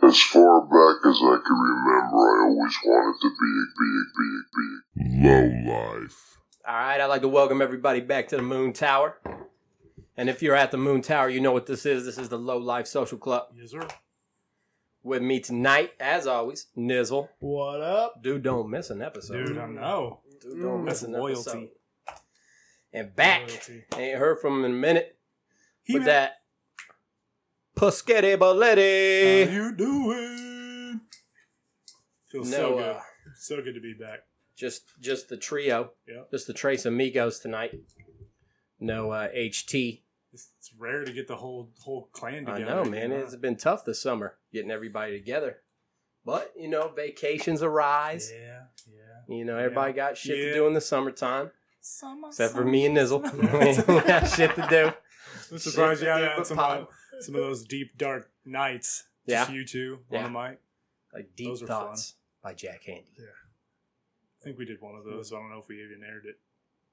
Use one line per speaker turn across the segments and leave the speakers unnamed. As far back as I can remember, I always wanted to be, be, be, be low life.
All right, I'd like to welcome everybody back to the Moon Tower. And if you're at the Moon Tower, you know what this is. This is the Low Life Social Club.
Yes, sir.
With me tonight, as always, Nizzle.
What up?
Dude, don't miss an episode.
Dude, I know.
Dude, don't
That's
miss an
loyalty.
episode. And back,
Loyalty.
ain't heard from him in a minute.
He
with
man-
that Puschetti Balletti.
How you doing? Uh, Feels so
No,
good.
uh,
so good to be back.
just just the trio.
Yeah.
Just the Trace Amigos tonight. No uh, HT.
It's, it's rare to get the whole whole clan
I
together.
know, man. It's been tough this summer getting everybody together. But, you know, vacations arise.
yeah, yeah.
You know, everybody got shit to
Yeah.
do in the summertime.
Summer,
Except for me and Nizzle.
Yeah.
we got shit to do.
I'm surprised
Shit
you
to do
haven't had
but
some,
pop.
uh, some of those deep dark nights. Just
Yeah.
you two on the mic.
Like Deep
Those are fun.
Thoughts by Jack Handy.
I think we did one of those. I don't know if we even aired it.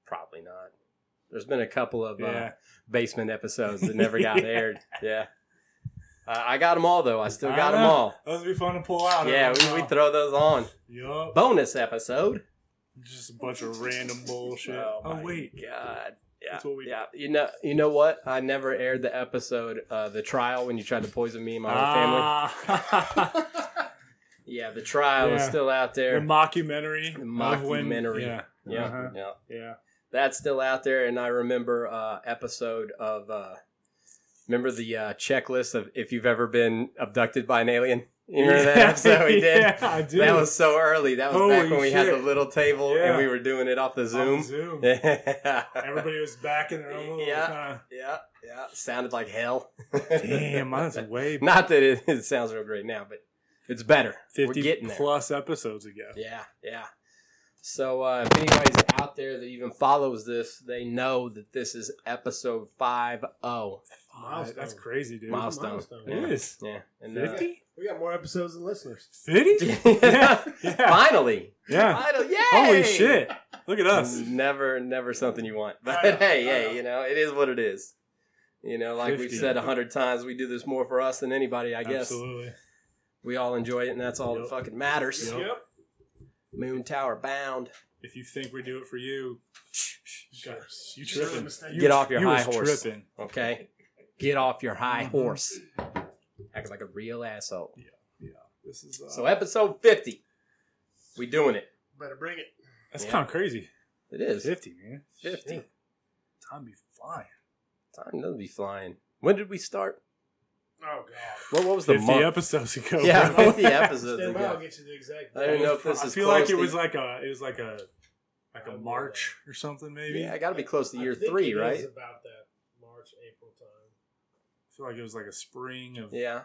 Probably not. There's been a couple of uh,
Yeah,
basement episodes that never got
Yeah.
aired. Yeah. Uh, I got them all, though. I still
I
got them
know.
all.
those would be fun to pull out.
Yeah,
every
we, we
now.
throw those on.
Yup.
Bonus episode.
Just a bunch of random bullshit.
Oh,
Oh,
my
wait.
God. Yeah,
That's what we-
yeah. You know, you know what? I never aired the episode, uh, the trial when you tried to poison me and my whole family.
Ah.
Yeah, the trial is
Yeah.
still out
the
there.
mockumentary.
The
of when-
mockumentary.
yeah.
yeah,
Uh-huh.
yeah.
Yeah.
that's still out there and i remember uh episode of uh remember the uh checklist of if you've ever been abducted by an alien you remember that episode we did
yeah, I do.
that was so early that was back
Holy
when we had the
shit.
little table and
Yeah.
we were doing it off the
On
zoom
Zoom.
yeah
Everybody was back in their own little
Yeah.
kind
yeah yeah sounded like hell
of. Damn, mine's way
not that it, it sounds real great now but it's better we're
50
getting there
plus episodes ago.
Yeah, yeah. So uh, if anybody's out there that even follows this, they know that this is episode five zero
Milestone. That's crazy, dude.
milestone.
milestone.
Yeah.
It is.
Yeah, and uh,
50?
We got more episodes than listeners.
50? yeah. Yeah.
finally,
yeah.
finally, yay!
Holy shit. Look at us.
Never, never something you want, but
I know,
hey,
I
hey,
know.
you know it is what it is. You know, like we've
50.
said a hundred times, we do this more for us than anybody. I guess
Absolutely.
we all enjoy it, and that's all that
Yep.
fucking matters.
Yep.
Moon Tower bound.
If you think we do it for you, you got- you
Sure.
tripping.
Mistake.
You-
Get off your
you
high
was
horse.
tripping.
Okay, get off your high horse. Act like a real asshole.
This is uh,
So eh, episode fifty, we doing it.
Better bring it.
that's
yeah.
kind of crazy.
It is fifty.
Fifty, man. Shit. Time be flying.
Time doesn't be flying. When did we start?
Oh god.
What, what was the
Fifty
month?
episodes ago.
Yeah,
bro.
fifty episodes
Stand by, I'll
ago.
get you the exact.
I don't know if this
I
is
feel
close
like it
to-
was like a it was like a like a March or something maybe.
Oh, Yeah, I
I
got to be close to
I
year
think
three,
it
right?
is about that March, April time.
feel like it was like a spring of
Yeah,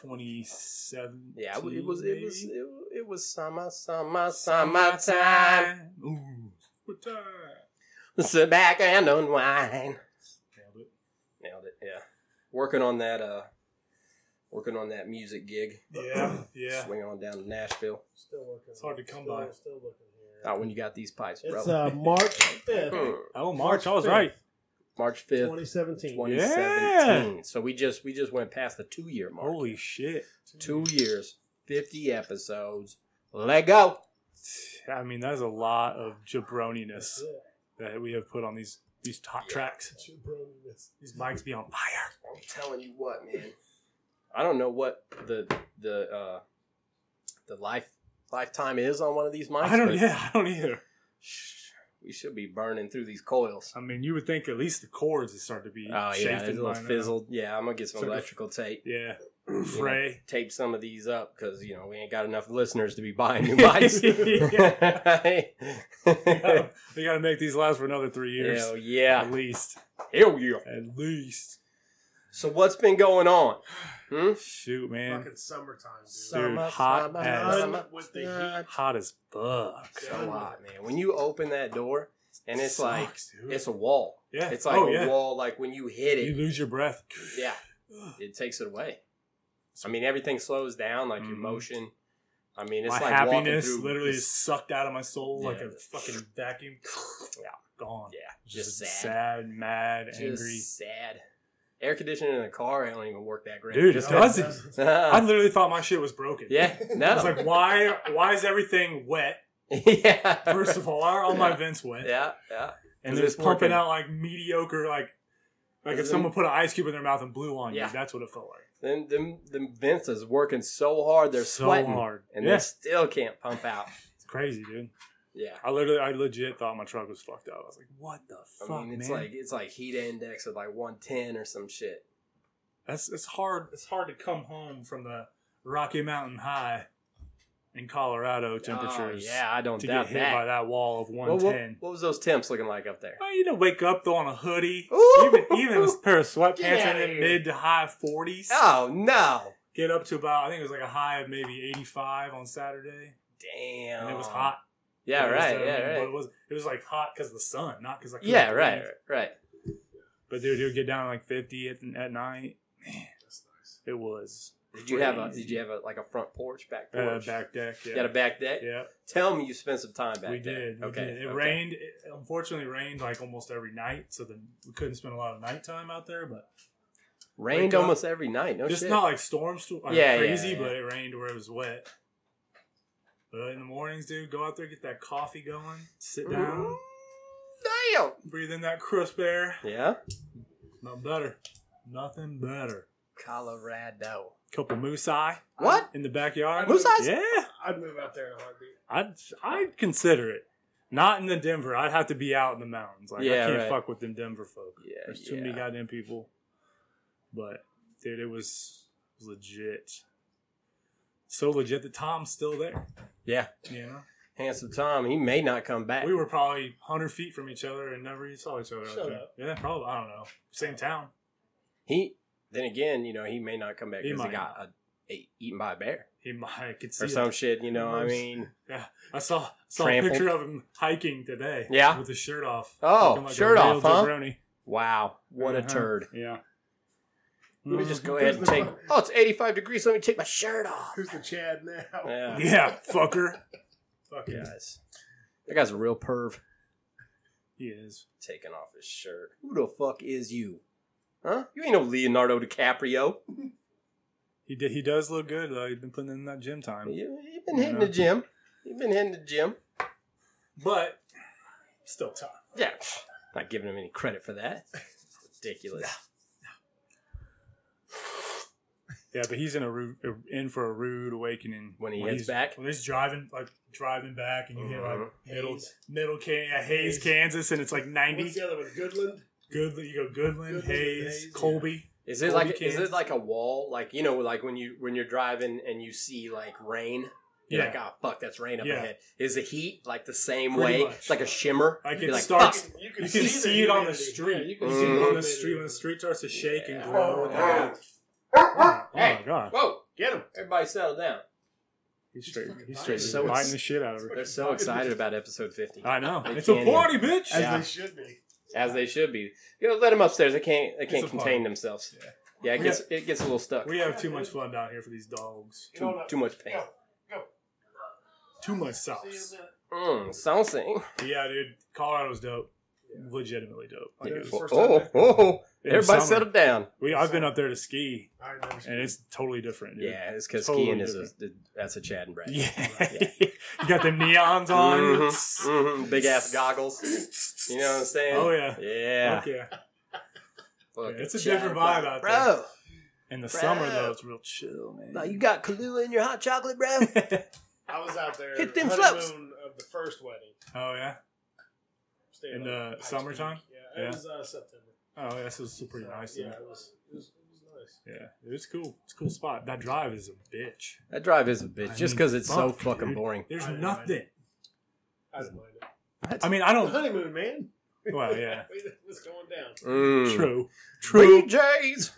twenty seven.
yeah. It was. It was. It, wa- it was summer, summer, summertime.
Ooh, what time?
Tobacco and unwind.
Nailed it.
Nailed it. Yeah. Working on that. Uh, working on that music gig.
Yeah, yeah.
Swing on down to Nashville.
Still working.
It's hard to come
still,
by.
Still looking here.
Not when you got these pipes,
it's
bro.
uh, March fifth,
Hmm.
Oh, March. I was
5th,
right.
March fifth,
2017.
2017. So we just we just went past the two year mark.
Holy shit.
two years, fifty episodes. Let go.
I mean, that's a lot of jabroniness
That's it.
that we have put on these these top tracks.
It's your brokenness.
These mics be on fire.
I'm telling you what, man. I don't know what the the uh, the life lifetime is on one of these mics.
I don't.
but
Yeah, I don't either.
sh- We should be burning through these coils.
I mean, you would think at least the cords would start to be.
Oh yeah,
chafing
there's a little
by now.
fizzled. Yeah, I'm gonna get some
Sort of-
electrical tape.
Yeah,
you know,
fray.
tape some of these up because you know we ain't got enough listeners to be buying new mics. Hell
they got to make these last for another three years,
yeah!
at least.
Hell yeah!
At least.
So what's been going on? Hmm?
Shoot, man,
Fucking summertime, dude.
Dude, hot as-
Done with the heat.
hot as fuck.
So hot, man. When you open that door and it's like
Sucks, dude.
it's a wall.
yeah,
It's like
oh,
a
yeah.
wall. Like when you hit
You
it,
lose your breath.
yeah, it takes it away. I mean, everything slows down, like your
Mhm.
motion. I mean, it's
my
like walking
happiness
through-
literally is sucked out of my soul like
Yeah.
a fucking vacuum.
Yeah.
Gone.
yeah, just sad,
sad, mad,
just
angry.
sad. air conditioning in a car, I don't even work that great.
Dude, it
No,
doesn't. I
Uh,
literally thought my shit was broken.
yeah,
I was
no.
like, why? Why is everything wet?
yeah.
First of all, are all my vents wet?
yeah, yeah.
and
Is
they're
this
just pumping
working?
out like mediocre, like like
Is
if
it-
someone put an ice cube in their mouth and blew on
Yeah.
you. That's what it felt like.
Them, them, them vents is working so hard, they're
so
sweating,
hard,
and
yeah,
they still can't pump out.
it's crazy, dude.
Yeah.
I literally, I legit thought my truck was fucked up. I was like, what the
I
fuck,
mean, it's
man?
like it's like heat index of like 110 or some shit. Oh,
That's it's hard. It's hard to come home from the Rocky Mountain High in Colorado temperatures.
Oh, yeah, I don't
to
doubt
get hit
that.
by that wall of
Well, what,
110.
what was those temps looking like up there?
Well, you know, wake up though on a hoodie,
Ooh!
even even a pair of sweatpants
outta
in the
here.
mid to high 40s.
Oh no!
Get up to about I think it was like a high of maybe 85 on Saturday,
Damn.
and it was hot.
Oh. Yeah,
It was,
right.
uh,
Yeah,
But it
right.
was it was like hot because of the sun, not because I couldn't
Yeah,
breathe.
right. Right.
But dude, it would get down to like 50 at, at night. Man,
That's nice.
it was
Did you have a?
crazy.
Did you have a like a front porch, back
uh,
porch?
back deck? Yeah,
You had a back deck.
yeah.
Tell me you spent some time back
we
there.
did. We
okay.
did. It
okay.
rained. It unfortunately rained like almost every night, so then we couldn't spend a lot of nighttime out there. But
Rained
Wake up.
almost every night. No
uh, just
shit.
not like storms, sto- like
Yeah, yeah,
crazy,
yeah.
but it rained where it was wet. But in the mornings, dude, go out there, get that coffee going, sit down,
Mm, Damn.
breathe in that crisp air.
Yeah.
Nothing better. Nothing better.
Colorado.
Couple moose eye
What?
in the backyard.
Moose eyes?
Yeah,
I'd move out there in a heartbeat.
I'd I'd consider it. Not in the Denver. I'd have to be out in the mountains. Like
Yeah,
I can't
right.
fuck with them Denver folk.
Yeah.
There's too
yeah.
many goddamn people. But dude, it was legit. So legit that Tom's still there.
Yeah.
You know,
Handsome Tom. He may not come back.
we were probably hundred feet from each other and never even saw each other. out
Shut
there.
up.
Yeah, probably. I don't know. Same town.
He. Then again, you know, he may not come back
He
because he,
might
got a, a, eaten by a bear
He might I could see.
or
it.
some shit. You know, I
knows?
mean.
I saw saw
Trampled.
a picture of him hiking today.
Yeah?
with his shirt off.
Oh,
Looking a
shirt
real
off, huh?
jabroni.
Wow, what a
Uh-huh.
turd.
Yeah.
Let me just
Mhm.
go ahead and take. Oh, it's 85 degrees. Let me take my shirt off.
Who's the Chad now?
Yeah.
Yeah, fucker. Fuck yeah.
Guys, that guy's a real perv.
He is.
Taking off his shirt. Who the fuck is you? Huh? You ain't no Leonardo DiCaprio.
He did. He does look good though. He's been putting in that gym time.
You, you've been hitting the gym. You've been hitting the gym.
but still tough.
Yeah. Not giving him any credit for that. Ridiculous.
Yeah, but he's in a rude, er, in for a rude awakening
When he
he's
heads back?
When he's driving like driving back, and you hit like
Mhm.
middle
Hayes.
middle Can- yeah, Hayes,
Hayes.
Kansas, and it's like ninety.
What's the other one? Goodland.
Good, you go Goodland,
Goodland,
Hayes,
Hayes,
Colby.
Is it
Colby
like is it
Kansas.
like a wall? Like you know, like when you when you're driving and you see like rain, you're
Yeah,
like, oh fuck, that's rain up
Yeah.
ahead. Is the heat like the same way?
Pretty much.
It's like a shimmer.
Like,
You're
it
like,
starts-
"Fuck."
you can see, it on the street. you can see it on the
Mhm.
street when the street starts to shake and
Yeah.
grow.
Oh,
Yeah.
Oh,
Oh
Hey.
my god,
Whoa!
Get him.
Everybody settle down.
he's straight.
fucking
He's straight.
so
biting
it's-
the shit out of her.
They're so excited about episode 50,
I know.
They
It's a
can't
party, bitch.
As
Yeah.
they should be.
as they should be. You know, let them upstairs. They can't. They can't
It's a
contain
party.
themselves.
Yeah.
Yeah, it
We
gets it gets a little stuck.
We have too much fun down here for these dogs.
Get on
Too,
up.
too much pain.
Go. Go.
Too much
See you
sauce.
in a minute.
Mm, something.
Yeah, dude. Colorado's dope. Legitimately dope. Like,
Yeah.
it was-
Oh,
first time
oh,
there.
oh.
in the
everybody
summer.
settle down.
We I've been up there to ski,
I remember
and it's totally different. Dude.
Yeah, it's because
Totally
skiing is a that's a Chad and Brad.
yeah. you got the neons on.
Mhm, mhm, big ass goggles. You know what I'm saying?
Oh yeah.
Yeah.
Fuck yeah.
Fuck
Yeah, it's a
Chad
different
and
vibe
Brad.
out
bro.
In the
Bro.
summer though, it's real chill, man.
Like, you got Kahlua in your hot chocolate, bro.
I was out there.
Hit them
honeymoon
slopes.
of the first wedding.
oh yeah.
Stayed
In
up
the
at Pikes
summertime?
Peak. Yeah, it
Yeah.
was uh, September.
Oh yeah. So it's pretty
So,
nice.
Yeah,
Yeah.
it was, it was, it was nice.
Yeah. It's cool. It's a cool spot. That drive is a bitch.
That drive is a bitch,
I
just
mean,
because it's so
fuck,
fucking
dude.
boring.
There's
I know, I
nothing.
I didn't mind it.
I mean, I
The
don't.
honeymoon, man.
Well, Oh. yeah.
It was going down.
Mm.
True. True.
BJ's.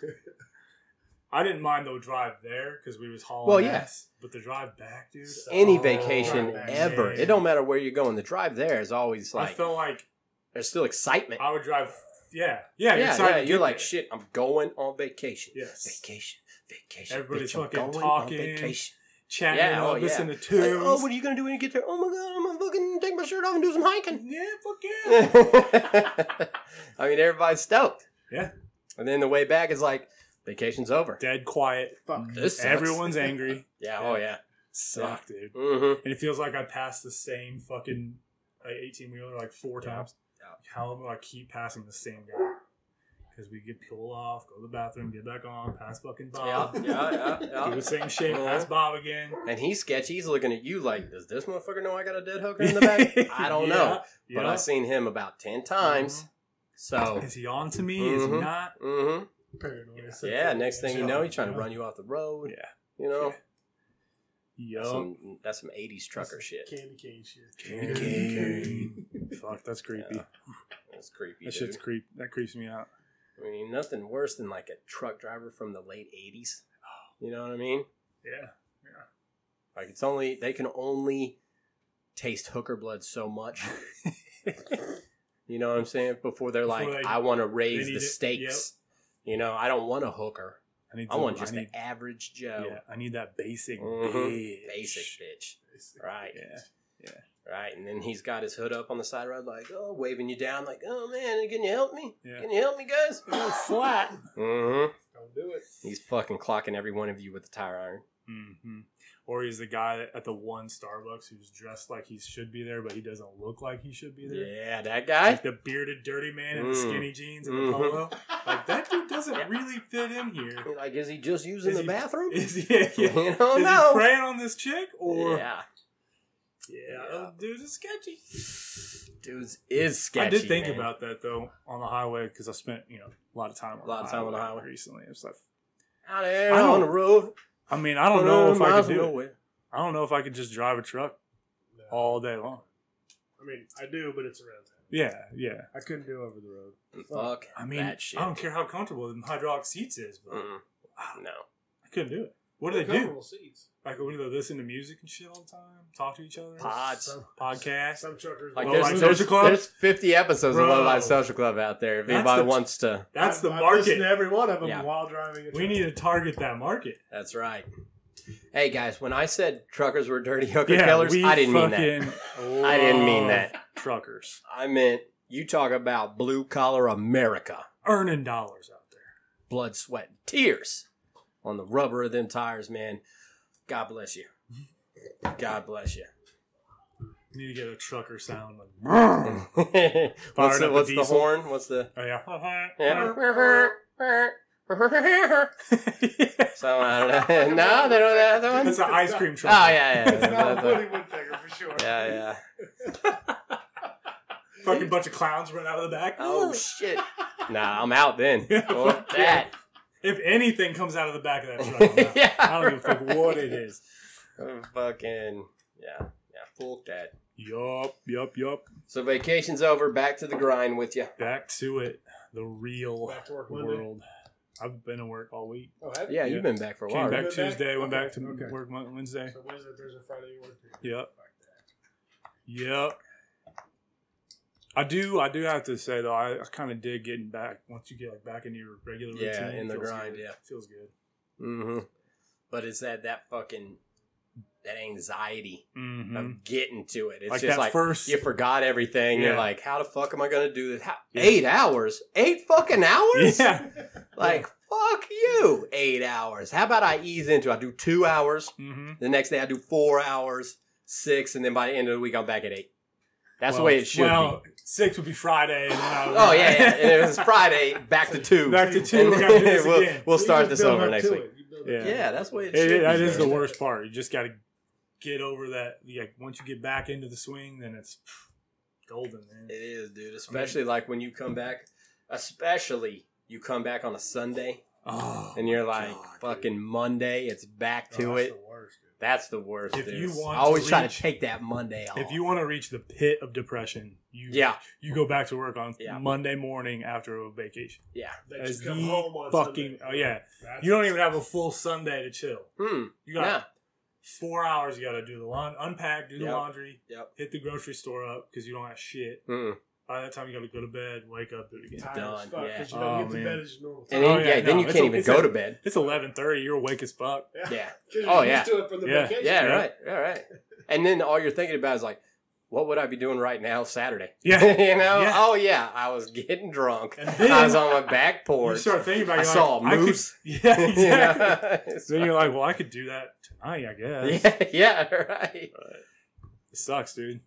I didn't mind the drive there because we was hauling.
Well, yeah.
yes, but the drive back, dude.
Any
Oh,
vacation
drive back.
ever.
Yeah.
It don't matter where you're going. The drive there is always
I
like
felt like
there's still excitement.
I would drive. Yeah,
yeah,
yeah,
yeah,
excited to
You're
get
like
there.
shit. I'm going on vacation.
yes,
Vacation. Vacation.
Everybody's
bitch, I'm
fucking
going on
talking.
vacation.
chatting
Yeah,
up,
oh, yeah.
listening to tunes.
Like, oh, what are you gonna do when you get there? Oh my god, I'm gonna fucking take my shirt off and do some hiking.
yeah, fuck yeah.
I mean, everybody's stoked.
Yeah.
And then the way back is like vacation's over.
Dead quiet.
Fuck.
This sucks.
Everyone's angry.
Yeah. Oh yeah.
Suck, dude.
Mm-hmm.
And it feels like I passed the same fucking like, 18 wheeler like four
Yeah.
times.
Yeah.
Like, How do I keep passing the same guy? Because we get pull off, go to the bathroom, get back on, pass fucking
Yeah.
Bob.
Yeah. Yeah.
Do
yeah.
the same shit,
Uh-huh.
pass Bob again.
And he's sketchy. He's looking at you like, does this motherfucker know I got a dead hooker in the back? I don't
Yeah,
know.
Yeah. Mm-hmm.
But I've seen him about 10 times. So,
Is he on to me? Is he
Mhm.
not?
hmm
Paranoia.
yeah, next thing you know, he's trying to
Yeah.
run you off the road.
Oh, Yeah.
You know,
Yo.
that's, some, that's some 80s trucker shit.
Candy cane shit.
Candy
cane.
Fuck, that's creepy.
Yeah. That's creepy.
That shit's
dude.
creep. That creeps me out.
I mean, nothing worse than like a truck driver from the late 80s.
Oh.
You know what I mean?
Yeah.
Like, it's only, they can only taste hooker blood so much. you know what I'm saying? Before they're
Before
like,
they-
I want to raise
need
the
it. Yep.
stakes. You know, I don't want a hooker.
I need.
I want
the-
just
I need,
the average Joe.
yeah, I need that basic
Mhm.
bitch.
Basic bitch. Right.
Yeah.
Right. And then he's got his hood up on the side road, like, oh, waving you down, like, oh, man, can you help me?
Yeah.
Can you help me, guys?
flat.
mm-hmm.
Don't do it.
He's fucking clocking every one of you with a tire iron.
hmm Or he's the guy at the one Starbucks who's dressed like he should be there, but he doesn't look like he should be there.
Yeah, that guy.
Like the bearded, dirty man in the
Mm.
skinny jeans and the
Mhm.
polo. Like that dude doesn't really fit in here.
You're Like, is he just using
Is
the
he-
bathroom?
Is he? Yeah,
You
yeah.
don't
Is
know.
he preying on this chick or?
yeah.
Yeah,
Yeah.
those dudes are sketchy.
Dudes is sketchy.
I did think
man.
about that though on the highway because I spent you know a lot of time
A
on
lot of time on the highway.
recently. It's like,
out there
I
on
don't-
the road.
I mean, I don't know if I
miles
could
of
do. It.
nowhere.
I don't know if I could just drive a truck
No.
all day long.
I mean, I do, but it's around town.
Yeah, yeah.
I couldn't do over the road.
Fuck.
I mean,
that shit. Mm.
I don't care how comfortable the hydraulic seats is, but
Mm-mm. No.
I couldn't do it. What do they do?
Comfortable Seats.
Like, what do they listen to music and shit all the time? Talk to each other?
Pods.
Some-
Podcast?
Some truckers.
Like
Low
there's,
Life
there's,
Social Club?
there's 50 episodes of Low
Bro.
Life Social Club out there. If
That's
anybody
the-
wants to,
That's the
I've- I've listened to
market.
every one of them
Yeah.
while driving. A
We
truck.
need to target that market.
that's right. Hey guys, when I said truckers were dirty hooker
Yeah,
killers,
we
I didn't mean that.
fucking
I didn't mean that.
love Truckers
I meant you talk about blue collar America,
earning dollars out there.
blood, sweat, and tears on the rubber of them tires, man. God bless you. God bless you.
We need to get a trucker sound like.
what's the,
up
what's
the
the
diesel.
horn? What's the
Oh yeah.
yeah. So I don't know. No, they don't have that one.
That's an ice cream
Oh
truck.
yeah, yeah.
It's
yeah.
not Woody Woodpecker for sure.
Yeah, yeah.
Fucking bunch of clowns run out of the back.
Oh shit. Nah, I'm out then.
Yeah,
Fuck
fuck
that.
If anything comes out of the back of that truck, I'm out. I don't give a fuck what it is.
is. Fucking yeah, yeah. Fuck that.
Yup, yup, yup.
So vacation's over. Back to the grind with you.
Back to it. The real
Back to work Monday.
world. I've been to work all week.
Oh, have you?
Yeah,
Yeah.
you've been back for a
Came
while.
back
right?
You've been back?
Tuesday, went back to
Okay.
work Mon- Wednesday.
So Wednesday, Thursday, Friday, you work here.
Yep.
Fuck that.
Yep. I do I do have to say though, I, I kinda dig getting back once you get like back into your regular
Yeah,
routine.
in the
feels
grind,
good.
yeah.
Feels good.
Mm-hmm. But it's that that fucking that anxiety
Mm-hmm.
of getting to it. It's
like
just
that
like
first
you forgot everything. You're
Yeah.
like, how the fuck am I gonna do this? How,
Yeah.
Eight hours? Eight fucking hours?
Yeah.
Like fuck you. Eight hours. How about I ease into? it? I do two hours.
hmm
The next day I do four hours, six, and then by the end of the week I'm back at eight. That's the way it should
well,
be.
six would be Friday. And then I would-
Oh yeah, yeah. And if it's Friday, back to two.
Back to two.
And
We're gonna do this
we'll,
again.
we'll
You
start
just
this
build
over
up
next
to
week.
it. You build up
Yeah.
to it.
Yeah, that's what it
It-
should
it-
be
that is the
Thursday.
worst part. You just got to get over that. Like once you get back into the swing, then it's golden, man.
It is, dude. Especially like when you come back, especially you come back on a Sunday
Oh,
and you're like
God, dude.
fucking Monday. It's back
Oh,
to
that's
it.
The worst, dude.
That's the worst.
If
dude.
you want
I always
to
try
reach-
to take that Monday off.
If you want to reach the pit of depression, you
yeah,
you go back to work on
Yeah.
Monday morning after a vacation.
yeah.
That
As
you come
the
home on
fucking-
Sunday.
oh, yeah.
That's-
You don't even have a full Sunday to chill.
Hmm.
You got
Nah.
four hours. You got to do the laun- unpack, do the
Yep.
laundry,
Yep.
hit the grocery store up because you don't have shit.
Mm.
By that time, you got to go to bed, wake up, do it again.
Tired
Done,
as fuck,
yeah.
'cause you don't
Oh,
get to
man.
bed as normal.
And then,
Oh,
yeah,
yeah,
then
no,
you
it's
can't
a-
even
it's
go
a-
to bed.
It's eleven thirty. You're awake as fuck.
Yeah.
Because you're
Oh,
used
yeah.
to it from the
Yeah.
vacation.
Yeah,
Yeah.
right, yeah, right. And then all you're thinking about is like, what would I be doing right now Saturday?
Yeah.
you know?
Yeah.
Oh yeah, I was getting drunk.
And then
I was on my back
you
porch.
start thinking about
I
it. you're
saw
like,
a moose.
I could, yeah,
You know?
exactly.
It's
then you're like, well, I could do that tonight, I guess.
yeah, yeah, right.
It sucks, dude.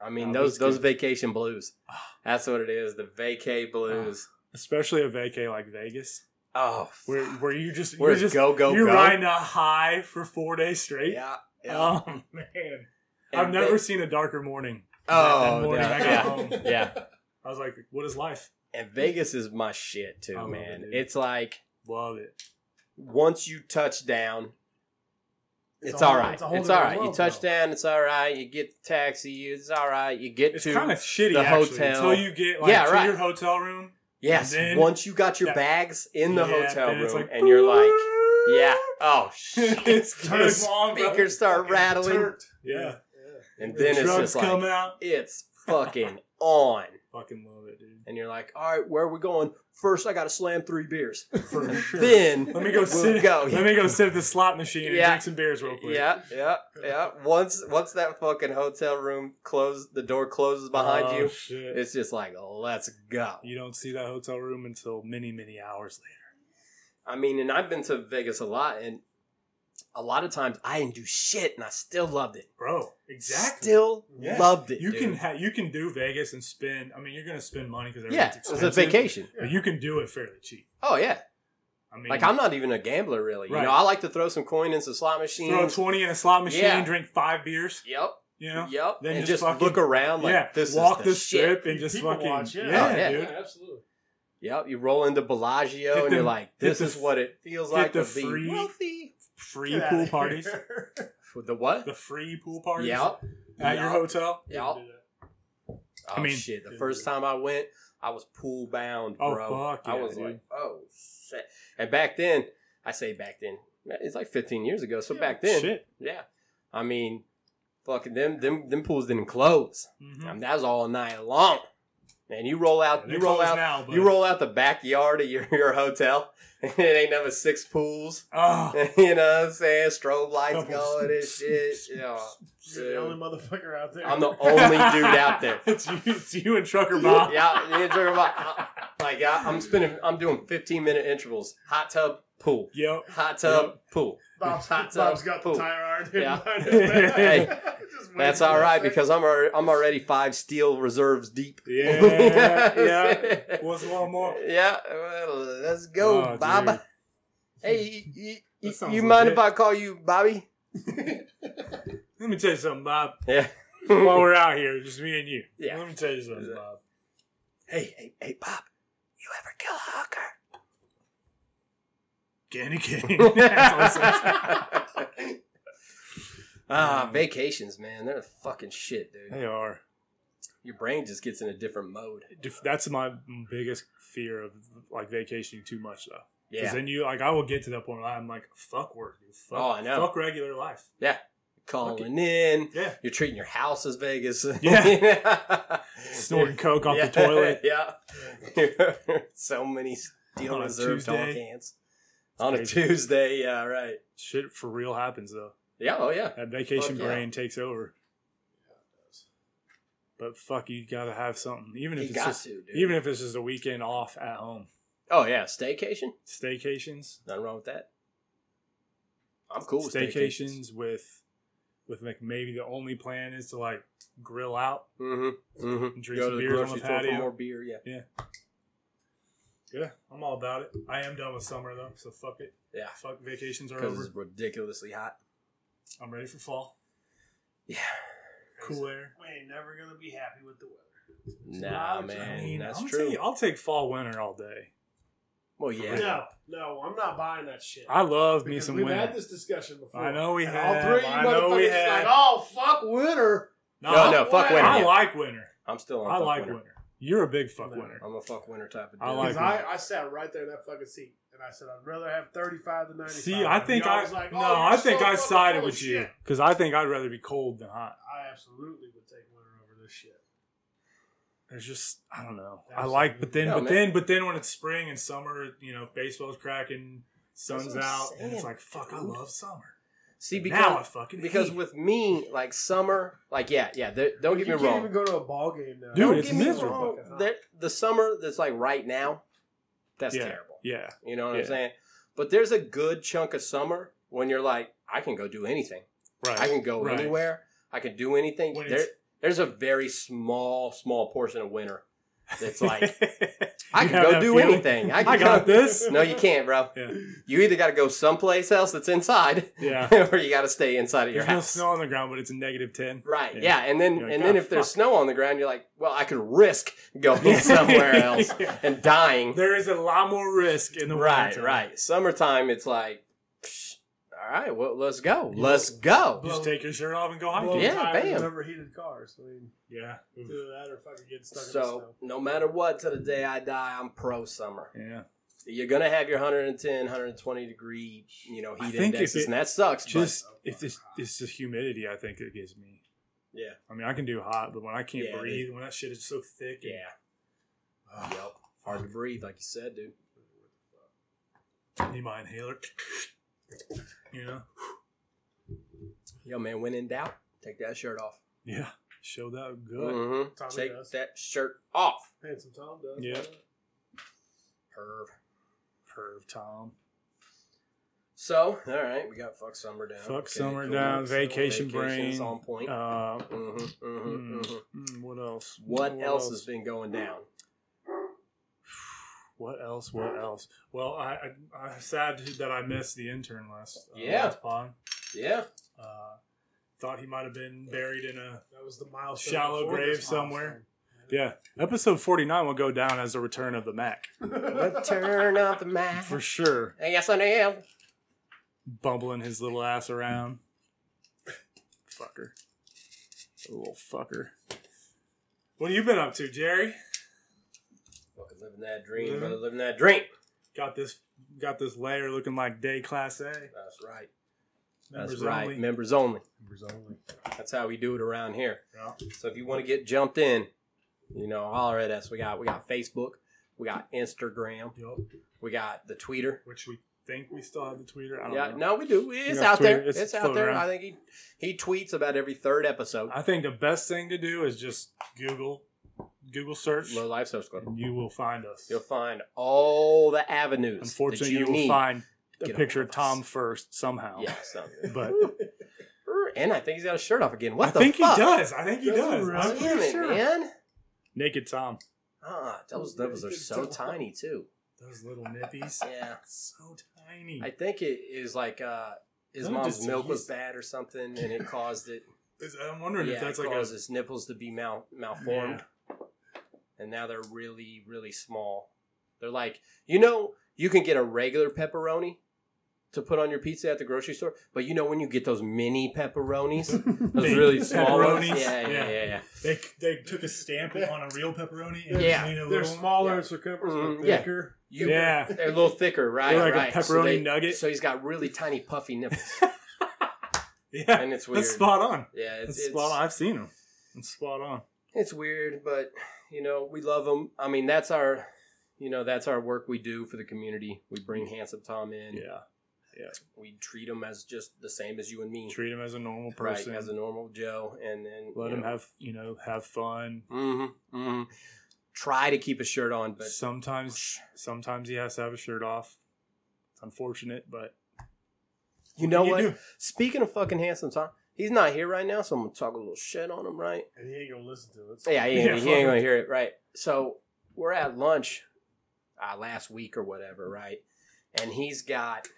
I mean
Uh,
those
that's
those
good.
vacation blues.
Ah.
That's what it is. The vacay blues.
Especially a vacay like Vegas,
Oh,
where where you just
where's
Ah. you're just
go go
you're
go?
riding a high for four days straight.
Yeah. yeah.
Oh man, I've
And
never
Ve-
seen a darker morning.
Oh,
that morning
yeah,
I got
yeah.
home,
yeah.
I was like, "What is life?"
And Vegas is my shit too,
I love
man.
it, dude.
it's like
Love it.
once you touch down, it's,
It's a
all
whole-
right.
it's a whole
It's all
different
right. You
world,
touch
though.
down, it's all right. You get the taxi, it's all right. You get
It's
to
kind of shitty
the
actually
hotel.
until you get like
Yeah,
to
right.
your hotel room.
yes.
and then-
once you got your
Yeah.
bags in the
Yeah,
hotel
then
room,
it's like,
and you're like, yeah, oh shit,
it's
Turn
just-
it on, bro.
speakers start rattling,
Turnt.
Yeah,
and then it's
drugs
just
come
like
out.
it's fucking on.
Fucking love it, dude.
And you're like, all right, where are we going? First, I got to slam three beers.
For sure.
Then
let me go
we'll
sit.
go.
Let me go sit at the slot machine and
Yeah.
drink some beers real quick.
Yeah, yeah, yeah. Once once that fucking hotel room close the door closes behind
Oh,
you,
shit.
it's just like let's go.
You don't see that hotel room until many, many hours later.
I mean, and I've been to Vegas a lot, and a lot of times I didn't do shit, and I still loved it.
Bro, exactly.
Still
Yeah.
loved it.
you
dude.
can ha- you can do Vegas and spend. I mean, you're going to spend money because
yeah,
everything's
it was a
expensive,
vacation.
But you can do it fairly cheap.
Oh yeah,
I mean,
like I'm not even a gambler really. You
Right.
know, I like to throw some coin into slot
throw
machines.
twenty in a slot machine,
Yeah.
drink five beers.
Yep,
You know,
yep.
Then
and
just
just,
fucking-
look around like
yeah,
this
walk
is
the,
the, shit.
strip and just
People
fucking
watch, yeah.
yeah,
Yeah.
dude.
Yeah, absolutely.
Yep, you roll into Bellagio
Hit
and
the-
you're like,
hit
this
the
is
f-
what it feels
hit
like
the
to be
free-
wealthy.
Free
Get outta
pool
here.
parties,
With the what?
the free pool parties
Yep.
at your
Yup.
hotel.
Yup. Oh,
I mean-
shit. The first time I went, I was pool bound,
Oh,
bro.
fuck
I
yeah,
was
dude.
like, oh, shit. And back then, I say back then, it's like 15 years ago. So
Yeah,
back then,
Shit.
yeah. I mean, fucking them, them, them pools didn't close.
Mhm.
I mean, that was all night long. And you roll out,
They
you roll
close
out,
now, but-
you roll out the backyard of your, your hotel, and it ain't never six pools.
Oh,
you know what I'm saying? Strobe lights
Couple-
going and shit. Yeah.
You're the only motherfucker out there.
I'm the only dude out there.
it's you, it's you and Trucker Bob.
Yeah, me and Trevor Bach- like I, I'm spending, I'm doing 15 minute intervals. Hot tub, pool.
Yep.
Hot tub, pool.
Bob's,
Hot tub
Bob's got
pool.
the tire iron. in
Yeah.
behind his back.
Hey,
Just waiting
That's
for
all
a
right
second.
because I'm already, I'm already five steel reserves deep.
Yeah, yeah. What's one more?
Yeah, well, let's go,
Oh,
Bob.
dude.
Hey, you, you,
That sounds
you mind
legit.
if I call you Bobby?
Let me tell you something, Bob.
Yeah.
While we're out here, just me and you.
Yeah.
Let me tell you something, Bob.
hey, hey, hey, Bob. You ever kill a hawker?
Candy cane. That's awesome.
Ah,
Um,
vacations, man. They're the fucking shit, dude.
They are.
Your brain just gets in a different mode.
Def- That's my biggest fear of like vacationing too much though. Because
Yeah.
then you like I will get to that point where I'm like, fuck work, dude. Fuck,
Oh, I know.
fuck regular life.
Calling in.
Yeah.
You're treating your house as Vegas.
Yeah. Snorting coke off
Yeah.
the toilet.
Yeah. so many steel
On a
reserve dog
Tuesday.
cans. On a
Crazy.
Tuesday, yeah, right.
Shit for real happens though.
Yeah, oh yeah.
That vacation
Fuck yeah.
brain takes over. But fuck, you gotta have something. Even if
You
it's
got
just
to, dude.
even if it's just a weekend off at home.
oh yeah, staycation.
Staycations.
Nothing wrong with that. I'm cool with staycations.
staycations with with like maybe the only plan is to like grill out
Mm-hmm. Mm-hmm.
and drink some beers on the
for
patio.
more beer. Yeah,
Yeah, I'm all about it. I am done with summer though, so fuck it.
Yeah.
fuck vacations are
because
over.
it's ridiculously hot.
I'm ready for fall.
Yeah,
Cool air.
We ain't never gonna be happy with the weather.
nah,
I
man,
I mean,
that's
I'll
true.
Take, I'll take fall winter all day.
well, yeah,
No, no, I'm not buying that shit.
I love me
Because
some
we've
winter.
had this discussion before.
I know we
And
have.
All three of you
I know we
motherfuckers is like,
have.
oh fuck winter.
No,
No, no, fuck winter.
I
yeah.
like winter.
I'm still on.
I
fuck
like
winter.
winter. You're a big fuck
No.
winter.
I'm a fuck winter type of dude.
I like
Because I, I sat right there in that fucking seat and I said I'd rather have 35 than 95.
See, I
And
think
y'all
I
was like,
no,
oh,
I
you're
think
so
I
fucking
sided
full of
with you
shit.
because I think I'd rather be cold than hot.
I absolutely would take winter over this shit.
There's just I don't know.
Absolutely.
I like, but then,
Yeah,
but
man.
then, but then when it's spring and summer, you know, baseball's cracking, sun's
what I'm
out, and it's
saying,
like, fuck, I
dude.
love summer.
See,
Because, now I
because
fucking
because
hate it.
with me, like summer, like yeah, yeah. there- Don't
you
get me
can't
wrong,
even go to a ball game now.
Dude,
Don't
it's
get me
miserable.
wrong, there- The summer that's like right now, that's
Yeah.
terrible.
yeah,
You know what I'm
Yeah.
saying? But there's a good chunk of summer when you're like, I can go do anything.
right.
I can go
Right.
anywhere. I can do anything.
When
There,
it's-
there's a very small, small portion of winter that's like I can
You have
go
that
do
feeling?
anything. I, can
I got
go-
this.
No, you can't, bro.
Yeah.
You either got to go someplace else that's inside,
yeah.
or you got to stay inside of your
There's no
house.
snow on the ground, but it's a negative ten.
Right.
Yeah.
Yeah. And then
You're like,
and then
"Ah,
if there's
fuck."
snow on the ground, you're like, well, I could risk going somewhere else
Yeah.
and dying.
There is a lot more risk in the
Right.
winter.
Right. Summertime, it's like, psh, all right, well, let's go. Let's go.
You just take your shirt off and go
Blow
hiking.
Yeah,
tires in
bam.
Overheated cars. I mean,
Yeah.
do
Oof.
that or fucking get stuck in the snow.
Hmm. So no matter what, to the day I die, I'm pro summer.
Yeah.
You're gonna have your 110, 120 degree, you know,
I
heat
think if
indexes,
it-
and that sucks. Just
Just if this it's the humidity, I think it gives me.
yeah,
I mean, I can do hot, but when I can't
Yeah,
breathe, when that shit is so thick, and,
yeah, yep. Hard to breathe, like you said, dude.
need my inhaler. you know?
Yo, man, when in doubt, take that shirt off.
Yeah. Show that good.
Mm-hmm.
Tommy
Take
does.
that shirt off.
Handsome Tom does.
Yeah.
Perv. Mm-hmm.
Perv Tom.
So, all right, we got fuck summer down.
Fuck summer down,
So,
vacation
vacation's
brain.
on point.
Uh,
Mhm, mhm,
mm,
mhm.
mm, what else?
What else has been going down?
What else? What else? Well, I, I I'm sad that I missed the intern last. Uh,
Yeah.
Last pond.
Yeah,
Uh, thought he might have been buried in a.
That was the milestone.
Shallow
before
grave
this
somewhere.
milestone.
Yeah. Episode 49 will go down as the return of the Mac
Return of the man.
for sure.
Yes, I am.
Bumbling his little ass around. Fucker. Little fucker. What have you been up to, Jerry?
Fucking living that dream,
Mhm.
brother. Living that dream.
Got this. Got this layer looking like day class A.
That's right. That's
Members
right.
only.
Members only.
Members only.
That's how we do it around here.
Yeah.
So if you want to get jumped in, you know, holler at us. We got we got Facebook, we got Instagram,
Yup.
we got the Twitter.
Which we think we still have the tweeter. I don't
Yeah,
know.
no, we do. It's
got
out
Twitter.
there.
It's
It's, out
floating
there.
around.
I think he he tweets about every third episode.
I think the best thing to do is just Google Google search,
Low Life Social Club.
and you will find us.
You'll find all the avenues. that
Unfortunately, you,
you,
will
need.
find
Get
a
a
picture
hold
of
of us.
Tom first somehow.
Yeah, so.
But
and I think he's got his shirt off again. What
I
the
think
fuck?
he does. I think he
Does he
does.
really?
I'm
Damn
pretty
it,
sure.
man.
Naked Tom.
Ah, those nipples are so tiny too.
Those little nippies.
Yeah,
So tiny.
I think it is like uh, his
Those are
mom's
just
milk was
yeast.
bad or something, and it caused it.
Is- I'm wondering
yeah,
if that's
it
like
caused
a.
his nipples to be mal- malformed, and now they're really, really small. They're like you know you can get a regular pepperoni to put on your pizza at the grocery store, but you know when you get those mini pepperonis. Those
Big
really small ones,
pepperonis.
yeah, yeah,
Yeah.
yeah, yeah.
They, they took a stamp on a real pepperoni.
and
Yeah.
made a
They're
little-
smaller
Yeah.
in circumference,
Mhm,
but
yeah.
thicker.
You-
yeah.
they're a little thicker, right?
like a
right. so
pepperoni
they-
nugget.
So he's got really tiny, puffy nipples,
Yeah.
and it's weird.
That's spot on.
Yeah, it's,
That's
it's
spot on. I've seen them. It's spot on.
it's weird, but you know, we love them. I mean, that's our, you know, that's our work we do for the community. We bring Handsome Tom in.
Yeah.
We treat him as just the same as you and me,
Treat him as a normal
right?
person.
As a normal Joe, and then
Let him have you know have fun.
Mm-hmm, mm-hmm. Try to keep a shirt on, but
sometimes sometimes he has to have a shirt off. It's unfortunate, but
you know
You
what?
do.
Speaking of fucking Handsome Tom, he's not here right now, so I'm gonna talk a little shit on him, right?
And he ain't gonna listen to it.
Yeah, he,
Yeah,
ain't he
fuck
ain't
him.
gonna hear it, right? So we're at lunch uh, last week or whatever, right? And he's got,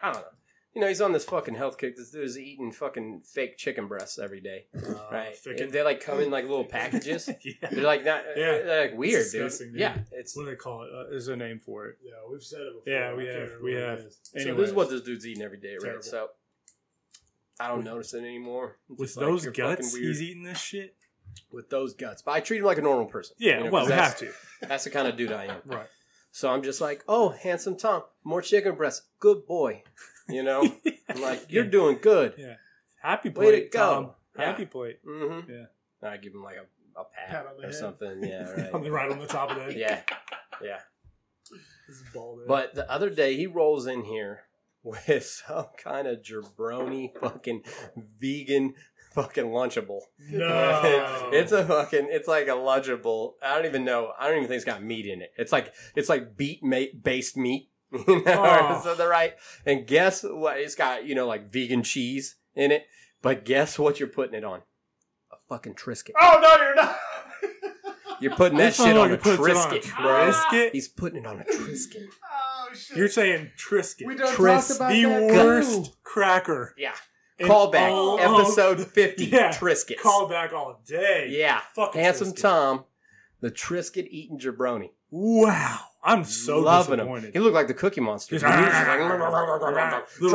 I don't know, you know, he's on this fucking health kick. This dude's eating fucking fake chicken breasts every day,
uh,
right?
thick and-
They like come in like little packages. They're
yeah.
like not,
Yeah.
they're like weird, dude.
disgusting, dude.
Yeah, it's.
What do they call it? Uh, there's a name for it.
Yeah, we've said it before.
Yeah, we
I can't
have.
remember
We
what it
have.
is.
So
Anyway,
this is what this dude's eating every day, right?
Terrible.
So I don't notice it anymore. It's
with
just like,
those
you're fucking
guts,
weird.
he's eating this shit.
with those guts, but I treat him like a normal person.
Yeah,
you know,
well,
'cause
we
that's-
have to.
That's the kind of dude I am.
Right.
So I'm just like, oh, handsome Tom, more chicken breasts, good boy. You know, I'm like, you're doing good.
happy
Way
plate.
to go.
Tom. Happy plate.
Mm-hmm.
Yeah.
I give him like a, a pat,
Pat on the
or
head.
something. Yeah, right.
right on the top of that.
yeah.
This is bald.
But the other day he rolls in here with some kind of jabroni fucking vegan fucking lunchable.
No.
it's a fucking it's like a lunchable. I don't even know. I don't even think it's got meat in it. It's like it's like beet ma- based meat. You know,
Oh.
so the right. And guess what? It's got you know like vegan cheese in it. But guess what? You're putting it on a fucking Trisket.
Oh no, you're not.
You're putting that
This
shit on
motherfucker
a
puts it on Ah. a
Trisket, bro.
Trisket?
He's putting it on a Trisket.
oh shit.
You're saying Trisket.
we done
Tris-
talked about
the
that
worst
too.
cracker.
Yeah.
in
Callback
all of-
episode fifty.
Yeah.
Trisket.
Callback all day.
Yeah.
Fucking
Handsome
Trisket.
Tom, the Trisket eating jabroni.
Wow. I'm so
Loving him.
disappointed.
He looked like the Cookie Monster.
Just-
dude. He was just like,
Little-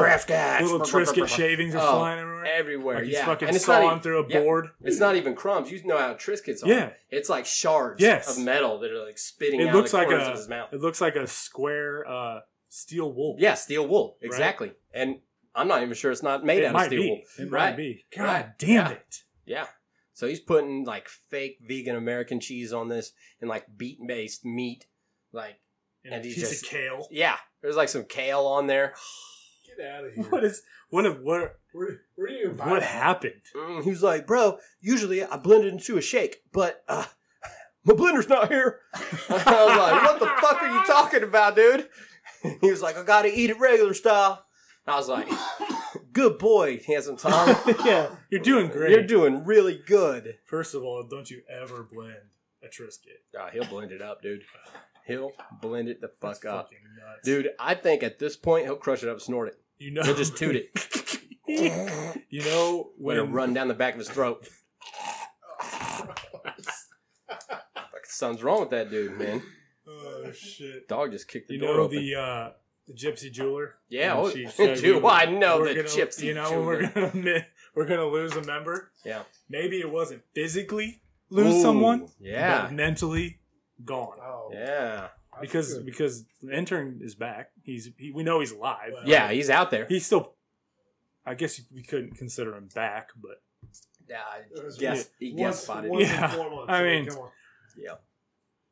Trisket.
Little Trisket shavings are
Oh,
flying everywhere.
everywhere.
Like he's
yeah,
fucking
and it's not,
sawing
even,
through a
yeah.
board.
it's not even crumbs. You know how Triskets are.
Yeah.
it's like shards
Yes.
of metal that are like spitting
It
out
looks
the
like
corners
a-
of his mouth.
It looks like a square uh, steel wool.
Yeah, steel wool.
Right.
Exactly. And I'm not even sure it's not made
it
out
might
of steel
be.
wool.
It
Right.
might be. God
Right.
damn
Yeah.
it.
Yeah. So he's putting like fake vegan American cheese on this and like beet based meat. Like,
And,
And
a
he
piece
just-
of kale.
yeah, there's like some kale on there.
Get out of
What
here.
is what if- what
Where, where do you buy
what
that?
happened?
Mm, he was like, bro, usually I blend it into a shake, but uh, my blender's not here. I was like, what the fuck are you talking about, dude? He was like, I gotta eat it regular style. I was like, good boy, handsome Tom.
yeah, you're doing great.
You're doing really good.
First of all, don't you ever blend a Trisket.
Ah, he'll blend it up, dude. He'll blend it the
That's
fuck up.
fucking nuts.
Dude, I think at this point he'll crush it up, snort it.
you know,
He'll just toot it.
it. you know
Let
when
it run down the back of his throat. Like, something's wrong with that dude, man.
Oh shit!
Dog just kicked the
You
door
know
open.
the uh, the gypsy jeweler.
Yeah,
When
oh,
she said
do
we-
I know the
we're gonna-
gypsy?
You know
jeweler.
when we're gonna mi- we're gonna lose a member.
Yeah.
Maybe it wasn't physically lose
Ooh,
someone.
Yeah,
But mentally gone.
Oh,
yeah,
that's
because
good.
because the intern is back. He's he, we know he's alive.
yeah. He's out there.
he's still. I guess we couldn't consider him back, but
Yeah,
It was
guess he guess
once-
spotted.
once and
Yeah,
foremost.
I
Okay,
mean-
come on.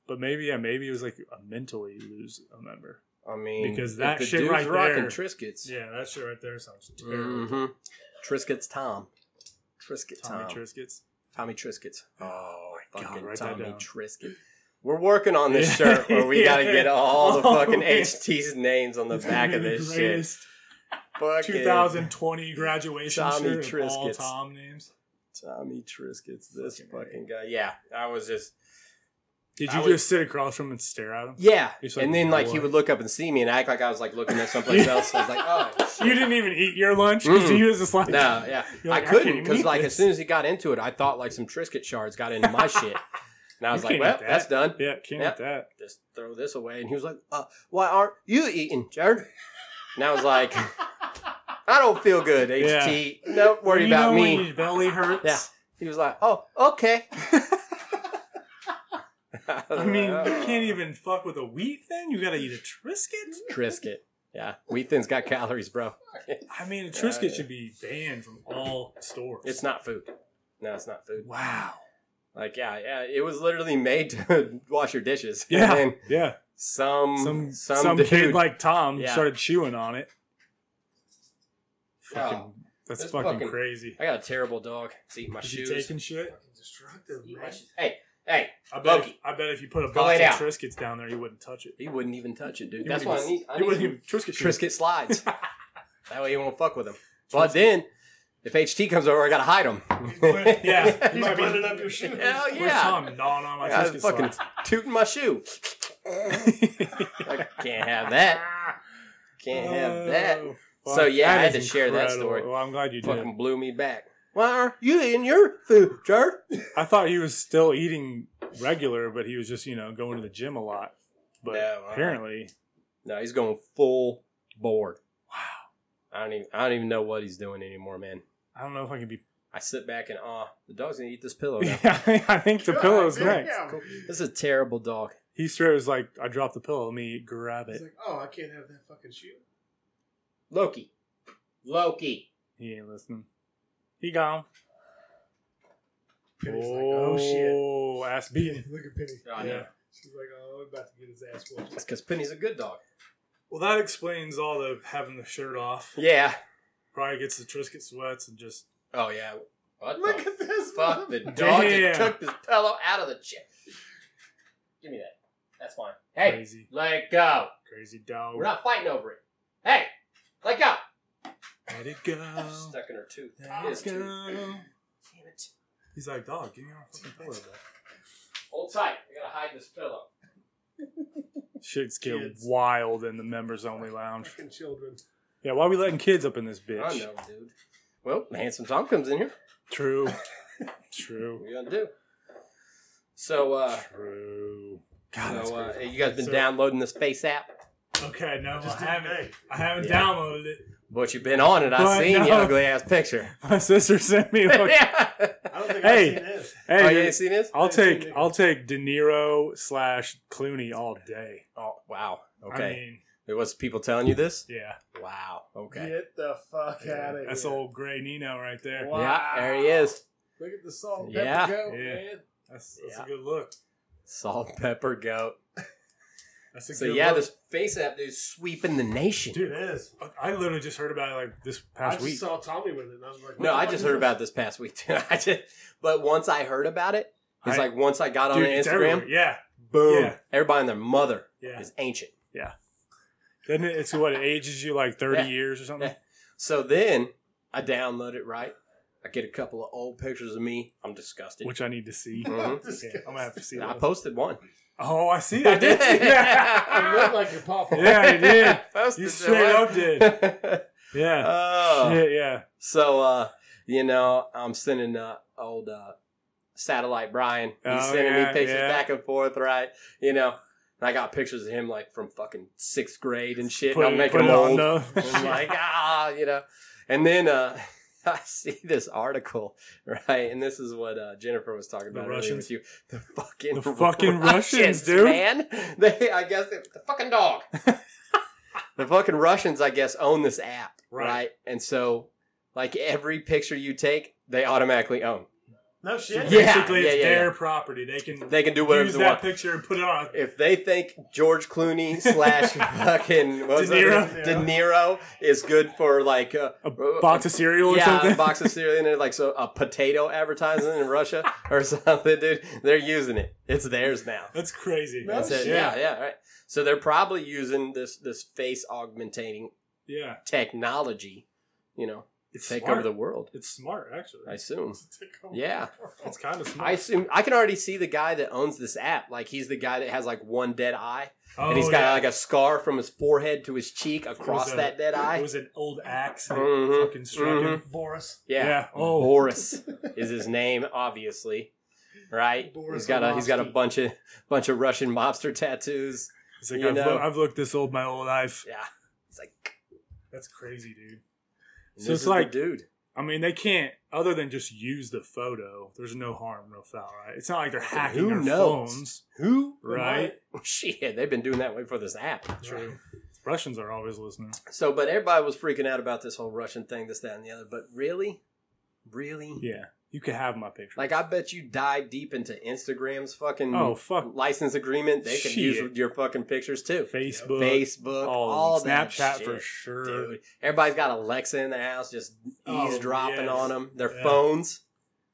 but maybe yeah, maybe it was like a mentally lose a member.
I mean,
Because
if
that
the
shit
dude's
right
rocking
there-
Triscuits.
Yeah, that shit right there sounds
hmm Triscuits Tom. Triscuit
Tommy
Tom.
Triscuits.
Tommy Triscuits. Oh,
my God,
fucking
write that
Tommy
down.
Triscuit. We're working on this
Yeah.
shirt where we got to
Yeah.
get all the fucking
Oh, man.
HT's names on the back of this shit. Fucking
2020 graduation
Tommy
shirt of all
Triscuits.
Tom names.
Tommy Triscuits, this
Fucking A.
fucking guy. Yeah, I was just
Did
I
you
would-
just sit across from him and stare at him?
Yeah.
He's like,
and then like he
"What?"
would look up and see me and act like I was like looking at someplace else. I was like, oh shit.
You didn't even eat your lunch because
Mm-mm.
he was just like,
Mm. No, yeah.
You're like,
I
"I
couldn't
can't
because
eat
like
this."
as soon as he got into it, I thought like some Trisket shards got into my shit. And I was
You
like,
can't
well,
eat that.
that's done.
yeah, can't
Yep.
eat that.
Just throw this away. And he was like, uh, why aren't you eating, Jared? And I was like, I don't feel good, HT. Don't worry
You
about
know
me.
when your belly hurts.
Yeah. He was like, oh, okay.
I mean, you can't even fuck with a wheat thing. You gotta eat a Trisket.
Trisket. Yeah. Wheat thin's got calories, bro.
I mean, a
Yeah,
Trisket
yeah.
should be banned from all stores.
It's not food. No, it's not food.
Wow.
Like, yeah, yeah, it was literally made to wash your dishes.
Yeah.
And then
Yeah.
some,
Some
some,
some,
dude,
kid like Tom
Yeah.
started chewing on it.
Yeah.
Fucking, that's
Oh, That's
fucking,
fucking-
crazy.
I got a terrible dog. It's eating my
Is he
shoes.
taking shit?
Fucking destructive,
Eat
man.
my shoes. Hey, hey,
I bet, if,
Loki.
I bet if you put a
Go
box
lay
of
down.
Triscuits down there, you wouldn't touch it.
he wouldn't even touch it, dude.
You
That's
wouldn't
why I need, I
You
need
wouldn't
some
even Trisket shoes.
Trisket slides. that way he won't fuck with him. But then, if HT comes over, I gotta hide him.
Yeah.
He's
Might be-
blending up your shoes.
Hell
Where's
yeah.
Tom gnawing on my
I gotta
Trisket
fucking
slides?
tooting my shoe. I can't have that. Can't have that.
Oh,
So,
fuck.
yeah, I had
is
to share that story.
Well, I'm glad you did.
Fucking blew me back. Why are you eating your food, Jared?
I thought he was still eating regular, but he was just you know going to the gym a lot. But
No, uh-uh.
apparently,
No, he's going full board.
wow,
I don't even I don't even know what he's doing anymore, man.
I don't know if I can be.
I sit back and awe. The dog's gonna eat this pillow now.
Yeah, I think the
God
pillow's
damn.
next.
this is a terrible dog.
He straight was like, "I dropped the pillow. Let me grab
He's
it."
like, oh, I can't have that fucking shoe.
Loki. Loki.
He ain't listening. He gone.
Penny's like, oh shit.
Oh, ass beating.
Look at Penny.
I know.
oh, She's like, oh, I'm about to get his ass whooped.
It's because Penny's a good dog.
Well, that explains all the having the shirt off.
Yeah.
Probably gets the Trisket sweats and just
Oh yeah. What
Look
the
at this
fuck? The
motherfucker.
dog
Damn.
just took this pillow out of the chair. Give me that. That's fine. Hey,
crazy,
let it go.
crazy dog.
We're not fighting over it. Hey, let go.
Let it go.
Stuck in her tooth.
Let
His
it
tooth.
go.
Damn it.
He's like, dog, give me my fucking pillow back.
Hold tight. I gotta hide this pillow.
Shit's get
Kids.
wild in the members only lounge.
Fucking children.
Yeah, why are we letting kids up in this bitch?
I know, dude. Well, handsome Tom comes in here.
True. True.
What you gonna do? So, uh,
True. that's
so uh,
crazy.
you guys been
So-
downloading the space app?
Okay, no,
Just
I
didn't
haven't.
hey.
I haven't
Yeah.
downloaded it.
But you've been on it. I
But
seen
no.
your ugly ass picture.
My sister sent me. Like,
yeah.
I don't think
Hey.
I've seen this.
oh,
Hey,
you ain't seen this?
I'll
Hey,
take
nigga.
I'll take De Niro slash Clooney all day.
Oh, wow.
Okay. I
Okay.
mean,
It was people telling you this?
yeah,
Wow. Okay.
Get the fuck out of
that's
here.
old Gray Nino right there.
Wow.
Yeah, there he is.
Look at the salt. and
Yeah.
Pepper go,
Yeah.
man.
That's, that's
Yeah.
a good look.
Salt, pepper, goat.
That's a
So
good
yeah,
look.
this face app dude's sweeping the nation.
Dude,
It is.
I literally just heard about it like this
I
past
just
week.
saw Tommy with it. And I was like, what
no,
the
I
fuck
just
is
heard
this?
about this past week too. I just, but once I heard about it, it's
I-
like once I got on
Dude, it's
Instagram,
everywhere. Yeah,
boom,
Yeah.
everybody and their mother
yeah.
is ancient.
Then it, it's what it ages you like thirty
Yeah.
years or something.
Yeah. So then I download it, right? I get a couple of old pictures of me. I'm disgusted.
Which I need to see.
Mhm.
Yeah, I'm gonna have to see.
I
That.
posted one.
Oh, I see. I did. see that.
You look like your papa.
Yeah, you did.
Posted
You
that
straight
one.
up did. Yeah.
oh.
Shit, yeah.
So uh, you know, I'm sending uh, old uh, satellite Brian. He's
Oh,
sending
yeah,
me pictures
yeah.
back and forth, right? You know, and I got pictures of him like from fucking sixth grade and shit.
Put
and I'm
it-
making
put
him
it on
old.
the-
I'm like ah, you know. And then uh, I see this article, right? And this is what uh, Jennifer was talking
The
about earlier
Russians?
with you. The fucking
The fucking Russians, dude.
man. They, I guess, they, the fucking dog. the fucking Russians, I guess, own this app,
Right.
right. And so, like every picture you take, they automatically own.
No
So
shit.
Yeah.
basically, it's
yeah,
their property. They can
They can do whatever
use
they
that
want.
picture and put it on.
If they think George Clooney slash fucking what was
De Niro.
that? De Niro is good for like uh,
A
uh,
box of cereal or
yeah,
something.
a box of cereal in it, like so a potato advertisement in Russia or something, dude. They're using it. It's theirs now.
That's crazy.
No
That's it.
shit.
Yeah, yeah, right. So they're probably using this this face augmentating
Yeah.
technology, you know,
It's
take
smart.
over the world.
It's smart, actually.
I assume.
Tickle.
Yeah.
It's kind of
I
smart.
assume I can already see the guy that owns this app. Like he's the guy that has like one dead eye,
oh,
and he's got
yeah.
like a scar from his forehead to his cheek across
a-
that dead
It
eye.
was an old axe. that
Mhm.
Fucking struck him.
Mhm.
Boris.
Yeah. Mm-hmm.
Yeah. Oh.
Boris is his name, obviously. Right?
Boris
he's got a he's got a
Orlovsky.
bunch of bunch of Russian mobster tattoos.
It's like,
You
I've,
know.
loo- I've looked this old my whole life.
Yeah. It's like
That's crazy, dude.
this
So it's
is the
like-
dude.
I mean, they can't, other than just use the photo, there's no harm, no foul, right? It's not like they're hacking
Who
their
knows?
phones,
Who?
right?
Shit, they've been doing that way for this app.
True. Russians are always listening.
So but everybody was freaking out about this whole Russian thing, this, that, and the other. But really? Really?
Yeah. You could have my picture.
Like mm, I bet you dive deep into Instagram's fucking
oh, fuck.
license agreement. They can
Shit.
use your fucking pictures too.
Facebook.
Facebook,
all,
all
Snapchat
that shit.
for sure.
Dude, everybody's got Alexa in their house, just
Oh,
eavesdropping
yes.
on them. Their
Yeah.
phones,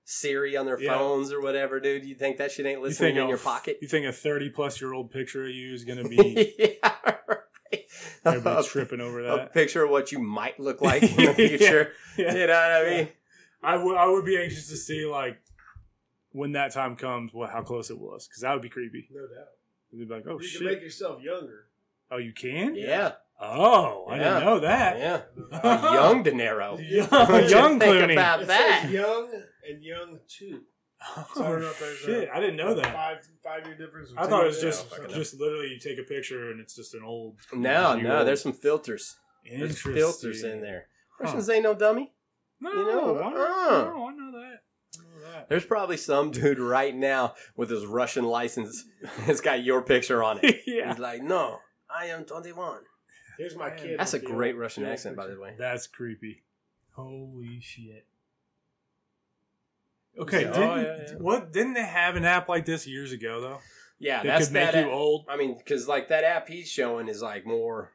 Siri on their
Yeah.
phones or whatever, dude. You think that shit ain't listening in
a-
your pocket?
You think a 30 plus year old picture of you is going to be
yeah, right.
everybody
a,
tripping over
a
that?
picture of what you might look like in the future.
Yeah.
You know what I mean?
I would I would be anxious to see like when that time comes, what how close it was because that would be creepy.
No doubt.
You'd be like, oh
you
shit,
can make yourself younger.
oh you can,
Yeah,
oh I
Yeah.
didn't know that.
yeah.
Oh.
A young De Niro.
A
What you
young
think
Clooney.
It
about
says
that.
young and young too. So I don't know
Oh,
if there's
shit,
a-
I didn't know that.
Five five year difference.
I thought it was
Yeah,
just
I fucking know.
just literally you take a picture and it's just an old
No,
you
no.
old-
There's some filters. There's
Interesting.
filters in there. Russians ain't no dummy.
No,
You know,
I,
uh.
no, I know that. I know that.
There's probably some dude right now with his Russian license. It's got your picture on it.
yeah,
He's like, no, I am 21.
Here's my
Man,
kid.
That's a
with the-
great Russian
Yeah,
accent, by
picture.
the way.
that's creepy. Holy shit. Okay,
Yeah.
didn't,
Oh, yeah, yeah.
what didn't they have an app like this years ago though?
Yeah,
that
that's
could make
that.
you
app.
old.
I mean, because like that app he's showing is like more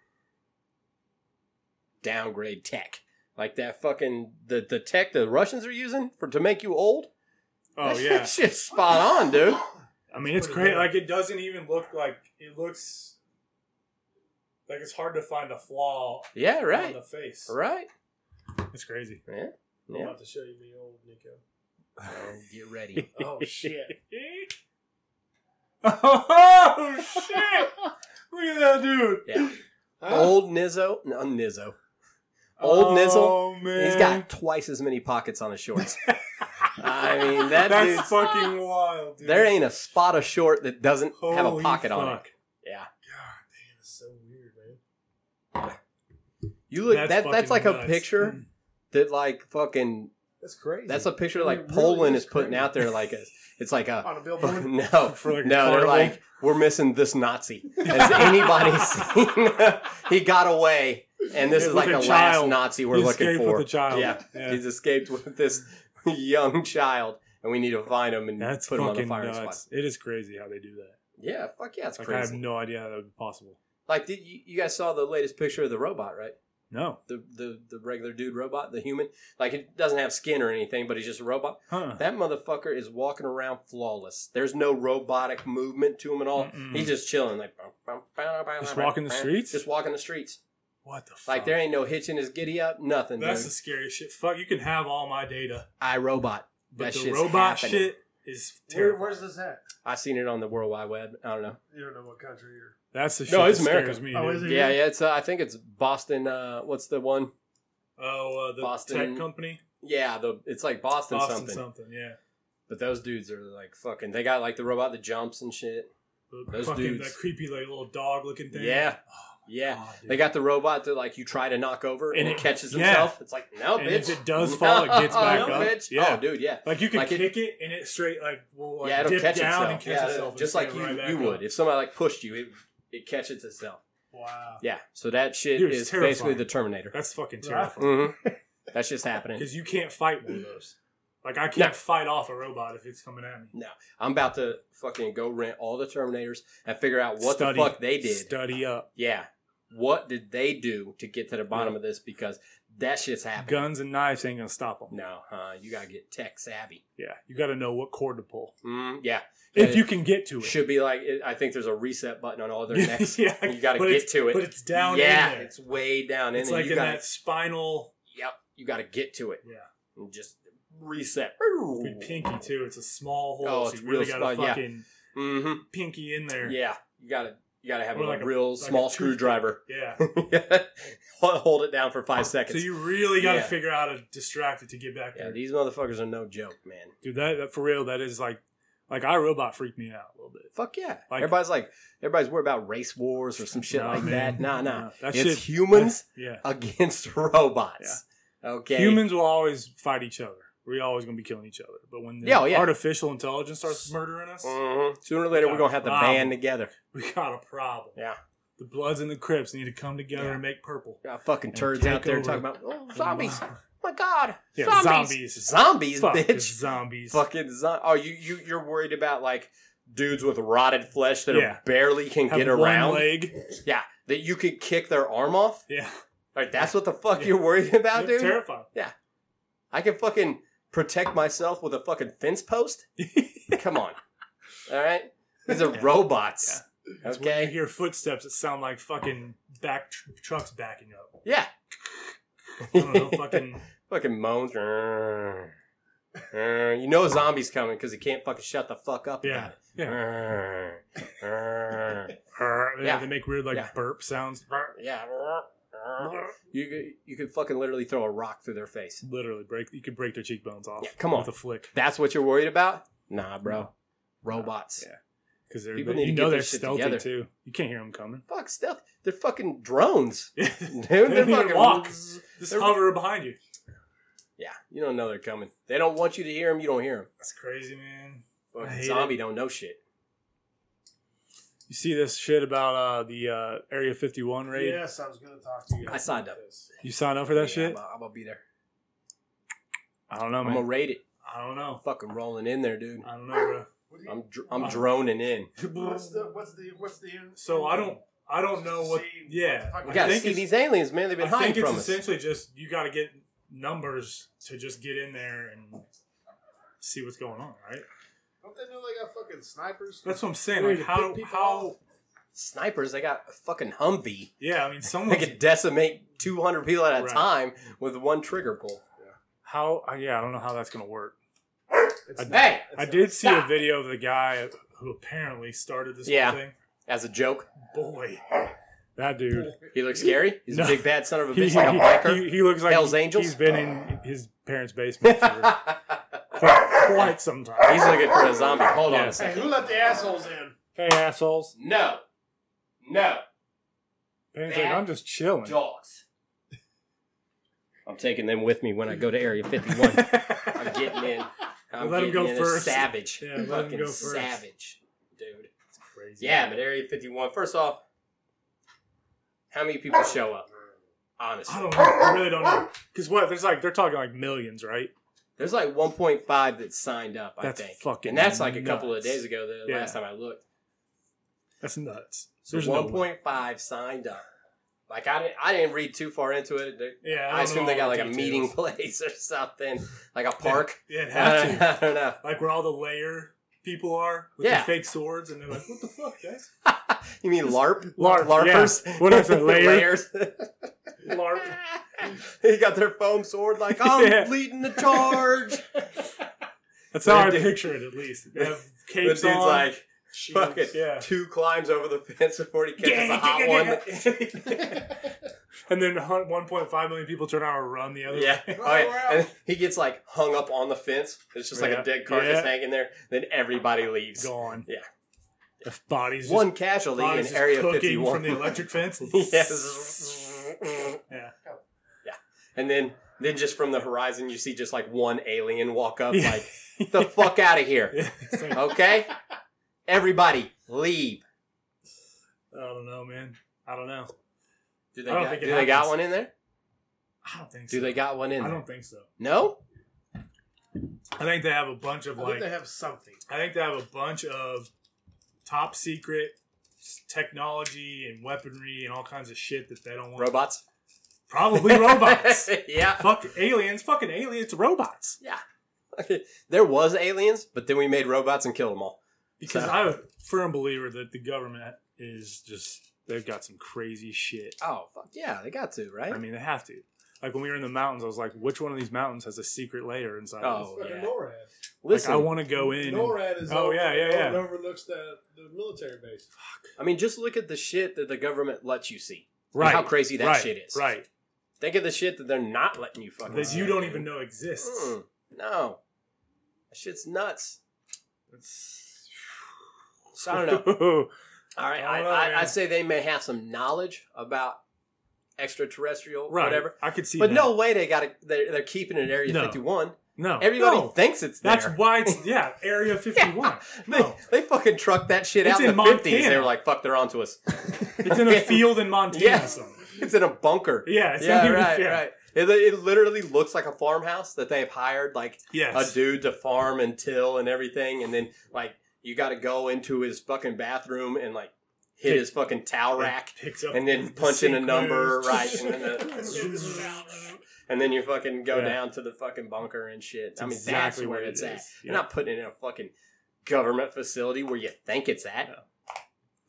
downgrade tech. Like that fucking the, the tech the Russians are using for to make you old.
Oh
That
yeah.
shit's spot on, dude.
I mean, it's
Pretty
great.
good.
Like it doesn't even look like it looks. Like it's hard to find a flaw
Yeah,
on
right,
the face.
right.
It's crazy.
I'm
Yeah.
about to show you me old Nico.
Oh, get ready.
Oh shit!
oh shit! Look at that dude.
Yeah,
Huh?
old Nizzo, no Nizzo. Old
Oh, man.
He's got twice as many pockets on his shorts. I mean, that
That's
dude's-
fucking wild, dude.
There ain't a spot of short that doesn't have a
Holy
pocket on it.
fuck.
Yeah,
God damn, it's so weird, man.
you look
That's
that that's like
fucking
a
nuts.
picture that like fucking
That's crazy.
that's a picture
It
like
really
Poland
is
is putting
crazy.
out there like a, it's like a
on a billboard.
no
For like a
no they're
carnival.
like we're missing this Nazi. Has anybody seen? he got away, and this
Yeah,
is like
with
the
a
last
child.
Nazi we're
He
looking
escaped
for.
With a child.
Yeah. He's escaped with this young child, and we need to find him and
That's
put him on the
fucking
firing squad.
nuts. It is crazy how they do that.
Yeah, fuck yeah, it's
like I have
crazy.
no idea how that would be possible.
Like did you, you guys saw the latest picture of the robot, right?
No.
The, the the regular dude robot, the human. Like it doesn't have skin or anything, but he's just a robot.
Huh.
That motherfucker is walking around flawless. There's no robotic movement to him at all.
Mm-mm.
He's just chilling, like bum, bum, bum, bum,
Just
bum,
walking the
bum,
streets?
Just walking the streets.
What the fuck?
Like there ain't no hitching his giddy up, nothing.
That's the
dude.
scariest shit. Fuck, you can have all my data,
I robot.
but
That
the
shit's
robot
happening.
shit is
Where,
terrible.
where's this at?
I seen it on the World Wide Web. I don't know.
You don't know what country you're.
That's the shit
No, it's
that
America.
scares me.
Oh,
dude.
is it?
Yeah, yeah. It's uh, I think it's Boston. Uh, what's the one?
Oh, uh, the
Boston-
tech company,
Yeah, the it's like Boston,
Boston
something.
something. yeah.
But those dudes are like fucking. They got like the robot that jumps and shit.
The
Those
fucking
dudes.
that creepy like little dog looking thing.
Yeah, yeah.
Oh God, dude.
They got the robot that like you try to knock over and,
And
it
it-
catches
yeah.
himself. It's like no,
And
bitch.
if it does fall, it gets back
No,
up.
bitch.
Yeah.
Oh, dude, yeah,
like you can
like it-
kick it, and it straight like will like
yeah. It'll
dip
catch itself.
down and catch
yeah,
itself, and
just like
stand
you
right back
you would
up.
if somebody like pushed you, it it catches itself.
Wow.
Yeah. So that shit
Dude, it's
is
terrifying.
basically the Terminator.
That's fucking
Right.
terrifying
hmm That's just happening.
because you can't fight one of those. Like I can't
No.
fight off a robot if it's coming at me.
I'm about to fucking go rent all the Terminators and figure out what
Study.
the fuck they did.
Study up.
Yeah. What did they do to get to the bottom of this? Because that shit's happening.
Guns and knives ain't gonna stop them.
No, uh, you gotta get tech savvy.
Yeah, you got to know what cord to pull
Mm, yeah.
if
And
you can get to
it
Mm-hmm. it.
should be like it- I think there's a reset button on all their necks.
yeah,
You gotta
but
get
it's-
to it.
but it's down.
yeah,
in there.
it's way down in
It's
there.
like
you
in
gotta,
that spinal.
Yep, you gotta get to it.
Yeah.
And just reset.
With pinky too. It's a small hole,
Oh,
so
it's
you really
real
got to
small, yeah.
fucking
hmm
pinky in there.
Yeah. You gotta you gotta have
Or
a
like a-
real
like a
small
toothpick.
screwdriver.
Yeah.
Hold it down for five seconds.
Oh, So you really got to
Yeah.
figure out how to distract it to get back
yeah,
there.
these motherfuckers are no joke, man.
Dude, that, that for real, that is like, like iRobot freaked me out a little bit.
Fuck yeah.
Like-
everybody's like, everybody's worried about race wars or some shit
Nah,
like
man.
that. Nah, nah.
That
it's
shit.
humans
Yeah.
against robots. Okay.
Humans will always fight each other. We're always going to be killing each other. But when the
Yeah, oh, yeah.
artificial intelligence starts murdering us,
Mhm. Sooner or later, we're going to have to
Wow.
band together.
we got a problem.
Yeah.
The Bloods and the Crips need to come together
Yeah.
and make purple.
Got fucking
And
turds
take
out there
over
talking about oh, zombies. Oh my God.
Yeah,
zombies.
zombies.
Zombies,
Fuck,
bitch.
it's Zombies.
Fucking zombies. Oh, you, you, you're worried about like dudes with rotted flesh that
Yeah.
are barely can
Have
get
one
around.
leg.
Yeah. That you could kick their arm off.
Yeah.
Like, that's what the fuck
Yeah.
you're worried about,
They're
dude?
terrified.
I can fucking protect myself with a fucking fence post? Come on. All right? These are
Yeah.
robots.
That's when you
Okay?
hear footsteps that sound like fucking back tr- trucks backing up.
Yeah.
I don't know, fucking
fucking moans. "Grrr. Grrr." You know a zombie's coming because he can't fucking shut the fuck up.
yeah, yeah.
About it. Grrr. Grrr.
Grr. They-
Yeah.
They make weird like
Yeah.
burp sounds. Grr.
yeah. Grrr. Grrr. You could, you could fucking literally throw a rock through their face.
Literally break. You could break their cheekbones off.
Yeah, come on.
with a flick
That's what you're worried about? Nah, bro. Robots.
Mm. Yeah. because they're
People
they-
need
you
to
know
get
they're
this shit
stealthy
together.
too. You can't hear them coming.
Fuck stuff. They're fucking drones.
Yeah.
Dude,
They
they're
don't even
fucking
walk. Just
They're-
hover behind you.
Yeah, you don't know they're coming. They don't want you to hear them. You don't hear
That's crazy, man.
them.
I hate
zombie don't know shit.
You see this shit about uh, the uh, Area 51 raid?
Yes, I was going to talk to you.
I signed up.
This.
You sign up for that
Yeah,
shit?
I'm gonna- I'm gonna be there.
I don't know,
I'm gonna
man.
rate it.
I I don't know.
Fucking rolling in there, dude.
I don't know,
Um,
What do you,
Oh.
I'm dr- I'm droning in.
bro.
what's the what's the what's the
So I don't I don't know what.
See what
Yeah,
the fuck
I
We gotta
think
see
it's-
these aliens, man. They've been
I
hiding
think it's
from us.
essentially just you got to get numbers to just get in there and see what's going on, right?
Don't they know they got fucking snipers?
That's what I'm saying.
Way
Like
to
how
pick people
how
off.
Snipers, they got a fucking Humvee.
yeah, I
They
mean someone
could decimate 200 people at a
Right.
time with one trigger pull.
how uh, yeah, I don't know how that's gonna work.
It's
I-
not-
Hey!
it's
I
not-
did see a
Stop.
video of the guy who apparently started this whole
Yeah.
thing.
As a joke,
Boy, that dude.
he looks scary. He's a
No.
big bad son of a
He,
bitch, like a biker.
he- he looks like
Hell's
he,
Angels?
has been in his parents' basement for quite, quite some time.
He's looking for a zombie. Hold on
Yeah.
a
Hey,
second.
who let the assholes in?
Hey assholes!
No. No.
Penny's like, I'm just chilling.
Dogs. I'm taking them with me when I go to Area 51. I'm getting in. I'm
Let him
getting
go
in
first.
A savage.
Yeah, let him
Fucking
go first.
savage. Dude.
Crazy.
Yeah, but Area 51. First off, how many people show up?
I
Honestly,
don't know. I really don't know. Because what? There's like they're talking like millions, right?
there's like 1.5 that signed up.
That's
I think,
fucking
and that's like a
nuts.
couple of days ago. The
Yeah.
last time I looked,
That's nuts.
so
There's no
1.5 signed up. Like I didn't, I didn't read too far into it. They-
Yeah,
I,
don't
assume
know
they
all
got
the
like a
details.
meeting place or something, like a park.
Yeah, it
I,
had
don't,
to.
I don't know.
Like where all the layer people are with
Yeah.
the fake swords, and they're like, "What the fuck, guys?"
You mean LARP?
LARP,
LARPers?
yeah. What is it, layer?
Layers.
LARP.
they got their foam sword. Like I'm
Yeah.
leading the charge.
That's how I
Dude.
picture it, at least. They have
the dude's
capes on.
like
shields,
fucking
yeah.
two climbs over the fence before he catches a
Yeah,
hot
yeah,
one.
yeah, yeah. and then hun- 1.5 million people turn out and run the other.
Yeah.
way.
Oh, yeah. And he gets like hung up on the fence. It's just like
Yeah.
a dead carcass
Yeah.
hanging there. Then everybody leaves.
gone.
Yeah.
the bodies.
One
just,
casualty
bodies
in
just
Area
cooking
51.
from the electric fence.
yes.
Yeah.
Yeah. And then then just from the horizon you see just like one alien walk up
Yeah.
like "Get the fuck out of here.
Yeah, it's like,
Okay? Everybody leave.
I don't know, man. I don't know.
Do they
I don't
got,
think it
do they got
happens.
one in there?
I don't think so.
Do they got one in
I
there?
don't think so.
No?
I think they have a bunch of
I think
like.
they have something.
I think they have a bunch of top secret s- technology and weaponry and all kinds of shit that they don't want.
Robots?
Probably robots.
yeah.
Fuck aliens. Fucking aliens. Robots.
There was aliens, but then we made robots and killed them all.
Because
So-
I'm a firm believer that the government is just they've got some crazy shit.
Oh fuck yeah, they got to right.
I mean, they have to. Like when we were in the mountains, I was like, which one of these mountains has a secret layer inside? of it?
Oh,
Fucking
yeah.
NORAD.
like
Listen,
I want to go in. and-
NORAD is
Oh,
over-
yeah, yeah,
it
yeah.
overlooks the, the military base.
I mean, just look at the shit that the government lets you see.
right.
how crazy that
right,
shit is.
Right.
Think of the shit that they're not letting you fucking.
That
see,
you don't
dude.
even know exists.
Mm, no, that shit's nuts. So I don't know.
know.
All right,
I
I,
don't know,
I, I
man.
say they may have some knowledge about extraterrestrial,
right.
whatever.
I could see.
But
that.
no way they got to They're, they're keeping it Area
No.
Fifty One.
no,
Everybody
No.
thinks it's
That's
there.
why it's yeah, Area Fifty One. No,
They fucking trucked that shit
It's
out in,
in
the fifties. They
Montana.
were like, "Fuck, they're onto us."
it's in a field in Montana.
Yeah.
or something.
It's in a bunker.
Yeah, it's
yeah,
not even
right,
fair.
right. It, it literally looks like a farmhouse that they've hired like
Yes.
a dude to farm and till and everything, and then like you got to go into his fucking bathroom and like hit
Pick-
his fucking towel rack,
picks up
and then
the
punch in a
synchros.
number, right, and then the- and then you fucking go
Yeah.
down to the fucking bunker and shit.
That's
I mean,
exactly
that's where
what it
it's at.
is.
You're
Yeah.
not putting it in a fucking government facility where you think it's at.
No.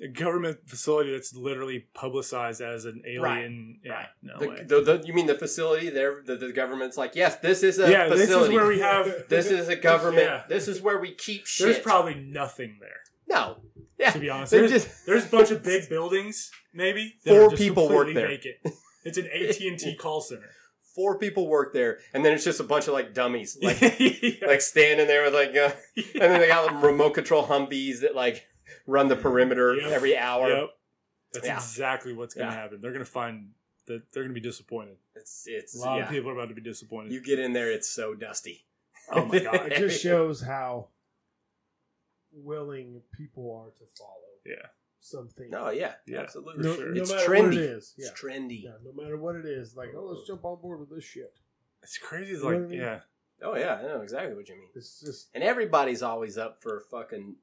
a government facility that's literally publicized as an alien. Yeah,
right.
no
The-
way.
the- the- you mean the facility there? The, the government's like, yes, this is a
yeah,
facility.
this is where we have.
This is a government.
Yeah.
This is where we keep shit.
There's probably nothing there,
no. Yeah.
to be honest.
They
There's,
just
there's a bunch of big buildings, maybe. that
Four
are just
people work
completely
there.
Vacant. It's an AT and T call center.
four people work there, and then it's just a bunch of like dummies, like
Yeah.
like standing there with like, uh, and then they got them remote control Humvees that like run the perimeter
Yep.
every hour.
Yep. That's
Yeah.
exactly what's going to
Yeah.
happen. They're going to find that they're going to be disappointed.
It's it's
A lot
yeah.
of people are about to be disappointed.
You get in there, it's so dusty.
oh my god!
It just shows how willing people are to follow
Yeah.
something.
Oh yeah,
Yeah.
absolutely.
no,
sure.
no
It's
matter what
trendy.
it is. Yeah.
It's trendy.
Yeah, no matter what it is, like, oh, let's jump on board with this shit.
It's crazy. It's
You know
like
what I mean?
yeah,
Oh yeah, I know exactly what you mean.
It's just
And everybody's always up for fucking,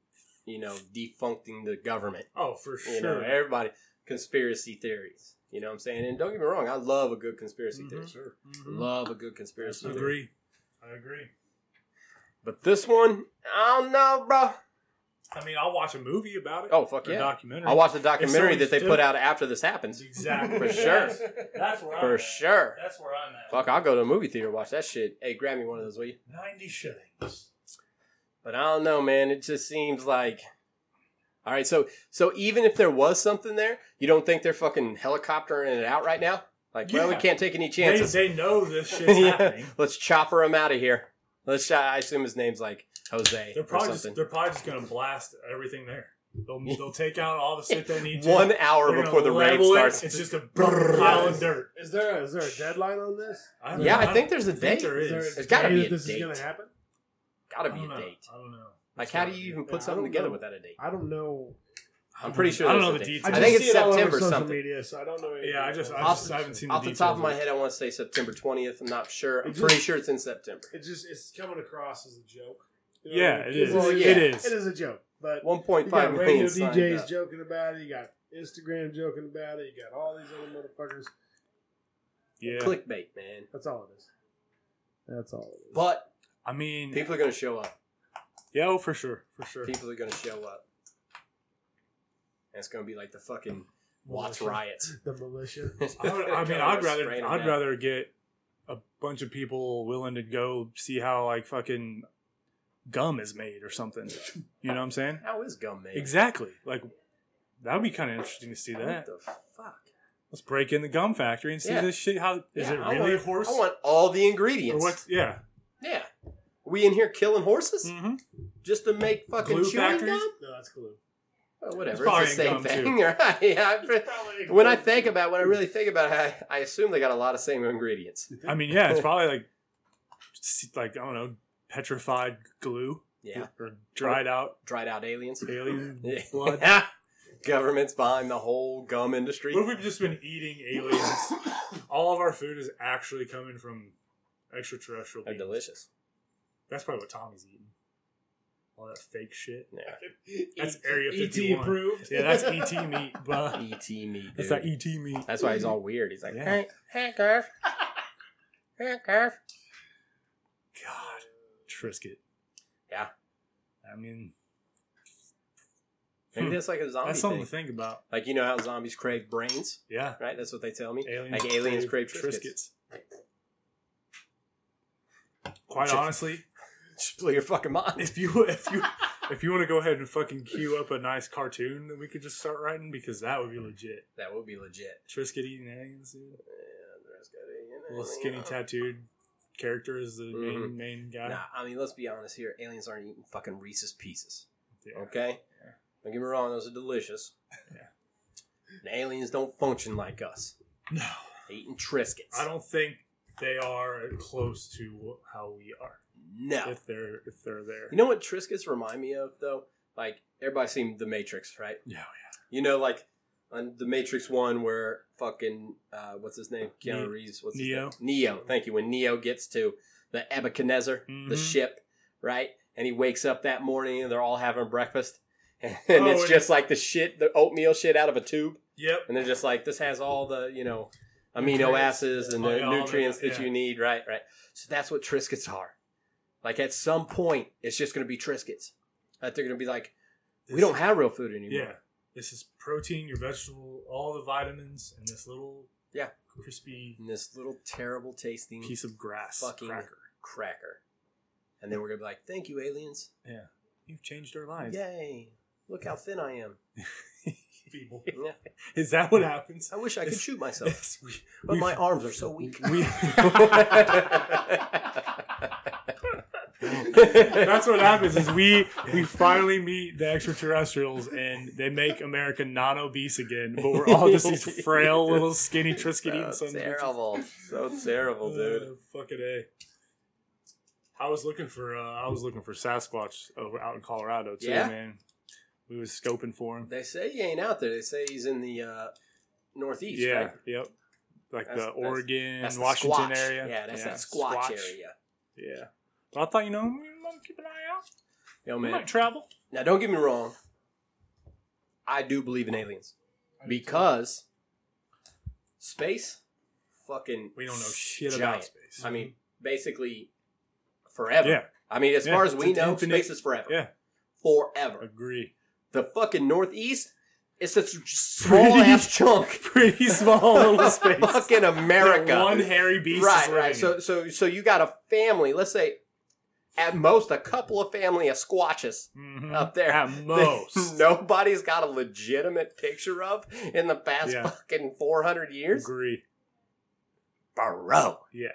you know, defuncting the government.
oh for
You know, everybody. conspiracy theories. You know what I'm saying? And don't get me wrong, I love a good conspiracy
Mhm.
theory.
Sure.
Love a good conspiracy theory.
Mm-hmm. Agree.
I agree.
But this one, I don't know, bro.
I mean, I'll watch a movie about it.
Oh fuck
or a
yeah!
documentary.
I watched the documentary
If
that they
someone's
put out after this happens.
Exactly.
For sure.
That's where I'm
For
at.
sure.
That's where I'm at.
Fuck, I'll go to a movie theater watch that shit. Hey, grab me one of those, will you?
90 shillings.
But I don't know, man. It just seems like. All right, so so even if there was something there, you don't think they're fucking helicoptering it out right now? Like, well, we
Yeah.
can't take any
They,
chances.
they know this shit's
Yeah.
happening.
Let's chopper him out of here. Let's. I assume his name's like Jose
They're
or
probably just,
something.
they're probably just gonna blast everything there. They'll they'll take out all the shit they need to.
One
They're
hour
gonna
before the raid
level it.
starts.
It's just a pile
Brrr.
of dirt.
Is there a, is there a deadline on this?
I
Yeah, I
don't
think there's a
think
date.
there
Is
is.
there a
There's gotta
day
be
that
a
this
date.
is going to happen?
Gotta
I
be
don't know.
a date.
I don't know.
Like,
It's
how
gotta
do you
be.
even
Yeah, I
put something
don't
together
know.
without a date?
I don't know.
I'm pretty sure.
I don't
there's
know
a
the
date.
I,
details.
I think
just
it's
see it all over
September
social
something.
media, so I don't know.
Yeah, I just I
Off
just
the-
I haven't seen
Off the
details
top of
yet.
my head, I want to say September 20th. I'm not sure. I'm
It
pretty
just-
sure it's in September.
It just it's coming across as a joke. You know
Yeah,
what I
it
mean?
is.
Well, yeah.
It is.
It is a joke, but you
1.5
got radio
million signed
DJs
up.
joking about it. You got Instagram joking about it. You got all these other motherfuckers.
Yeah.
Clickbait, man.
That's all it is. That's all it is.
But
I mean,
people are going to show up.
yeah, oh, for sure, for sure.
People are going to show up. And it's going to be like the fucking Watts
Militia.
riots.
The militia.
I, would, I mean,
Kinda
I'd rather
restrain 'em
I'd
now.
rather get a bunch of people willing to go see how like fucking gum is made or something. You know what I'm saying?
How is gum made?
Exactly. Like that would be kind of interesting to see
What
that.
the fuck?
Let's break in the gum factory and see
Yeah.
this shit. How is
Yeah,
it
I
really
want-
a horse?
I want all the
or
ingredients.
what's yeah?
Yeah. We in here killing horses
Mm-hmm.
just to make fucking
Glue
chewing
factories?
gum?
No, that's glue.
Oh, whatever.
probably
It's the same
in gum,
thing. right? Yeah, I-
Probably
when I think about when I really think about it, I, I assume they got a lot of same ingredients.
I mean, yeah, it's probably like s- like I don't know, petrified glue
Yeah.
or dried out
Dried out aliens.
alien
Yeah.
blood.
Governments behind the whole gum industry.
What if we've just been eating aliens? All of our food is actually coming from extraterrestrial.
They're
beings.
delicious.
That's probably what Tommy's eating. All that fake shit.
Yeah.
E
That's Area
ET
51.
approved.
Yeah, that's E ET meat, bruh.
ET meat.
That's
E dude.
that ET meat.
That's why he's all weird. He's like,
E Yeah.
hey, hey, Garf. hey, Garf.
God, Trisket.
Yeah.
I mean,
Maybe
Hmm.
that's like a zombie
that's
thing.
something to think about.
Like you know how zombies crave brains,
Yeah.
right? That's what they tell me.
Aliens
like aliens crave
crave
Triscuits.
Quite
Triscuits.
honestly,
Just blow your fucking mind.
if you if you if you want to go ahead and fucking queue up a nice cartoon that we could just start writing because that would be legit.
That would be legit.
Trisket eating aliens, dude.
Yeah, there's gotta be-
little skinny tattooed character is the
Mhm.
main main guy.
Nah, I mean, let's be honest here. Aliens aren't eating fucking Reese's Pieces.
Yeah.
Okay? Don't get me wrong, those are delicious.
Yeah.
And aliens don't function like us.
No,
They're eating Triscuits.
I don't think they are close to how we are.
No.
If they're if they're there,
You know what Triscuits remind me of though? Like everybody's seen The Matrix, right?
Yeah, oh, yeah.
You know, like on The Matrix One, where fucking uh, what's his name? Keanu
Ne-
Reeves. What's his
Neo.
name? Neo. Thank you. When Neo gets to the Ebuchadnezzar, the
Mhm.
ship, right? And he wakes up that morning, and they're all having breakfast, and, and
Oh,
it's
and
just like the shit, the oatmeal shit out of a tube,
yep.
and they're just like, this has all the you know amino
Nutrients.
acids and
Oh,
the
yeah, all the-
nutrients that
yeah.
you need, right? Right. So that's what Triscuits are. Like at some point, it's just going to be Triscuits. That they're going to be like, we don't have real food anymore.
Yeah, this is protein, your vegetable, all the vitamins, and this little
Yeah.
crispy
And this little terrible tasting
piece of grass
Fucking-
cracker.
cracker. And then we're going to be like, thank you, aliens.
You've changed our lives.
Yay. Look how thin I am.
Feeble.
Yeah.
Is that what happens?
I wish I could shoot myself,
Yes, we,
but
we-
my arms are so weak.
we-
That's
That's what happens is we we finally meet the extraterrestrials and they make America non obese again, but we're all just these frail little skinny Trisket eating
so
sons. of bitches.
terrible. So terrible, dude.
Uh, fucking a. I was looking for uh, I was looking for Sasquatch over out in Colorado too,
Yeah?
man. We was scoping for him.
They say he ain't out there. They say he's in the uh, northeast.
yeah,
right?
yep. Like
That's-
the
that's-
Oregon,
that's the
Washington
Squatch.
area.
Yeah, that's that squatch, area.
Yeah. But I thought you know we might keep an eye out.
Yo,
We
man.
might travel.
Now, don't get me wrong. I do believe in aliens. because space, fucking,
We don't know shit
Giant.
about space.
I mean, basically, forever.
Yeah.
I mean, as
Yeah,
far as
it's
we
an
know,
infinite-
space is forever.
yeah.
Forever.
agree.
The fucking northeast, it's a small ass chunk.
Pretty small little space.
fucking America.
That one hairy beast is
right,
living
right. So,
in.
so, so you got a family. Let's say, at most, a couple of family of squatches
Mhm.
up there.
at
that
most.
nobody's got a legitimate picture of in the past
Yeah.
fucking 400 years.
agree.
Bro,
Yeah.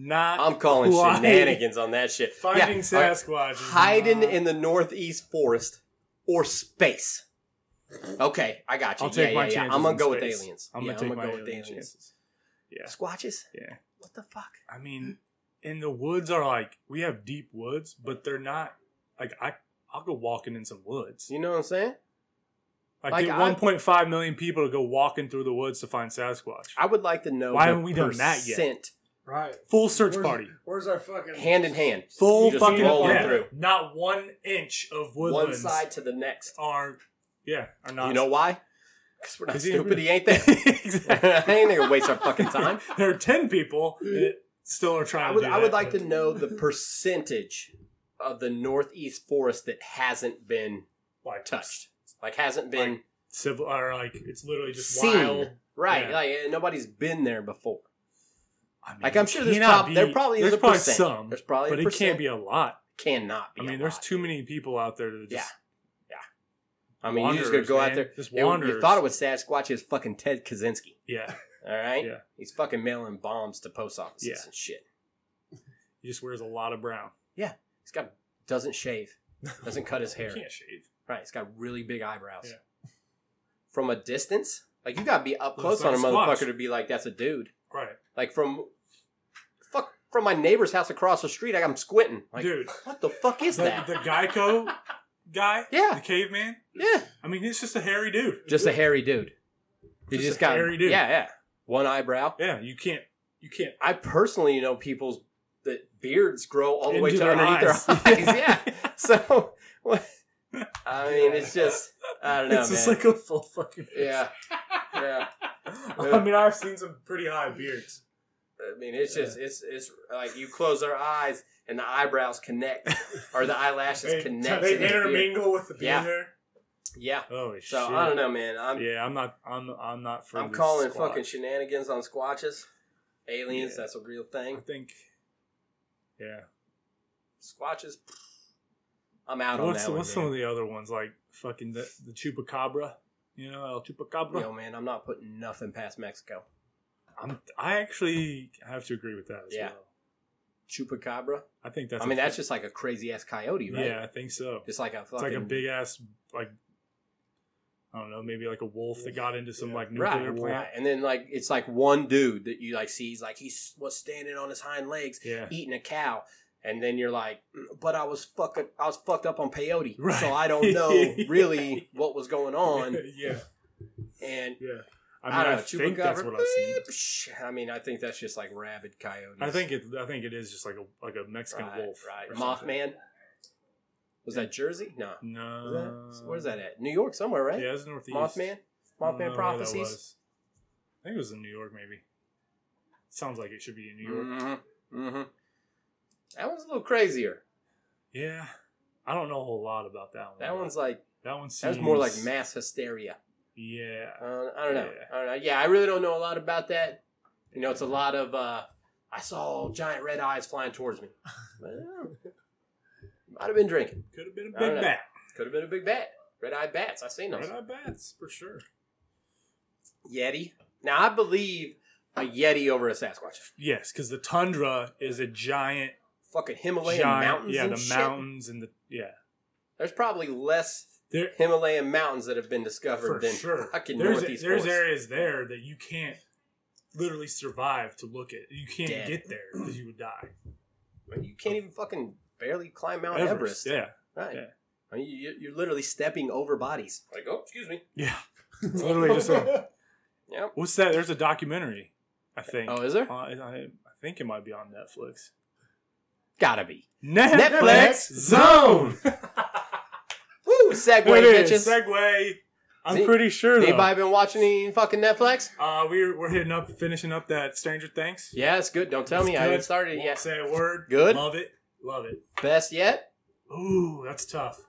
Not
I'm calling
Why?
shenanigans on that shit.
finding
Yeah, all right.
Sasquatch. is
Hiding
not-
in the northeast forest or space. Okay, I got you.
I'll take
yeah,
my
yeah, yeah.
chances.
I'm gonna
in
go
space.
with aliens.
I'm
yeah,
gonna take
I'm gonna
my
go with
alien
aliens.
chances. Yeah.
Squatches?
Yeah.
What the fuck?
I mean, and the woods are like we have deep woods, but they're not like I. I'll go walking in some woods.
You know what I'm saying?
Like,
Like,
get
I-
1.5 million people to go walking through the woods to find Sasquatch.
I would like to know
Why
the
haven't we done that yet?
percent
Right.
Full search
Where's-
party.
Where's our fucking
Hand in hand,
Full
just
fucking
rolling
yeah,
through.
Not one inch of
one
woodlands
side to the next.
are yeah are not.
You know why? Because we're not
'Cause he-
stupid. He ain't there.
exactly.
I ain't gonna waste our fucking time.
there are ten people that still are trying
I would,
to do
I would
that.
like to know the percentage of the northeast forest that hasn't been
like
touched, like hasn't been
civil or like it's literally just
seen,
wild.
right?
Yeah.
Like eh, nobody's been there before.
I mean,
Like I'm
it
sure there's
cannot
prob-
be-
there probably is
there's
a
probably
percent.
some,
There's probably
but
a
it
percent.
can't be a lot.
Cannot be.
I
a
mean, there's
lot.
too many people out there to just.
Yeah. I mean, you just gonna
wanderers,
go out
man.
there.
Just
You-
wanderers.
You thought it was Sasquatch? It's fucking Ted Kaczynski.
Yeah,
All right.
Yeah.
He's fucking mailing bombs to post offices
Yeah.
and shit.
he just wears a lot of brown.
He's got doesn't shave, doesn't cut his hair.
He can't shave.
Right. He's got really big eyebrows.
Yeah.
From a distance, like you gotta be up
Looks
close
like
on a
a squatch.
motherfucker to be like, that's a dude.
Right,
Like from, fuck, from my neighbor's house across the street, like I'm squinting. Like,
dude.
what the fuck is
the,
that?
the Geico guy,
yeah,
the caveman.
yeah.
I mean, he's just a hairy dude.
Just a hairy dude. You
Just
just,
a
got
hairy dude.
Yeah, yeah. One eyebrow.
Yeah, you can't. You can't.
I personally know people's that beards grow all the way
Into
to
their
underneath
eyes.
their eyes. yeah. So, what- I mean, it's just I don't know,
it's just
man.
like a full fucking. face.
yeah, yeah.
I mean, I've seen some pretty high beards.
I mean, it's just it's it's like you close their eyes and the eyebrows connect or the eyelashes
They,
connect.
they
to the beard.
intermingle with the beard
Yeah.
hair.
Yeah.
Oh shit!
So I don't know, man. I'm
Yeah, I'm not. I'm. I'm not for.
I'm
this
calling
squad.
fucking shenanigans on squatches. Aliens,
Yeah.
that's a real
I
thing.
think. Yeah.
Squatches. I'm out
What's
on that
what's some
one.
of the other ones like fucking the, the chupacabra? You know, El
man.
Chupacabra.
Yo, man, I'm not putting nothing past Mexico.
I'm, I actually have to agree with that as
Yeah.
well.
Chupacabra.
I think that's.
I
a
mean, that's
fa-
just like a crazy ass coyote, right?
yeah. I think so.
Just like a
It's
fucking
like a big ass like. I don't know, maybe like a wolf that got into some like
right,
nuclear plant.
right. And then like it's like one dude that you like sees like he's was standing on his hind legs
Yeah.
eating a cow. And then you're like, "Mm, but I was fucking, I was fucked up on peyote,
Right.
so I don't know really what was going on.
yeah.
And
Yeah. I
I,
mean, I,
don't know,
think that's
chupacabra, Eh,
what I've seen.
beep, I mean, I think that's just like rabid coyotes.
I think it. I think it is just like a like a Mexican
right,
wolf.
right.
or something.
Mothman. Was that Jersey? No. Was
No.
that, where's that at? New York somewhere, right?
Uh, Yeah, it's northeast.
Mothman.
I don't know
Mothman
where that
prophecies.
was. I think it was in New York, maybe. Sounds like it should be in New York.
Mm-hmm. Mm-hmm. That one's a little crazier.
Yeah, I don't know a whole lot about that one.
That one's like
that one seems
that was more like mass hysteria.
Yeah,
Uh, I don't know.
Yeah.
I don't know. Yeah, I really don't know a lot about that. You know, it's a lot of uh, I saw giant red eyes flying towards me. Well, Might have been drinking.
could have been a
I don't
big
know.
bat.
Could have been a big bat. Red eyed bats. I've seen those.
Red eye bats for sure.
Yeti. Now I believe a Yeti over a Sasquatch.
Yes, because the tundra is a giant,
Fucking Himalayan
giant.
mountains.
Yeah,
and
the
shit.
mountains and the yeah.
There's probably less
There
Himalayan mountains that have been discovered
for
than
sure.
fucking
There's
northeast
there's
forest.
areas there that you can't literally survive to look at. You can't
Dead.
get there because you would die.
You can't even fucking barely climb Mount Everest.
Yeah.
Right.
yeah.
I mean, you, you're literally stepping over bodies. Like, oh, excuse me.
Yeah. It's literally just a
Yep.
What's that? There's a documentary, I think.
Oh, is there?
Uh, I, I think it might be on Netflix.
Gotta be.
Netflix, Zone.
Woo! Segway,
It is.
bitches.
Segway. I'm
See?
pretty sure though.
Anybody been watching any fucking Netflix?
uh, we're we're hitting up, finishing up that Stranger Things.
Yeah, it's good. Don't tell me I haven't started it
Won't
yet.
Say a word.
Good.
Love it. Love it.
Best yet?
Ooh, that's tough.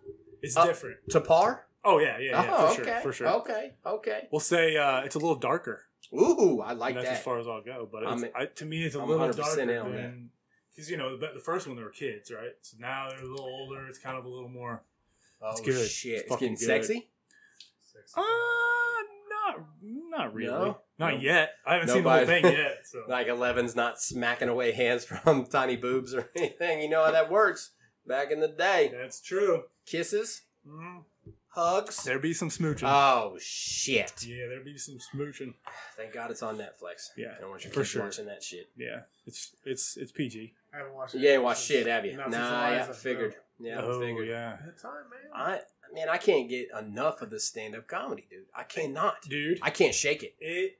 It's
Uh,
different.
To par?
Oh yeah, yeah, yeah,
oh,
for
okay.
sure, for sure.
Okay, okay.
We'll say uh, it's a little darker.
Ooh, I like
and that's
that.
as far as I'll go. But it's,
I'm-
I, to me, it's a
I'm
little
100% in
darker
on
than because you know the, the first one they were kids, right? So now they're a little older. It's kind of a little more.
oh,
It's good.
shit.
It's
It's,
fucking
getting
good.
sexy?
Uh,
Ah.
not not really.
No?
Not
No.
yet. I haven't seen
Nobody-
the whole thing yet. So
Like Eleven's not smacking away hands from tiny boobs or anything. You know how that works. Back in the day.
that's true.
Kisses,
Mm.
hugs.
There be some smooching.
Oh, shit.
yeah, there be some smooching.
Thank God it's on Netflix.
Yeah,
I don't want your
for
kids
sure.
watching that shit.
Yeah, it's it's it's PG.
I haven't watched
You ain't watched
since-
shit, have you?
not since
Nah, I
Eliza.
figured. Yeah, I
oh
figured.
yeah,
Good time, man.
I man, I can't get enough of this stand up comedy, dude. I cannot.
dude.
I can't shake it.
it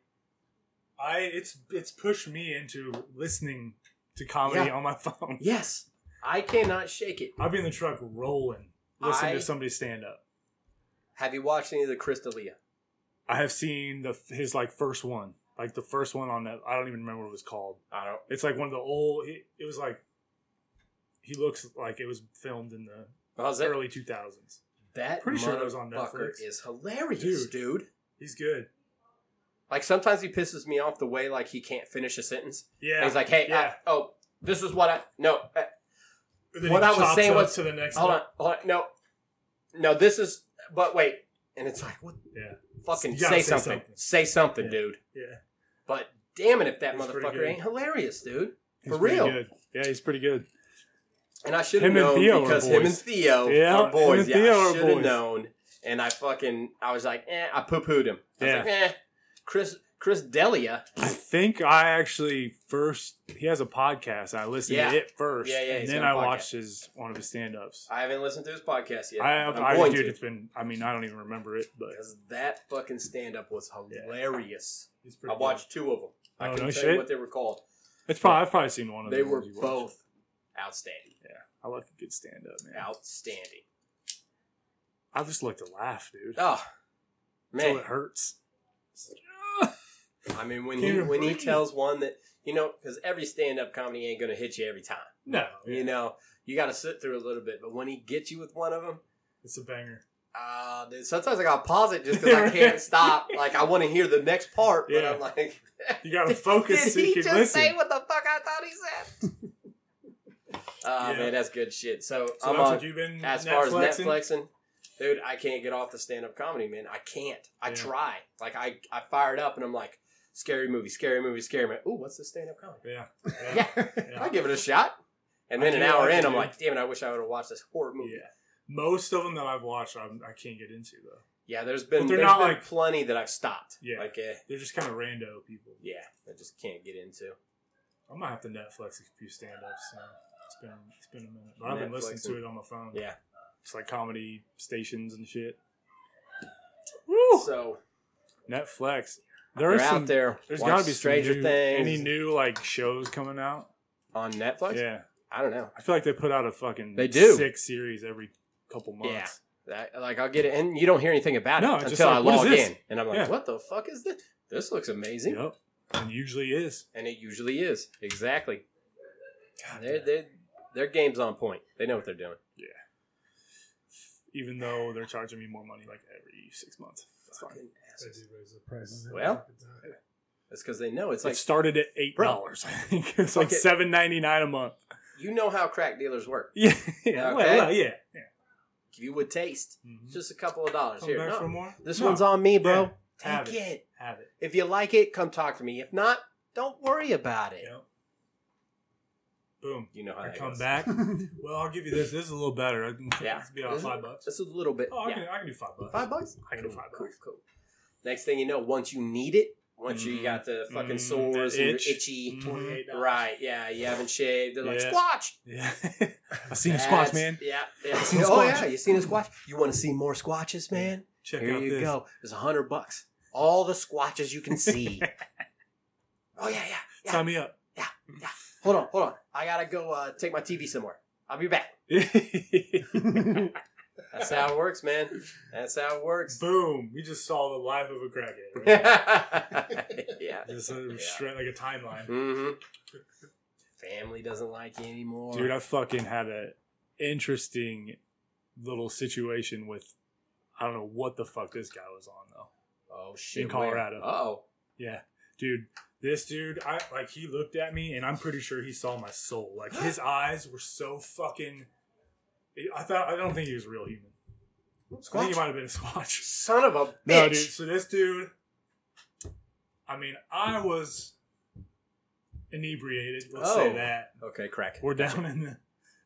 I it's it's pushed me into listening to comedy
Yeah.
on my phone.
Yes. I cannot shake it.
I'll be in the truck rolling, listening
I-
to somebody stand up.
Have you watched any of the Crystalia?
I have seen the his like first one, like the first one on that. I don't even remember what it was called.
I don't
It's like one of the old. It, it was like he looks like it was filmed in the
How's that?
early two thousands.
That
Pretty
Pretty
sure that was on
motherfucker
Netflix.
is hilarious, dude.
Dude. He's good.
Like sometimes he pisses me off the way like he can't finish a sentence.
Yeah,
He's like, "Hey, I-
yeah.
oh, this is what I no, uh,
And then
what
he
I was
chops
saying
up
was-
to the next.
hold
one.
on, hold on, no, no, this is, but wait, and it's like, what?
Yeah.
fucking
You
say,
gotta say
something.
something.
say something,
Yeah.
dude."
Yeah.
But damn it, if that
He's pretty
motherfucker
good.
ain't hilarious, dude.
He's
for
pretty
real.
good. Yeah, he's pretty good.
And I should have
Him and
known
Theo are
because him and
boys.
Theo
Yeah,
are boys.
him and Theo
yeah, I
are
should have
boys.
known. And I fucking, I was like, eh, I poo pooed him. I was
Yeah.
like, eh, Chris, Chris Delia.
I think I actually first he has a podcast. I listened
Yeah.
to it first,
Yeah, yeah,
and
he's
then
got
I
a podcast.
watched his one of his stand ups.
I haven't listened to his podcast yet.
I,
I'm
I,
going
dude,
to.
it's been. I mean, I don't even remember it, but
Because that fucking stand up was
Yeah.
hilarious.
it's pretty
I watched two of them. I
Oh,
can
no
tell you
shit?
what they were called.
Good. It's probably I've probably seen one of
They
them.
were both outstanding.
I like a good stand up, man.
Outstanding.
I just like to laugh, dude.
Oh
Until
man.
it hurts.
I mean when
Can't
he
even
when he
breathe.
tells one that you know, because every stand up comedy ain't gonna hit you every time.
No,
You know, you gotta sit through a little bit. But when he gets you with one of them,
it's a banger.
uh, dude, sometimes I gotta pause it just because I can't stop. Like I want to hear the next part, but
Yeah.
I'm like,
You gotta focus
did
so you
he
can
just
listen.
say what the fuck I thought he said? Oh
Yeah.
man, that's good shit. So,
so
I'm
that's
on
what you've been
as far as
Mm, Netflixing?
Netflixing, dude, I can't get off the stand up comedy, man. I can't. I
Yeah.
try. Like I, I fire it up and I'm like, scary movie, scary movie, scary movie. Ooh, what's the stand up comedy?
Yeah,
Yeah.
yeah, yeah.
I give it a shot. And
I
then an
do
hour
like it,
in, I'm
dude.
like, damn it, I wish I would have watched this horror movie.
yeah.
Yeah,
Most of them that I've watched, I'm, I can't get into though.
there's been
But they're
there's
not
been
like-
plenty that I've stopped.
Yeah.
Like eh,
They're just kind of rando people.
yeah, I just can't get into.
I might have to Netflix a few stand ups. So it's been it's been a minute, but I've been listening
Netflixing.
to it on my phone.
Yeah.
it's like comedy stations and shit.
So
Netflix.
they're
There's some.
out there.
There's
watch
gotta be some
Stranger
new-
Things
Any new like shows coming out?
on Netflix.
Yeah,
I don't know.
I feel like they put out a fucking
They do.
six series every couple months.
Yeah. That- like I'll get it, and you don't hear anything about
No,
it
it's just
until
like,
I
what is
log
this?
in, and I'm like,
Yeah.
"What the fuck is this? This looks amazing."
Yep, and usually is.
and it usually is exactly.
God,
Their
damn.
their their game's on point. They know what they're doing.
even though they're charging me more money like every six months. It's fine.
Fucking
They
asses.
do raise the price.
Well, It's because they know it's
It
like
started at eight
Bro.
dollars. I think it's like
Okay.
seven ninety nine a month.
you know how crack dealers work.
Yeah, yeah,
Okay.
well, well, yeah. yeah.
Give you a taste,
Mhm.
It's just a couple of dollars
Come
here.
back
no,
for more.
This
No,
one's on me, bro.
Yeah. Have
Take
it.
it.
Have it.
If you like it, come talk to me. If not, don't worry about it.
Yep. Boom.
You know how
I
that
come
goes.
back. well, I'll give you this. This is a little better. I can,
Yeah.
It's be about
This is-
five bucks.
Just a little bit.
Oh, I
yeah.
can, I can do five bucks.
Five bucks.
I can do five
Cool,
bucks.
cool. Next thing you know, once you need it, once
Mhm.
you got the fucking
Mhm.
sores
That
and
itch.
you're itchy,
Mhm.
Twenty-eight dollars.
right? Yeah, you haven't shaved. They're like
Yeah.
squatch.
Yeah. I seen a squash,
That's-
man.
Yeah, yeah.
I've seen a
oh
squatch.
yeah, you seen a squatch? You want to see more squatches, man?
Check
Here
out
you
this.
go. It's a hundred bucks. All the squatches you can see. oh yeah, yeah, yeah.
Sign me up.
Hold on, hold on. I gotta go uh, take my TV somewhere. I'll be back.
yeah.
That's how it works, man. That's how it works.
Boom! You just saw the life of a crackhead. Right?
yeah.
just a straight- like a timeline.
hmm Family doesn't like you anymore.
Dude, I fucking had a interesting little situation with I don't know what the fuck this guy was on though.
oh shit!
in Colorado.
Oh,
Yeah, dude. This dude, I like he looked at me and I'm pretty sure he saw my soul. Like his eyes were so fucking I thought I don't think he was a real human. I think he might have been a Squatch.
son of a bitch.
No, dude. So this dude, I mean, I was inebriated. Let's
Oh.
say that
Okay, crack.
we're down in the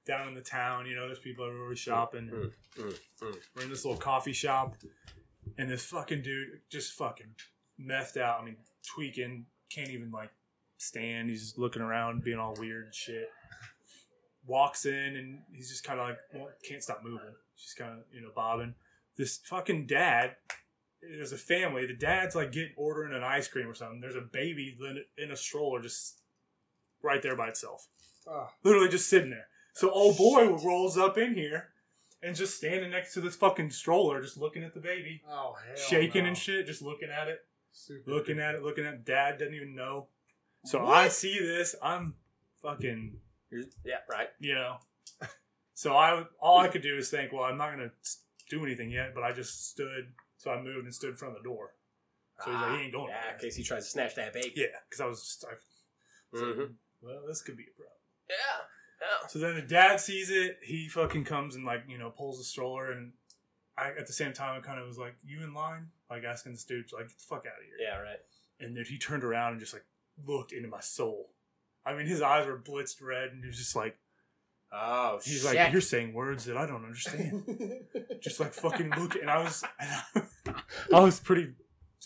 down in the town. You know, there's people everywhere we're shopping.
Mm, mm, mm.
We're in this little coffee shop, and this fucking dude just fucking methed out. I mean, tweaking, can't even like stand. He's just looking around, being all weird and shit. Walks in, and he's just kind of like well, can't stop moving. Just kind of you know bobbing. This fucking dad. There's a family. The dad's like getting ordering an ice cream or something. There's a baby in- in a stroller, just right there by itself
Oh,
literally just sitting there. So old boy rolls up in here and just standing next to this fucking stroller, just looking at the baby,
oh hell
shaking
no.
and shit, just looking at it,
Super
looking at it, looking at it. Dad doesn't even know. So I
What?
see this, I'm fucking,
You're- Yeah, right.
you know. So I all I could do is think, well, I'm not gonna do anything yet, but I just stood. So I moved and stood in front of the door. So he's like,
Ah,
"He ain't going
Yeah,
nowhere."
in case he tries to snatch that bacon.
Yeah, because I was just, I,
Mhm. Yeah.
well, this could be a problem.
yeah.
So then the dad sees it. He fucking comes and like you know pulls the stroller, and I at the same time I kind of was like, "You in line?" Like asking this dude, like, "Get the fuck out of here!"
Yeah, right.
And then he turned around and just like looked into my soul. I mean, his eyes were blitzed red, and he was just like,
Oh,
"He's
shit.
like, you're saying words that I don't understand." just like fucking look, and I was, and I, I was pretty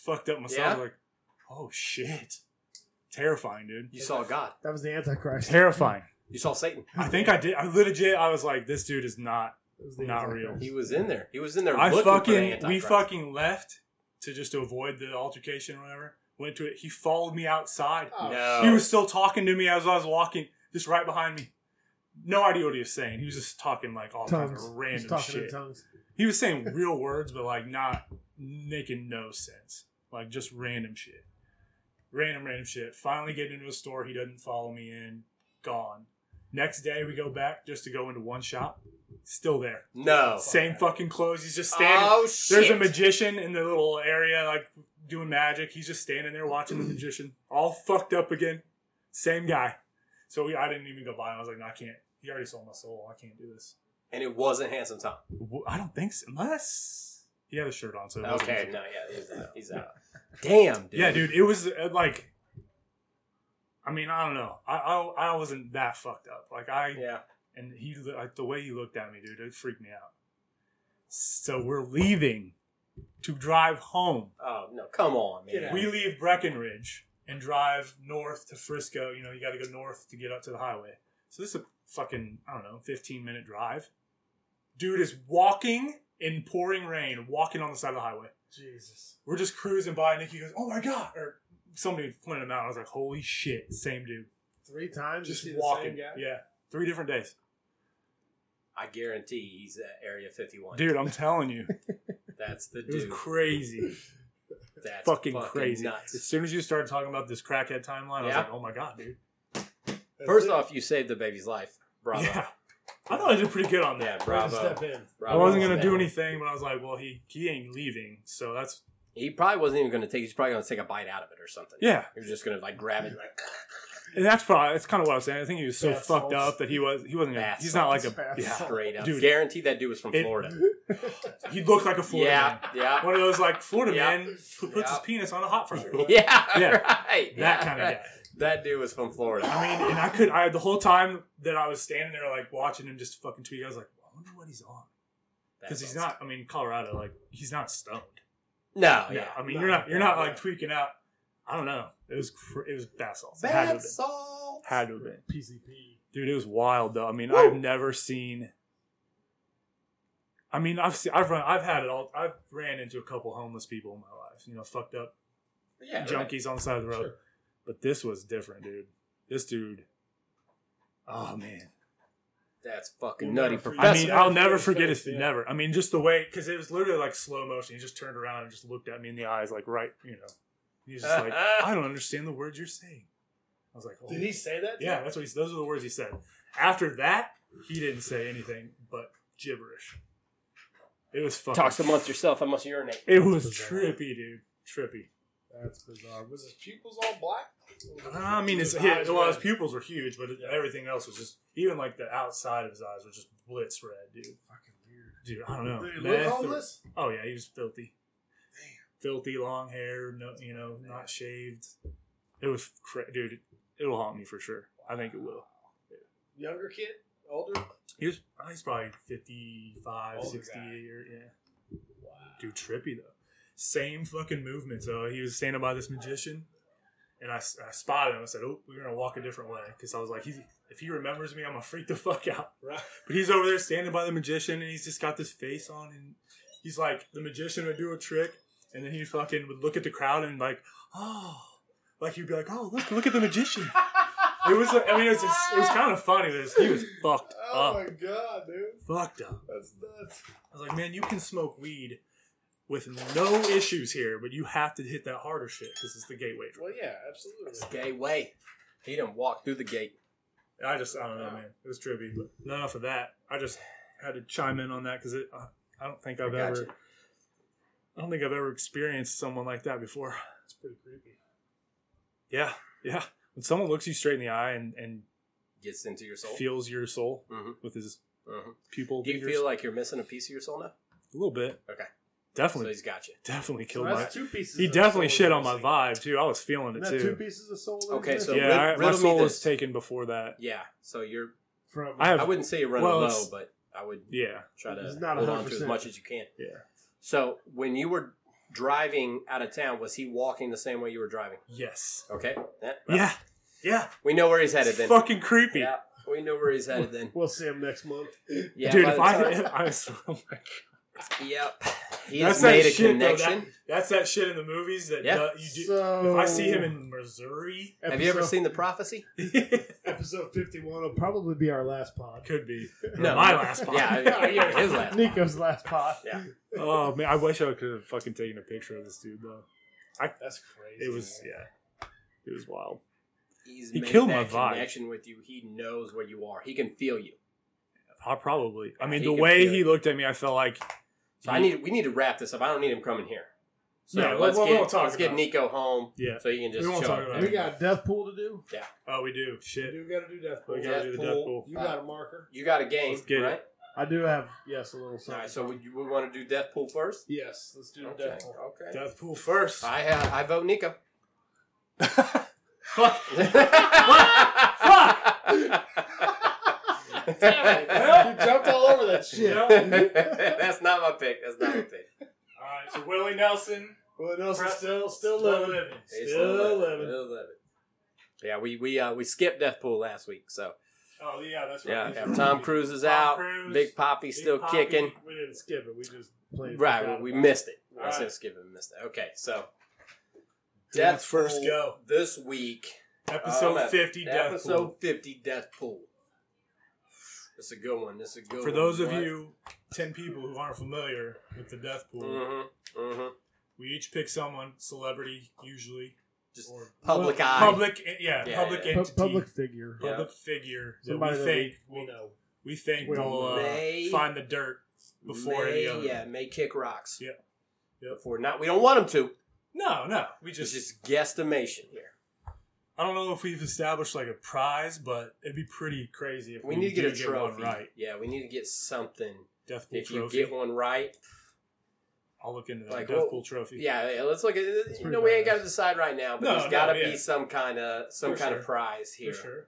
fucked up myself.
Yeah?
Like, oh shit, terrifying, dude,
you saw God.
That was the Antichrist.
terrifying.
You saw Satan.
I think I did. I legit, I was like, this dude is not
That was the
Not
Antichrist.
real.
He was in there. He was in there.
I
looking for the
fucking we
Antichrist.
fucking left to just to avoid the altercation or whatever. Went to it. He followed me outside.
Oh,
No.
He was still talking to me as I was walking, just right behind me. No idea what he was saying. He was just talking like all kinds
tongues.
of
He's
random
talking in
shit.
tongues.
He was saying real words, but like not making no sense. Like just random shit. Random, random shit. Finally get into a store. He doesn't follow me in. Gone. Next day we go back just to go into one shop. Still there.
no.
Same fucking clothes. He's just standing.
Oh shit.
There's a magician in the little area, like doing magic. He's just standing there watching the magician, all fucked up again. Same guy. So we, I didn't even go by. him. I was like, no, I can't. He already sold my soul. I can't do this.
and it wasn't handsome Tom.
Wh- I don't think so. Unless he had a shirt on, so it wasn't
Okay,
his-
no, yeah, he's out. He's out. Damn, dude.
Yeah, dude, it was uh, like. I mean, I don't know. I, I I wasn't that fucked up. Like I
Yeah.
and he lo- like the way he looked at me, dude, it freaked me out. So we're leaving to drive home.
Oh no, come on, man.
Yeah.
We leave Breckenridge and drive north to Frisco. You know, you got to go north to get up to the highway. So this is a fucking, I don't know, 15 minute drive. Dude is walking in pouring rain, walking on the side of the highway.
Jesus.
We're just cruising by, and Nikki goes, Oh my God. Or somebody pointed him out. I was like, Holy shit, same dude.
Three times.
Just
you see
walking.
The same guy?
Yeah. Three different days.
I guarantee he's at Area 51.
Dude, I'm telling you,
that's the
it was
dude.
crazy.
that's
fucking, crazy. As
Nuts.
soon as you started talking about this crackhead timeline, I was
Yeah.
like, Oh my God, dude.
That's
First
it.
off, you saved the baby's life. Bravo.
Yeah. I thought I did pretty good on that.
Yeah,
First
bravo.
Step in.
I
bravo.
wasn't gonna do
Bravo.
anything, but I was like, well, he he ain't leaving, so that's
He probably wasn't even gonna take. He's probably gonna take a bite out of it or something.
yeah,
He was just gonna like grab it. Like,
and that's probably that's kind of what I was saying. I think he was so
Bath
fucked
salts.
up that he was he wasn't gonna,
Bath
he's not like
salts.
a
Bath
yeah
salts.
straight up.
Dude.
Guaranteed that dude was from
It-
Florida.
he looked like a Florida
yeah,
man,
yeah,
one of those like Florida
Yeah.
man who
Yeah.
puts his penis on a hot fryer,
yeah,
Yeah.
Right.
that
yeah,
kind of
right.
guy.
That dude was from Florida.
I mean, and I could I the whole time that I was standing there like watching him just fucking tweet, I was like, I wonder what he's on because
That's
he's
awesome.
not. I mean, Colorado, like he's not stoned.
No,
No,
yeah.
I mean
No,
you're not you're not
Oh, yeah,
like
yeah.
tweaking out. I don't know. It was cr- it was bath salts. It had to have
Bad
been.
salt.
Had to have been.
PCP.
Dude, it was wild though. I mean,
Woo!
I've never seen. I mean, I've seen, I've run, I've had it all. I've ran into a couple homeless people in my life. You know, fucked up
Yeah, right.
junkies on the side of the road.
Sure.
But this was different, dude. This dude. Oh man,
That's fucking
We'll
nutty,
never forget-
I
Professor.
mean,
That's-
I'll never forget his
Yeah.
never. I mean, just the way because it was literally like slow motion. He just turned around and just looked at me in the eyes, like right, you know. He's just like, I don't understand the words you're saying. I was like, oh.
Did he say that?
Yeah, that's what he's. Those are the words he said. After that, he didn't say anything but gibberish. It was fucking.
Talks amongst yourself. I must urinate.
It was
bizarre.
trippy, dude. Trippy.
That's bizarre. Was his pupils all black?
I mean, his,
eyes
his, well, his
red?
pupils were huge, but everything else was just even like the outside of his eyes was just blitz red, dude.
Fucking weird.
Dude, I don't know.
Did he look
Meth or-
homeless?
Oh yeah, he was filthy. Filthy long hair, no, you know, not shaved. It was, cra- dude. It, it'll haunt me for sure. I think it will.
Younger kid? Older?
He was. I think he's probably 55,
Older
60
guy.
or yeah. Dude, trippy though. Same fucking movement. So he was standing by this magician, and I, I spotted him. I said, "Oh, we're gonna walk a different way," because I was like, he's, "If he remembers me, I'm gonna freak the fuck out."
Right.
But he's over there standing by the magician, and he's just got this face on, and he's like, the magician would do a trick, and then he fucking would look at the crowd and like, oh, like he'd be like, "Oh, look, look at the magician." It was. I mean, it was. Just, it was kind uh, of funny. This he was fucked
Oh
up,
my god, dude.
fucked up.
That's nuts.
I was like, man, you can smoke weed with no issues here, but you have to hit that harder shit because it's the gateway drug.
Well, yeah, absolutely.
Gay way. He didn't walk through the gate.
And I just, I don't know, man. It was trippy, but enough of that. I just had to chime in on that because I, I don't think I've
Gotcha.
ever, I don't think I've ever experienced someone like that before.
It's pretty creepy.
Yeah, yeah. When someone looks you straight in the eye and, and
Gets into your soul.
feels your soul
Mhm.
with his
Mhm.
pupil,
Do you
fingers,
feel like you're missing a piece of your soul now?
a little bit.
Okay. So
Definitely,
he's got you.
definitely
So
killed my.
that's two pieces.
He
of
definitely
soul
shit
that
on my
missing.
vibe too. I was feeling it
Isn't that two
too.
pieces of soul. that
Okay,
missing?
so
Yeah,
rid-
I, my
riddle me
soul
this.
was taken before that.
Yeah. So you're.
from
I have-
I wouldn't say you're running
Well,
low,
it's-
but I would
Yeah.
try to
It's not
hold on to as
100%.
much as you can.
Yeah.
So when you were driving out of town, was he walking the same way you were driving?
Yes.
Okay. That-
Yeah. Yeah.
We know where he's headed
It's
then.
fucking creepy.
Yeah. We know where he's headed then.
We'll see him next month.
Yeah.
Dude,
by
if
the
I,
time-
if I was, oh my God.
Yep. He
That's
has made
that
a
shit, though,
connection.
that's that shit in the movies that
Yeah.
do- you do.
So,
If I see him in Missouri,
Have you ever
episode-
seen The Prophecy?
episode fifty-one? Will probably be our last pod.
could be
No.
my last spot.
Yeah, yeah, yeah, his last.
Nico's last pod.
Yeah.
Oh man, I wish I could have fucking taken a picture of this dude though.
That's crazy.
It was
man.
yeah, it was wild.
He's
He
made
killed
that
my vibe.
connection with you. He knows where you are. He can feel you.
I probably. I mean,
He
the
could
way
feel
he
it.
looked at me, I felt like.
So I need. We need to wrap this up. I don't need him coming here. So
No,
let's
we'll-
get
we'll talk
let's get
about it.
Nico home
Yeah.
so he can just
We won't
chill
talk
out.
about
We got death pool to do.
Oh, we do. Shit.
You got to do death pool.
We gotta do the death
Deadpool.
pool.
You got a marker?
You got a game,
Let's get it.
right?
I do have yes, a little
All
something.
right. So we, we want to do death pool first.
yes, let's do the death pool.
Okay.
Death pool first.
I uh, I vote Nico.
Fuck.
Well, you jumped all over that shit.
That's not my pick. That's not my pick.
All right, so Willie Nelson,
Well, Nelson's
Press-
still still living.
It's
Still
11.
living.
Still 11. Yeah, we we uh, we skipped death pool last week, so
Oh yeah, that's
yeah.
right.
yeah, Tom Cruise is
Tom
out.
Cruise,
Big Poppy's
Big
still
Poppy.
kicking.
We didn't skip it. We just played.
Right, we missed it. I
All
said
right.
skip it, we missed it. Okay, so
Who wants first
Pool
go?
this week.
Episode
Um,
fifty. Death
episode
Pool.
fifty, death pool. That's a good one. That's a good
For
one.
those of
What?
you ten people who aren't familiar with the Death Pool,
Mhm, mhm.
we each pick someone, celebrity usually,
Just
or
public eye.
public, eh, yeah,
Yeah,
public
yeah.
entity,
public figure.
Yeah.
public figure that we
Somebody that
think
we know.
we think
we
will uh,
may-
find the dirt before
may,
any other.
Yeah, may kick rocks.
Yeah. Yeah.
Before not, we don't want them to.
No, no, we
It's
just,
just guesstimation here.
I don't know if we've established like a prize, but it'd be pretty crazy if
We need to get
do
a trophy.
one right.
Yeah, we need to get something.
Death Pool
If you
trophy.
get one right,
I'll look into that.
Like,
Death
what-
Pool trophy.
yeah, yeah, let's look at. it. You
pretty
know, we ain't
badass.
got to decide right now, but
No,
there's
no,
got to
yeah.
be some kind of some
For
kind
sure.
of prize
for
here.
sure.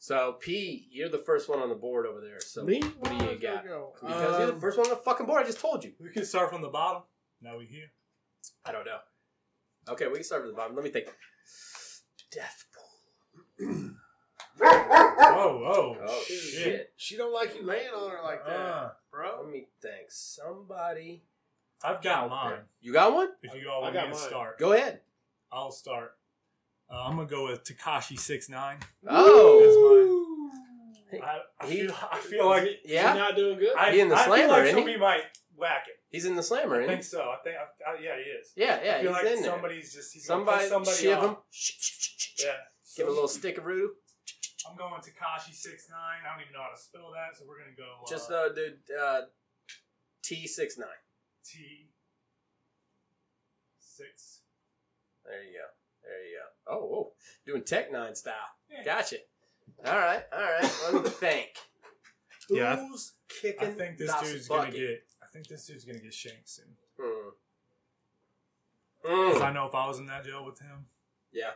So, P, you're the first one on the board over there. So,
Me?
what do
Where
Oh,
you
did I
got?
go?
Because you're the
Um,
first one on the fucking board. I just told you.
We can start from the bottom. Now we here.
I don't know. Okay, we can start from the bottom. Let me think. Death pool.
Whoa, whoa,
Oh shit.
Dude, She don't like you laying on her like that,
Uh,
bro.
Let me think. Somebody.
I've got mine.
You got one?
If you all
I
want me
got
to
mine.
start,
Go ahead.
I'll start. Uh, I'm gonna go with Takashi six nine.
Oh.
That's mine.
I, I,
He-
feel, I feel like
Yeah?
he's not doing good.
I,
He in the
I
slammer,
feel like
isn't he?
somebody might whack it.
He's in the slammer,
I
isn't
think
he?
so. I think. I, I, yeah, he is.
Yeah, yeah,
I feel
he's
like
in there.
somebody's just he's
Somebody,
gonna piss somebody
shiv
off.
him.
Yeah.
Give him a little stick of root.
I'm going Takashi six nine. I don't even know how to spell that, so we're gonna go uh,
Just uh, dude, uh, T six nine.
T six.
There you go. There you go. Oh, whoa. doing tech nine style.
Yeah.
Gotcha. All right, all right. Let me think.
Yeah, I-
Who's kicking?
I think this
das
dude's gonna
bucket?
get. I think this dude's gonna get shanked soon.
Hmm.
'Cause
Hmm.
I know if I was in that jail with him,
Yeah.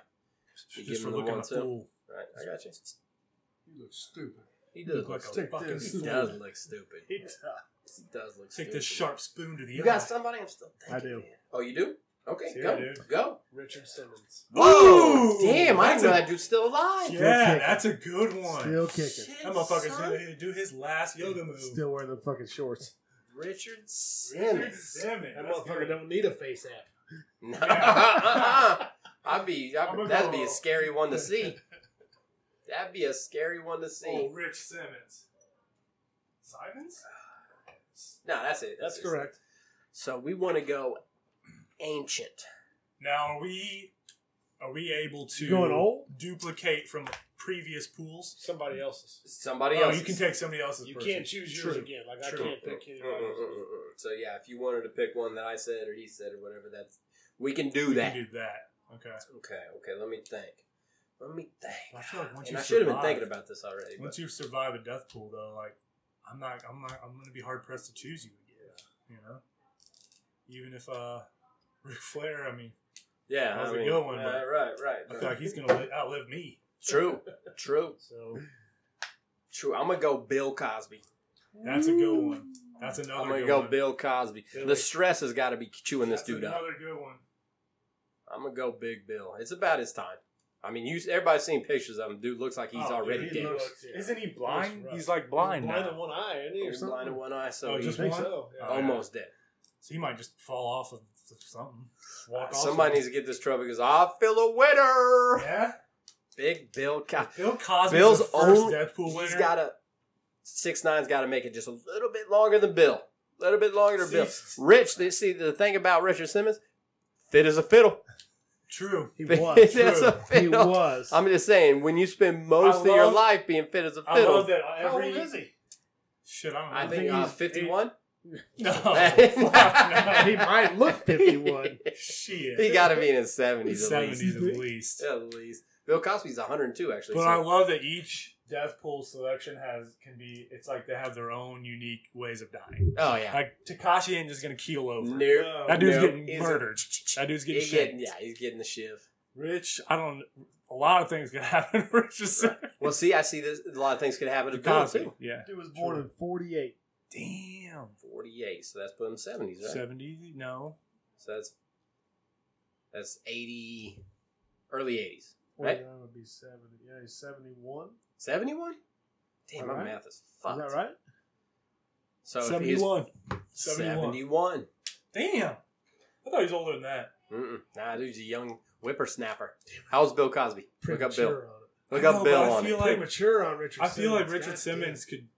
You give
just for
him the
looking
one
a
too.
fool.
Right, I got you.
You look stupid.
He does
Look
look.
like
Stupid.
a fucking
this.
He
fool.
does look stupid.
He does.
He does look stupid.
Take this sharp spoon to the
You
eye.
got somebody? I'm still thinking.
I do.
man. Oh, you do? Okay,
Yeah,
go,
dude.
go.
Richard Simmons.
Whoa!
Ooh,
Damn, I
that's
didn't know
a-
that dude's still alive.
Yeah,
kicking.
that's a good one.
Still kicking.
that motherfucker's
son.
gonna do his last yoga move.
Still wearing the fucking shorts.
Richard
Richard
Simmons.
Simmons.
That
That's
motherfucker
good.
don't need a face app.
No.
Yeah.
I'd be. I'd,
I'ma
that'd be
go-
a scary one to see. That'd be a scary one to
Oh,
see.
Rich Simmons. Simons?
No, that's it.
That's
it.
correct.
So we want to go ancient.
Now are we are we able to
Going old?
duplicate from previous pools?
Somebody else's.
Somebody
Oh,
else.
you can take somebody else's.
You
person.
can't choose yours
True.
again. Like
True. Uh,
I can't pick any.
Mm, mm, mm, mm, mm. So yeah, if you wanted to pick one that I said or he said or whatever, that's we can do
We
that.
can do that. Okay.
okay. Okay. Let me think. Let me think.
I feel like once
And
you
I should have been
survive-
thinking about this already. but-
Once you survive a death pool, though, like I'm not, I'm not, I'm gonna be hard pressed to choose you again. You know, even if uh, Ric Flair, I mean,
Yeah,
How's
I
it
mean,
going,
uh,
Mike?
right, right.
I
right.
feel like he's gonna li- outlive me.
True, true,
So
true. I'm gonna go Bill Cosby.
that's a good one. That's another.
I'm gonna
good
go
one.
Bill Cosby. The
Billy.
stress has got to be chewing this
That's
dude up.
Another good one.
I'm gonna go Big Bill. It's about his time. I mean, you everybody's seen pictures of him. Dude looks like he's
Oh, dude,
already
he
dead.
looks-
Isn't he
That's
blind?
rough.
He's like blind,
blind
now.
in one eye, isn't he, or
He's blind in
something?
one eye, so
Oh,
he's
just
I think
one?
so. Yeah.
Oh,
almost dead.
So he might just fall off of something. Walk off
Somebody needs to
something.
get this trouble because I feel a winner.
Yeah.
Big Bill Cosby.
Bill Cosby's
Bill's
the first
own-
Deadpool winner.
He's got to six nine's got to make it just a little bit longer than Bill. A little bit longer than Bill.
See,
Rich, they see the thing about Richard Simmons, fit as a fiddle.
True.
He
Fit
was.
as a
he
fiddle.
was.
I'm just saying, when you spend most of your
love-
life being fit as a
I
fiddle,
love that
How
every.
old is he?
Shit, I don't know.
I think
think
uh,
he's-
51.
No.
he might look 51.
Shit.
He got to be in his 70s, at least.
seventies at least.
At least. Bill Cosby's 102, actually.
But
so-
I love that each Deathpool selection has can be. It's like they have their own unique ways of dying.
oh, yeah.
Like Takashi ain't just gonna keel over.
Nope.
No.
that dude's
no,
getting
isn't.
murdered. That dude's getting
He getting,
shit.
yeah, he's getting the shiv.
Rich, I don't. A lot of things can happen. Rich just
Well, see, I see this. A lot of things could happen to Bill, too.
Yeah.
Dude was born in 48.
Damn.
48, so that's put in the 70s, right?
Seventy? No.
So that's that's 80, early 80s.
49 would be 70. Yeah, he's 71.
71? Damn, my
Alright.
math is fucked.
Is that right?
So if he's
Seventy-one. 71.
71.
Damn. I thought he was older than that.
Mm-mm. Nah, dude's a young whippersnapper. How's Bill Cosby? Look up Bill.
Premature on it.
Look
I
up
know,
Bill
but I
on
feel
it.
like-
Premature on Richard
I feel like
Simmons.
Richard
God
Simmons could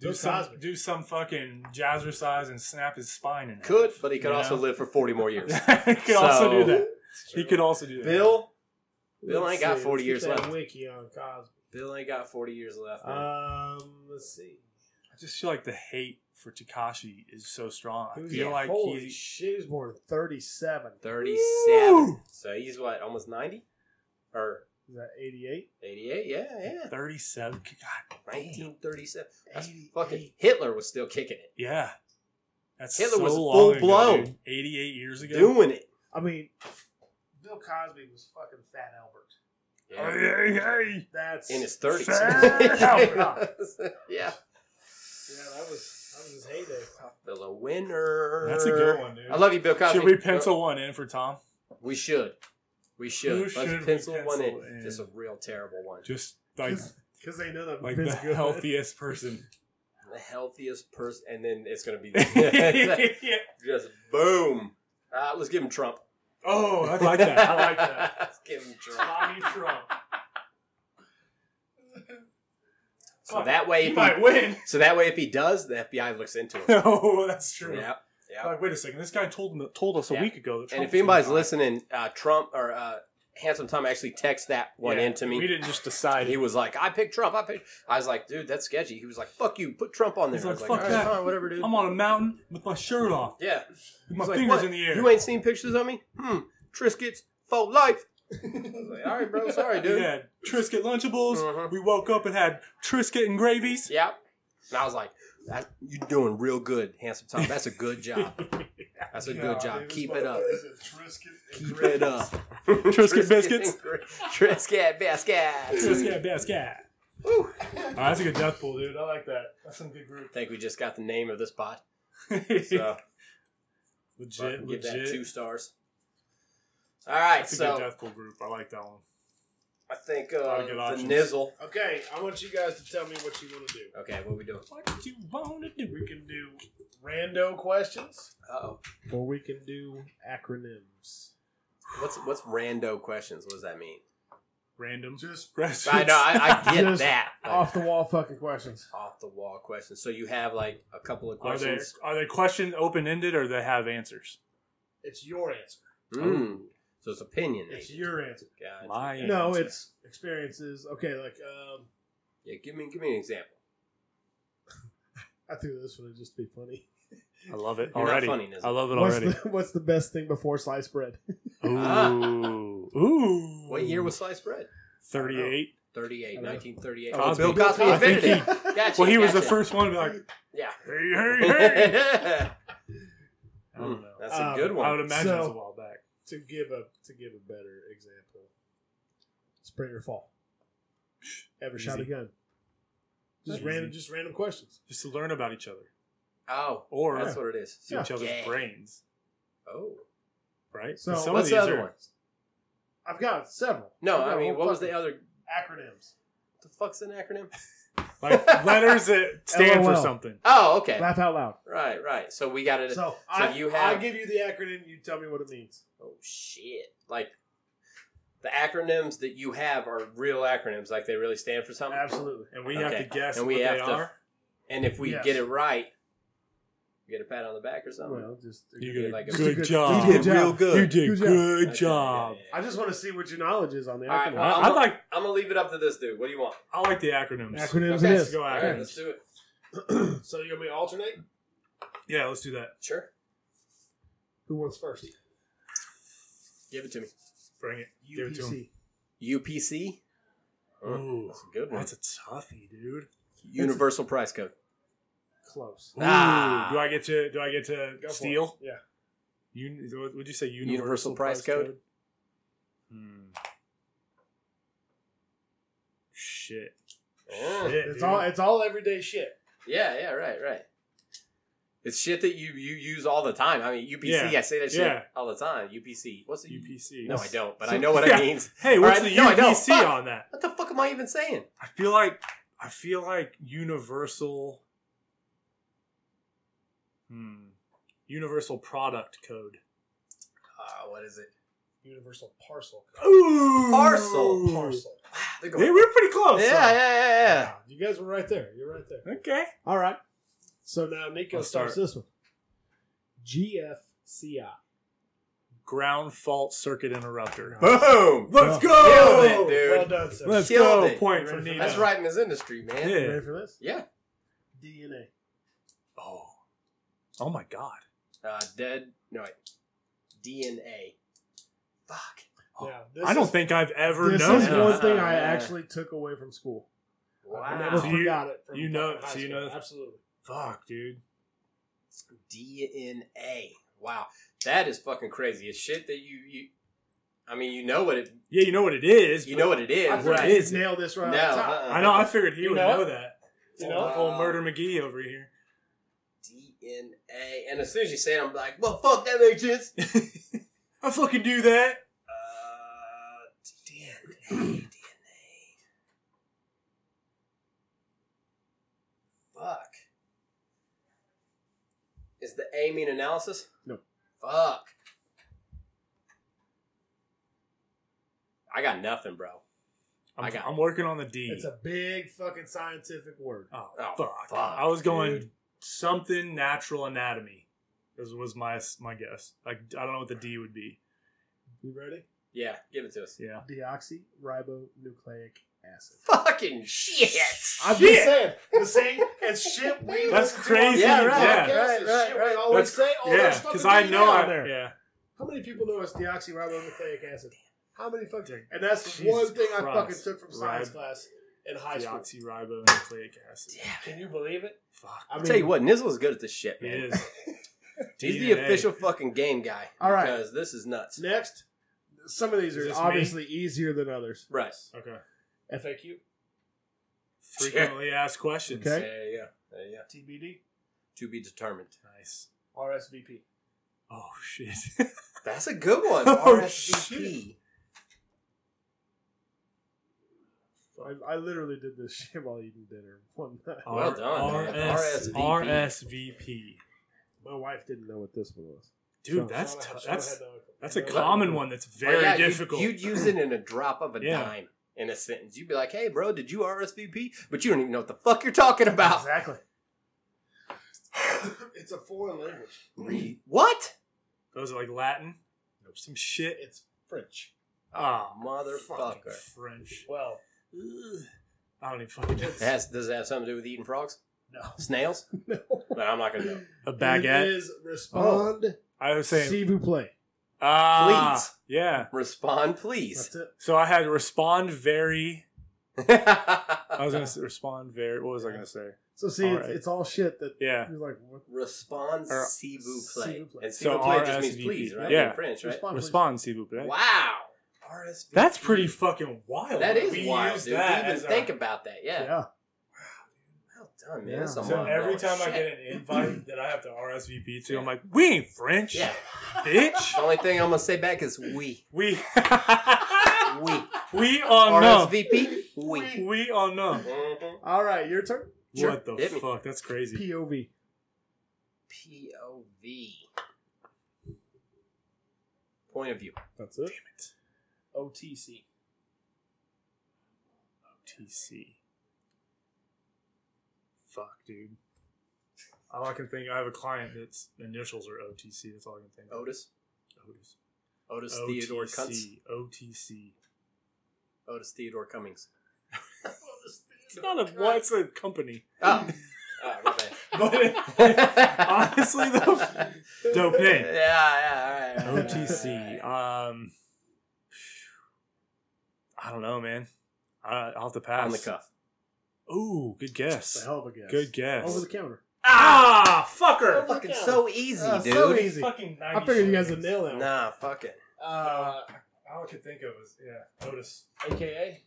do
Bill
some,
Cosby.
do some fucking jazzercise and snap his spine in. half.
Could, but he could
You
also
know?
live for 40 more years.
he could also
So-
do that.
damn.
He could also do that.
Bill? Bill
Let's
ain't got
see.
40
Let's
years
get that
left.
wiki on Cosby.
Bill ain't got 40 years left. man.
Uh,
Um, let's see.
I just feel like the hate for Takashi is so strong. I
He was-
feel like
holy
he.
shit, he was born in 37.
37.
Woo!
So he's what, almost 90? Or
Is that 88?
88? Yeah, yeah.
37. God,
1937. That's
88.
fucking Hitler was still kicking it.
yeah. That's
Hitler
so
was
long
full
ago,
blown.
dude. 88 years ago.
Doing it.
I mean, Bill Cosby was fucking Fat Albert.
Yeah.
Oh, Hey, hey, hey.
That's
In his 30s. yeah.
Fat
yeah, that was that was his heyday. Er,
Bill a winner.
That's a good one, dude.
I love you, Bill Cosby.
Should we pencil one in for Tom?
We should. We should.
Who
Let's
should we
pencil one in.
pencil in?
Just a real terrible one.
Just like
Because they know that
like the
Vince Gill-
healthiest person.
The healthiest person, and then it's going to be
yeah.
just boom. Uh, let's give him Trump.
Oh, I like that. I like that.
let's give him Trump.
Bobby Trump.
So that way,
you
if
might
he,
win.
so that way, if he does, the FBI looks into him.
oh, that's true.
yeah.
Like, wait a second. This guy told him- told us a
Yeah.
week ago that.
And
Trump
if
was
anybody's
gonna die.
listening, uh, Trump or uh, Handsome Tom actually texted that one
Yeah,
in to me.
we didn't just decide.
He was like, "I picked Trump. I picked." I was like, "Dude, that's sketchy." He was like, "Fuck you, put Trump on there."
He's
I
like,
was like,
"Fuck
"All right,
that.
fine, whatever, dude."
I'm on a mountain with my shirt off,
yeah,
with my
He's like,
fingers
"What?
in the air.
You ain't seen pictures of me? Hmm. Triscuits for life. I was like, All right, bro. Sorry, dude.
We
Yeah.
had Trisket Lunchables.
Mhm.
We woke up and had Trisket and gravies.
And I was like, that, "You're doing real good, handsome Tom. That's a good job. That's a good job. Keep it up. Keep it up.
Trisket biscuits.
and gra- Triscuit biscuits.
Trisket biscuit.
Woo.
Oh, that's a good death pool, dude. I like that. That's some good group.
I think we just got the name of this pod.
legit,
So fucking give
legit.
that two stars. All right,
That's a good
so
death pool group. I like that one.
I think
lot
uh,
of good
the
options.
nizzle.
Okay, I want you guys to tell me what you want to do.
Okay, what we doing?
What did you want to do?
We can do rando questions,
Oh,
or we can do acronyms.
what's what's rando questions? What does that mean?
Random.
Just
I know, I, I get
Just
that. but
off the wall fucking questions.
off the wall questions. So you have like a couple of
Are they
questions.
are they question open ended or they have answers?
It's your answer.
Mm. So it's opinion.
It's
maybe.
your answer.
Gotcha.
My
No,
answer.
it's experiences. Okay, like um,
yeah. Give me give me an example.
I threw this one in just to be funny.
I love it
You're not
already.
funny, Nizzle.
I love it
What's
already.
the, what's the best thing before sliced bread?
Ooh, ooh.
Ah. What year was Oh. sliced bread?
thirty eight?
38,
I don't know.
1938.
Cosby.
Oh, Bill Cosby
I think
invented it.
Infinity.
Gotcha,
Well, he was the
gotcha.
first one to be like,
Yeah.
hey, hey, hey.
Mm,
I don't know.
Hmm, That's a
Um,
good one.
I would imagine
So-
it was a while back.
to give a to give a better example, spring or fall. Ever shot a
Easy.
gun? Just
Easy.
random, just random questions.
Just to learn about each other,
Oh,
or
that's what it is.
see each other's
Yeah.
brains,
Oh
right?
So,
Some
what's
of
the
these
other
are-
one?
I've got several.
No,
I've got
I
a
mean,
whole
what was
fucking-
the other?
acronyms?
The fuck's an acronym?
like letters that stand for
LOL.
something.
Oh, okay.
Laugh out loud.
Right, right. So we got it.
So, I,
you have-
I give you the acronym. You tell me what it means.
oh shit! Like the acronyms that you have are real acronyms. Like they really stand for something.
Absolutely.
And we
Okay.
have to guess
And we
what
have
they
to-
are.
And if we
Yes.
get it right, you get a pat on the back or something.
Well, just
You
get
did
like a-
a
Just
a
good,
good-
job.
you did real
good.
You did
Good
good,
job.
Okay,
job.
yeah, yeah, yeah.
I just want to see what your knowledge is on the
All right,
acronyms.
well,
I, I like
I'm gonna leave it up to this dude. What do you want?
I like the acronyms.
acronyms
Okay.
it is.
Go
All right, let's
acronyms.
do it.
so you're gonna be alternate.
Yeah, let's do that.
Sure.
Who wants first?
Give it to me.
Bring it. Give it to him.
UPC.
UPC. Oh,
Ooh,
That's a good one.
that's a toughie, dude.
Universal price code.
Close.
Ooh,
Ah.
do I get to? Do I get to
Go for
steal?
it. Yeah.
Un, what would you say? Universal,
Universal price code?
Hmm. Shit.
Oh.
Shit,
It's
dude.
all. It's all everyday shit.
Yeah, yeah, right, right. It's shit that you you use all the time. I mean, UPC.
Yeah,
I say that shit
yeah.
all the time. UPC. What's the UPC?
UPC.
No, I don't. But I
So-
know what
Yeah.
it means.
Hey, what's
Alright,
the
no, I don't.
UPC
Fuck.
on that?
What the fuck am I even saying?
I feel like I feel like universal. Hmm. Universal product code.
Uh, what is it?
Universal parcel.
Ooh.
Parcel.
Parcel.
They're
They
going,
were pretty
yeah,
close.
yeah, yeah, yeah.
Wow, You guys were right there. You're right there.
yeah. Okay.
All right. So now Nico
I'll
starts
start.
this one. GFCI.
Ground fault circuit interrupter.
Boom!
Let's
Well,
go.
Nailed it, dude.
Well done, sir.
Let's
Killed
go.
it.
Point
Ready
for
for
Nina.
that?
That's right in this industry, man.
Yeah.
Yeah.
Ready for this? DNA.
Oh. Oh my God.
Uh, dead. No, wait. DNA. Fuck.
Oh,
Yeah, this
I don't
is-
think I've ever
This
known
is
that.
one thing I
Yeah.
actually took away from school. I never
So
Wow.
you-
forgot it. From
you know-
high
so you
school.
know-
Absolutely.
Fuck, dude.
DNA. Wow. That is fucking crazy. It's shit that you you. I mean, you know what it
Yeah, you know what it is.
you
but-
know what it
I
is.
thought
What
Right?
you
is it? uh,
nailed this right
No,
off the top.
uh-uh.
I know. I figured he
You
would
know?
know, that.
You know?
old, old Murder McGee over here.
DNA. And as soon as you say it, I'm like, well, fuck, that makes sense. Uh,
I fucking do that.
DNA, DNA. Fuck. Is the A mean analysis?
No.
Fuck. I got nothing, bro.
I'm,
I got
I'm working on the D.
It's a big fucking scientific word.
oh,
Oh,
fuck.
fuck,
I was going
dude.
something natural anatomy. Was, was my my guess. Like I don't know what the D would be.
You ready?
Yeah, give it to us.
Yeah.
Deoxyribonucleic acid.
Fucking shit.
I'm just saying. The same as shit we
That's
listen to on
crazy,
the
yeah.
podcast,
Right,
it's
right,
shit we
right.
always say. Oh,
yeah,
that's fucking
because I
way
know
down
I
there.
Yeah.
How many people know it's deoxyribonucleic acid? How many fucking?
Dude,
And that's the
Jesus
one thing I
Christ.
fucking took from science
Rib-
class in high school.
Deoxyribonucleic acid.
Can you believe it?
Fuck.
I
I'll tell you what, Nizzle's good at this shit,
It
man.
is.
He's the
DNA.
official fucking game guy.
All right.
Because this is nuts.
Next, some of these
Is
are
this me?
obviously easier than others.
Right.
Okay.
FAQ,
Frequently asked questions.
Okay.
Yeah, yeah, yeah. yeah.
TBD,
To be determined.
Nice.
RSVP.
Oh shit.
That's a good one.
Oh,
RSVP.
I, I literally did this shit while eating dinner one night.
Well done, man.
RS,
RSVP.
RSVP.
My wife didn't know what this one was.
Dude,
Shauna-
that's
Shauna-
tou-
Shauna
that's
had no idea.
that's a
No,
common one that's
Like,
very
Oh, yeah, you'd-
difficult.
You'd, use it in a drop of a
Yeah.
dime in a sentence. You'd be like, hey, bro, did you RSVP? But you don't even know what the fuck you're talking about.
Exactly. it's a foreign language.
Re- What?
Those are like Latin. Some shit.
It's French.
Oh,
Ah, Motherfucker.
French.
Well,
Ugh. I don't even fucking know.
It has, does it have something to do with eating frogs?
no.
Snails?
No.
But I'm not going to know.
A
It
baguette.
is respond,
I was saying,
see who play.
ah,
Please.
yeah.
Respond, please.
That's it.
So I had respond very. I was gonna say, respond very. What was I gonna say?
So see,
All
it's,
right.
it's all shit that
Yeah.
you're like, what?
Respond,
Or-
s'il vous plaît.
S'il vous plaît.
And s'il
So
vous plaît just means
RSVP.
please, right?
Yeah.
In French, right?
Respond, please.
Respond, s'il vous plaît.
Wow. RSVP.
That's pretty fucking wild.
That is
We
wild,
use
dude.
that
to even
as our-
think about that. Yeah.
Yeah.
Well done, man.
Yeah.
That's some
So
mind
every
blowing
time I
shit.
get an invite that I have to RSVP to,
Yeah.
I'm like, we ain't French,
Yeah.
bitch.
The only thing I'm gonna say back is we.
We
We.
we all know.
RSVP. We.
We all know.
Mhm.
All right, your turn.
Sure,
What the
hit me.
fuck? That's crazy.
POV.
POV. Point of view.
That's it.
Damn
OTC.
it. TC. Fuck, dude. All I can think, I have a client that's initials are OTC. That's all I can think. of.
Otis.
Otis.
Otis Theodore Cunts.
OTC. OTC.
Otis Theodore Cummings.
It's not a what? It's a company.
Oh. oh my bad.
But it- honestly, though, dope name.
Yeah, yeah, all right. all right, all
OTC.
right.
Um, I don't know, man. I, I'll have to pass.
On the cuff.
Ooh, good
The
guess.
hell of a guess.
Good guess.
Over the counter.
ah, fucker.
Fucking so easy,
Ah,
dude.
so easy.
Fucking
I figured you guys would nail that. one.
Nah, fuck it.
Uh,
all I could think of was yeah, Otis.
AKA.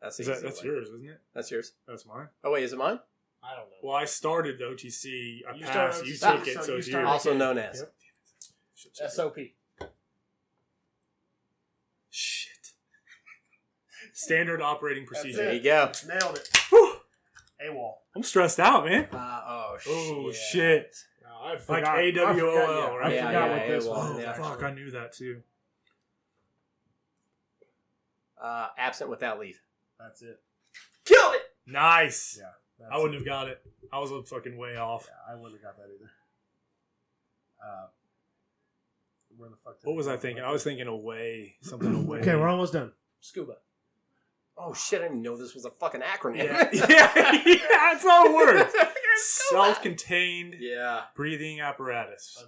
That's,
Is
the
that,
easy
that's
way.
yours, isn't it?
That's yours.
That's mine.
Oh wait, is it mine?
I don't know.
Well, I started the OTC. I
You started
passed. You
OTC,
took it,
so
so,
you
it's yours.
started-
Also known as.
Yep. SOP.
Shit. Standard operating
There
procedure.
you go.
Nailed it.
Whew.
AWOL.
I'm stressed out, man.
Uh, oh
Oh shit.
No, I
Like
forgot. I
AWOL.
forgot, yeah.
right?
I
Yeah,
forgot
yeah,
what this
AWOL,
was.
Oh,
yeah.
fuck, I knew that too.
Uh, absent without leave.
That's it.
Killed it.
Nice.
Yeah. That's
I wouldn't have got it. I was a fucking way off.
Yeah, I wouldn't have got that either. Uh, where the fuck? did
What was
go?
I thinking? I was thinking away, something away.
Okay, we're almost done. Scuba.
Oh shit! I didn't know this was a fucking acronym.
Yeah, yeah, yeah it's all words.
Self.
Self-contained
Yeah.
breathing apparatus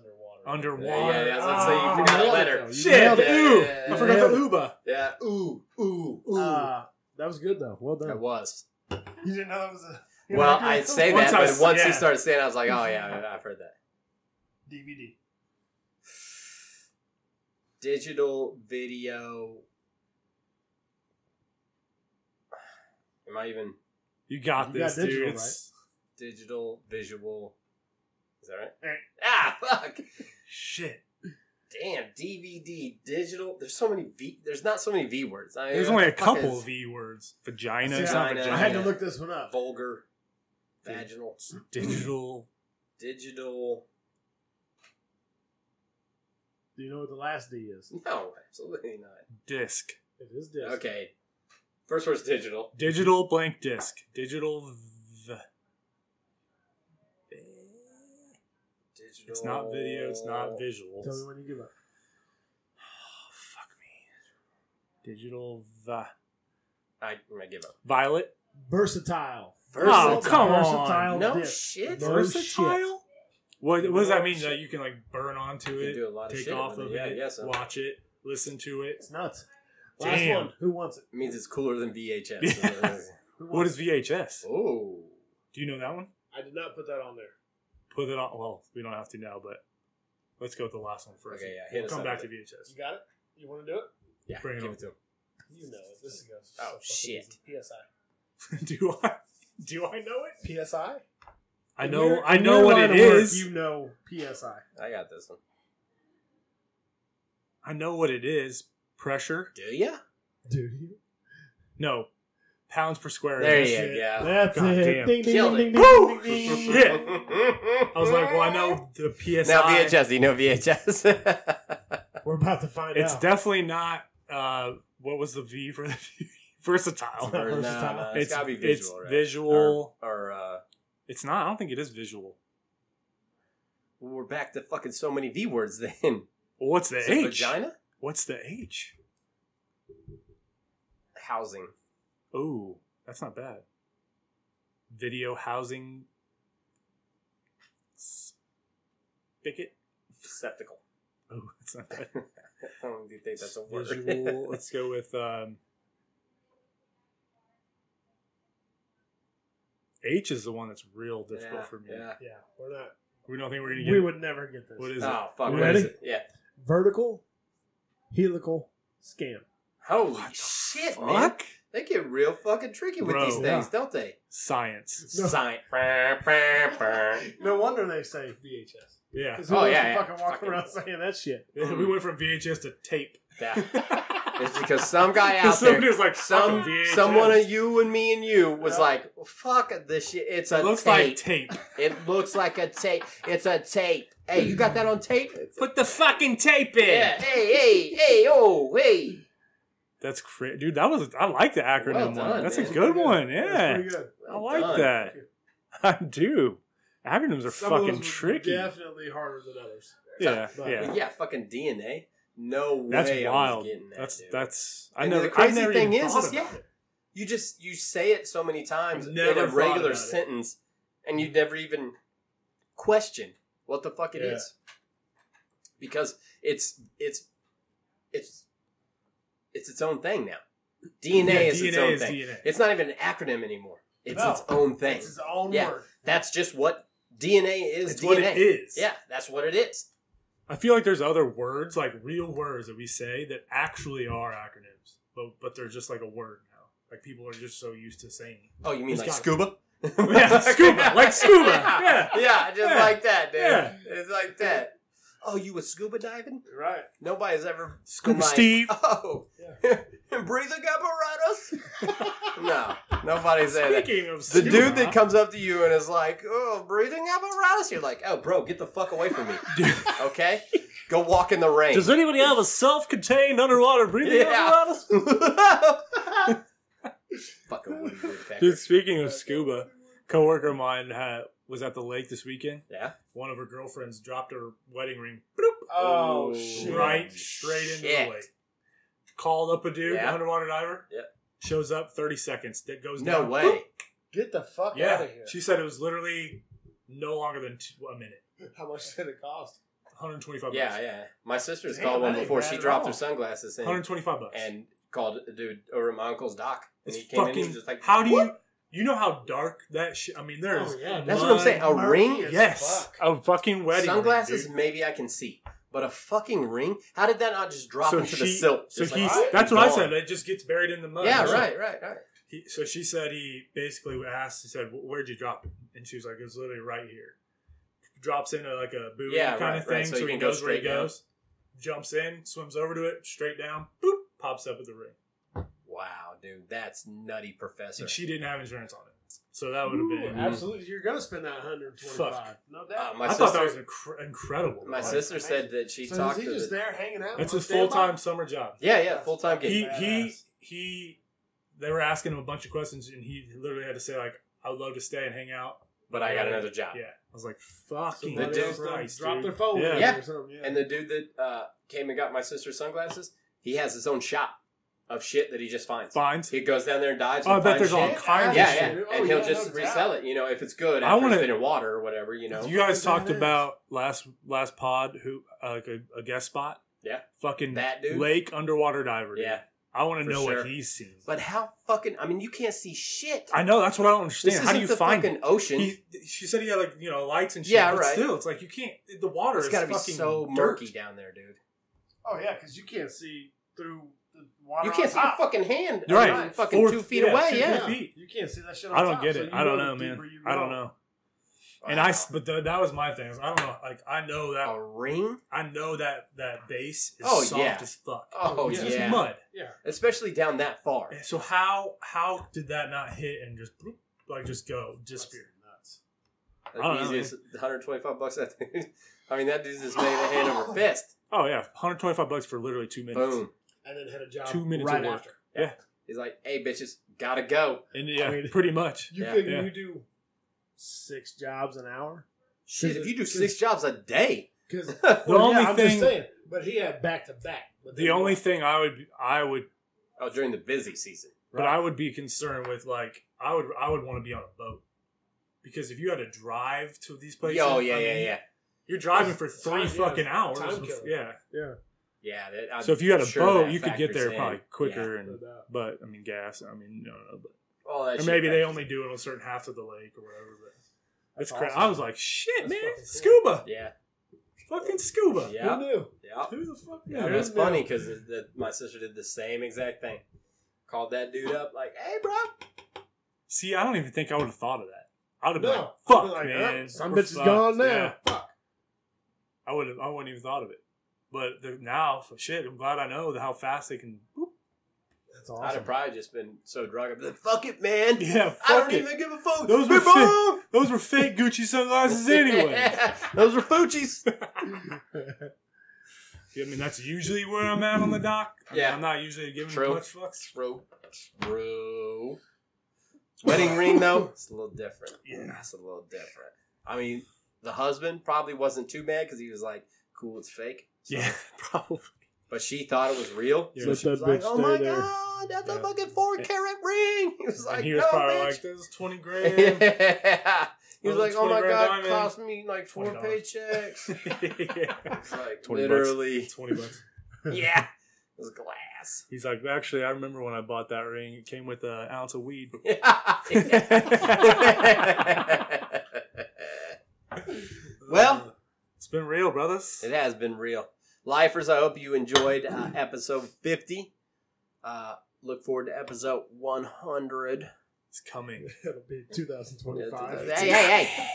Underwater.
underwater.
Yeah, yeah, I was gonna say, you
Ah.
forgot a
nailed it,
letter.
though. You
Shit,
nailed
the
it.
yeah,
ooh.
yeah, yeah.
I forgot the
Nailed
uba.
Yeah. Ooh. Ooh. Ooh.
Uh, that was good though. Well
it
done.
was.
You didn't know that was a. you
Well,
know,
I say
Once
that, but
I-
once
yeah.
you started saying, it, I was like, oh yeah, I- I've heard that.
DVD.
Digital video. Am I even
You got
You got
this, dude.
digital,
It's-
digital visual? Is that right?
Eh.
Ah, fuck.
Shit.
Damn, DVD, digital. There's so many V. There's not so many V words. I,
There's only a
what the fuck
couple
is
V words. Vagina.
See,
it's
I
not
know.
vagina.
I had to
yeah.
look this one up.
Vulgar, vaginal,
Digital.
digital.
Do you know what the last D is?
No, absolutely not.
disc.
It is disc.
Okay, First word's digital.
Digital blank disc. Digital. V-
Digital.
it's not video. It's not visual.
Tell me when you give up.
fuck me. Digital. V-
I, I give up.
Violet.
Versatile.
Oh, come on.
Versatile
No
disc.
shit.
No shit.
What, what does that mean?
Watch.
That you can like burn onto
You can
it,
do a lot of
take
shit
off
with
of
it. Yeah, I
it,
guess so.
watch it, listen to it.
It's nuts. Last
Damn.
one. Who wants it?
It means it's cooler than VHS.
Yeah.
Who wants
What is
it?
VHS?
Oh.
Do you know that one?
I did not put that on there.
Put it on. Well, we don't have to now, but let's go with the last one first.
Okay, yeah, hit
we'll
us
come
up
back to
with
VHS.
You got it? You want to do it?
Yeah.
Bring it
give
on.
it to him.
You know it. This is going to
Oh, shit.
PSI.
do I? Do I know it?
PSI?
I
In
know.
your-
I
in
know
your
what
line
it
of work,
is.
You know PSI.
I got this one.
I know what it is. Pressure.
Do ya?
Do you?
No. Pounds per square.
There
inch.
you go.
That's
God
it.
damn.
Ding, ding,
Killed
ding,
it.
ding, ding, ding, ding.
Shit. I was like, well, I know the PSI.
Now VHS. Do you know VHS?
We're about to find
It's
out.
definitely not. Uh, what was the V for the versatile?
not
Or no,
versatile.
no, it's gotta be visual,
It's
right?
visual.
Or, or uh,
It's not. I don't think it is visual.
we're back to fucking so many V words then.
Well, what's the
Is it
H?
vagina?
What's the H?
Housing.
Oh, that's not bad. Video housing spigot.
Septical.
Oh, that's not
I
bad.
don't even think that's a word.
Visual. let's go with um, H is the one that's real difficult
yeah,
for me.
yeah.
yeah, we're not.
We don't think we're gonna get.
We would never get this.
what is it?
Oh, fuck.
You
What is
ready?
it? Yeah.
Vertical, helical, scam.
Holy
Oh, What the
shit,
fuck?
man. They get real fucking tricky with
Bro.
these things, don't they?
Science.
No.
Science. Science.
No wonder they say VHS.
Yeah.
Because who
Oh,
wants
yeah,
to
yeah.
fucking walk
Fucking-
around saying that shit?
we went from VHS to tape.
yeah. um, It's because some guy out
Somebody
there,
was like,
some
"Fucking VHS."
someone of you and me and you was
Yeah.
like, "Fuck this shit. It's a
It looks
tape.
like tape.
it looks like a tape. It's a tape. Hey, you got that on tape?
Put the fucking tape in.
Yeah. Hey, hey, hey, oh, hey.
That's crazy, dude. That was I like the acronym
Well done,
one. That's
man.
a good one.
That's
Yeah,
pretty good.
I like
done.
that. I do. Acronyms are
Some of
fucking
those were
tricky.
Definitely harder than others.
yeah,
but-
Yeah,
yeah.
fucking DNA. No
That's
way. I was
wild.
getting that,
that's
dude.
that's. I
And
never.
The crazy
I never
thing
even
is,
thought
is yeah,
about it.
you just you say it so many times
I've
in
never
a
thought
regular
about it.
sentence, and you never even question what the fuck it is,
Yeah.
because it's it's it's it's its own thing now. DNA
Yeah,
is its
DNA
own
is
thing.
DNA.
It's not even an acronym anymore. It's
No.
its own thing.
It's his own
Yeah.
word.
That's just what DNA is.
It's
DNA.
what it is.
Yeah, that's what it is.
I feel like there's other words, like real words that we say that actually are acronyms, but but they're just like a word now. Like people are just so used to saying.
Oh, you mean
It's
like
got-
scuba?
Yeah, scuba, like scuba. Yeah.
yeah, just
Yeah.
like that, dude.
Yeah.
It's like that. Oh, you was scuba diving?
Right.
Nobody's ever
Scuba
been like,
Steve.
Oh, breathing apparatus. no, nobody's said that.
Speaking of
The
scuba,
dude that comes up to you and is like, "Oh, breathing apparatus," you're like, "Oh, bro, get the fuck away from me." Okay, go walk in the rain.
Does anybody have a self-contained underwater breathing
Yeah.
apparatus?
Fucking Woody Woodpecker.
Dude, speaking of scuba, coworker of mine had, was at the lake this weekend.
Yeah.
One of her girlfriends dropped her wedding ring
Oh,
Ooh.
shit.
Shit.
right straight into
Shit.
the lake. Called up a dude,
Yeah.
underwater diver.
Yeah.
Shows up, thirty seconds. That goes
No
down.
way.
Get the fuck
Yeah.
out of here.
She said it was literally no longer than two, a minute.
How much did it cost?
125
Yeah,
bucks.
yeah. My sister's
Damn,
called
that
one
ain't
before.
bad
She
at
dropped
all.
her sunglasses in
125 bucks.
and called a dude over at my uncle's dock. And
it's
he came in.
fucking.
He was just like,
how do you?
"Whoop."
You know how dark that shit. I mean, there's.
Oh, yeah.
That's what I'm saying. A
Murky
ring? Oh,
as
Yes,
fuck.
a fucking wedding. ring,
Sunglasses,
dude.
maybe I can see, but a fucking ring. How did that not just drop into the
she-
silt?
So
Just
he's
like,
that's what I
gone.
said. It just gets buried in the mud.
yeah,
And so-
right, right, right.
He, so she said he basically asked. He said, "Wh- "Where'd you drop it?" And she was like, "It was literally right here." Drops into like a buoy
Yeah,
kind
right,
of
right,
thing,
so
so,
you
he
can go
goes where he
straight down.
goes. Jumps in, swims over to it, straight down, boop, pops up with the ring.
Wow, dude, that's nutty, Professor.
And she didn't have insurance on it, so that would have
Ooh,
been.
absolutely. You're going to spend that 125
Mm. Fuck.
No
Uh,
doubt.
my
I
sister,
thought that was incre- incredible.
my
Like,
sister said that she
so
talked
is
to
he just
the,
there hanging out?
That's
on
his
standby?
full time summer job.
yeah, yeah, full time gig.
He he
Badass.
he. they were asking him a bunch of questions, and he literally had to say like, "I would love to stay and hang out."
But I got another job.
Yeah, I was like, "Fucking
Somebody else
Christ,
drop
dude.
their phone.
Yeah.
Yeah.
Or something. yeah.
And the dude that uh, came and got my sister's sunglasses, he has his own shop of shit that he just finds.
Fines.
He goes down there and dives.
Oh, I
and
bet
finds
there's all
shit.
kinds of
Yeah,
shit.
yeah,
Oh,
and he'll
yeah,
just
no doubt.
resell it. You know, if it's good
I
after
wanna-
it's been in water or whatever. You know,
You guys
Fucking
talked
badass.
about last last pod who uh, like a, a guest spot.
Yeah.
fucking
that dude.
lake underwater diver. dude.
Yeah,
I want
For
to know
sure.
what he's seen.
but how fucking? I mean, you can't see shit.
I know that's what I don't
this
understand.
isn't
How do you
the
find
fucking
it?
ocean.
He, she said he had like you know lights and shit.
Yeah,
but
right.
Still, it's like you can't. The water
it's
is
got to be
fucking
so
dirt.
murky down there, dude.
oh yeah, because you can't see through the water.
You can't see
on
a
top.
fucking hand.
You're right.
around Fucking
Four-
two feet
yeah,
away.
two
yeah.
feet. feet.
You can't see that shit. On
I don't
top,
get
so
it.
you
I don't
the
know, man.
deeper you
I don't
go.
know. And I, s- but the, that was my thing. is I don't know. Like I know that
A ring?
I know that that base is
Oh,
soft
yeah.
as fuck.
Oh
it's
yeah.
just mud.
Especially down that far.
And Eh, So how how did that not hit and just bloop, like just go disappear?
Nuts.
That's
don't know,
easiest 125 bucks. That dude. I mean, that dude's just made a hand over fist.
Oh yeah, 125 bucks for literally two minutes.
Boom.
And then had a job.
Two minutes
right
of work.
after.
He's like, "Hey, bitches, gotta go."
And yeah,
I mean-
pretty much.
You
Yeah.
figure
Yeah.
you do six jobs an hour?
Shit, if you do
Cause-
six jobs a day,
Because the
The only
I'm
thing-
just saying, but he had back to back. But
The
then-
only thing I would I would
oh, during the busy season,
But I would be concerned with like I would I would want to be on a boat because if you had to drive to these places,
oh yeah,
I
yeah,
mean,
yeah,
you're driving for three
Time, yeah,
fucking hours.
time
bef-
killer.
yeah.
yeah,
yeah. That, I'm
So if you had a
sure
boat,
that
you could get
factors
there
in.
probably
Yeah.
quicker,
no
and
doubt.
but I mean gas. I mean, no, no, but,
All that
or
shit
maybe they
factors
only do it on certain halves of the lake or whatever. But that's
That's
cra
awesome.
I was like, shit,
That's
man,
fucking cool.
scuba,
in. Yeah,
fucking scuba.
yeah,
Who knew?
yeah.
Who the fuck?
Yeah,
knew?
that's funny because my sister did the same exact thing. Called that dude up like, "Hey, bro."
See, I don't even think I would have thought of that. I would have been
No.
like, fuck,
I'd be like,
man.
"Oh, some
we're
bitch is
fucked."
gone now.
Yeah.
Fuck.
I would have, I wouldn't even thought of it. But the, now, for shit, I'm glad I know the- how fast they can. Boop.
That's
I'd have
awesome.
probably just been so drunk. I'd be like, "Fuck it, man."
Yeah,
I don't
fuck it.
even give a fuck.
Those were
Bro!
fake- Those were fake Gucci sunglasses anyway.
Those were Fuchsi's.
I mean, that's usually where I'm at on the dock. I mean,
Yeah.
I'm not usually giving
True.
much fucks.
Bro. Bro. Wedding ring, though, it's a little different.
Yeah.
It's a little different. I mean, the husband probably wasn't too mad because he was like, cool, it's fake.
Yeah, probably.
But she thought it was real.
Yeah.
So
Let
she
that
was like,
bitch
oh
stay
my
there."
God, that's a
Yeah.
fucking four carat ring. He was like,
and he was
no,
probably
bitch.
like, "This is twenty grand."
yeah. He was like,
Those
oh
20
my
grand
God,
diamond.
cost me like four
$20.
paychecks.
yeah.
It's like
20 bucks.
literally,
Twenty bucks.
yeah, it was glass.
He's like, actually, I remember when I bought that ring. It came with an ounce of weed.
well,
Uh, It's been real, brothers.
it has been real. Lifers, I hope you enjoyed uh, episode 50. Uh, look forward to episode 100.
It's coming.
That'll be 2025.
Hey, hey, hey.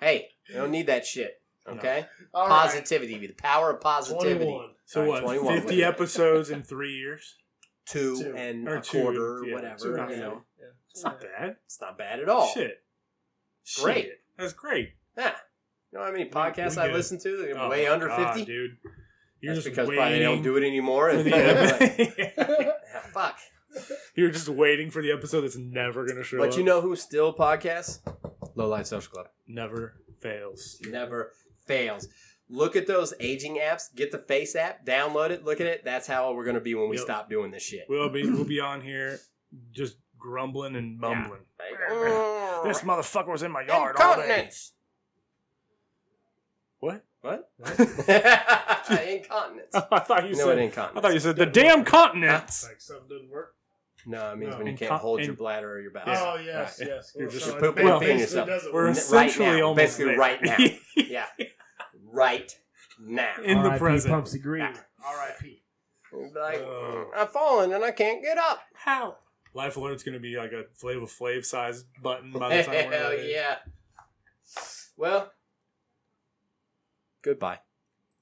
Hey, we don't need that shit. Okay?
All right.
Positivity. The power of positivity.
21.
So
Sorry,
what?
21,
Fifty
wait.
episodes in three years.
Two,
Two.
and
Or
a
two,
quarter,
yeah,
two and a
whatever.
half.
You know,
Yeah.
It's not bad.
it's not bad at all.
Shit.
Oh. Great.
Shit. That's great.
Yeah. You know how many podcasts
we
I
good.
listen to that are
Oh
way
my
under
God,
50?
dude. You're
That's
just
because
waiting
probably they don't do it anymore.
for
And
the
they're like,
epi-
"Ah, fuck.
You're just waiting for the episode that's never gonna show
But
up.
you know who still podcasts? Low Light Social Club.
never fails.
Never fails. Look at those aging apps. Get the Face app. Download it. Look at it. That's how we're going to be when we
Yep.
stop doing this shit.
We'll be we'll be on here just grumbling and mumbling.
Like,
This
"Mm,
motherfucker was in my yard all day.
Incontinence.
What?
What? incontinence.
I thought you
You know what
said. I
incontinence
thought you said the damn continents.
Like something didn't work.
No, it means
No.
when you
Inco-
can't hold your
in-
bladder or your bowel.
Yeah.
Oh, yes,
Right.
yes.
You're just
so
pooping
it
and peeing
basically
yourself.
doesn't
We're
work.
N- right
essentially
now,
almost
basically
there.
right now. Yeah. Right now.
in the
RIP
present.
Pumpsy Green.
R.I.P.
Like,
Oh.
I've fallen and I can't get up.
How? Life Alert's gonna be like a Flava Flav size button by the time we're
Hell
ready.
yeah. Well, goodbye.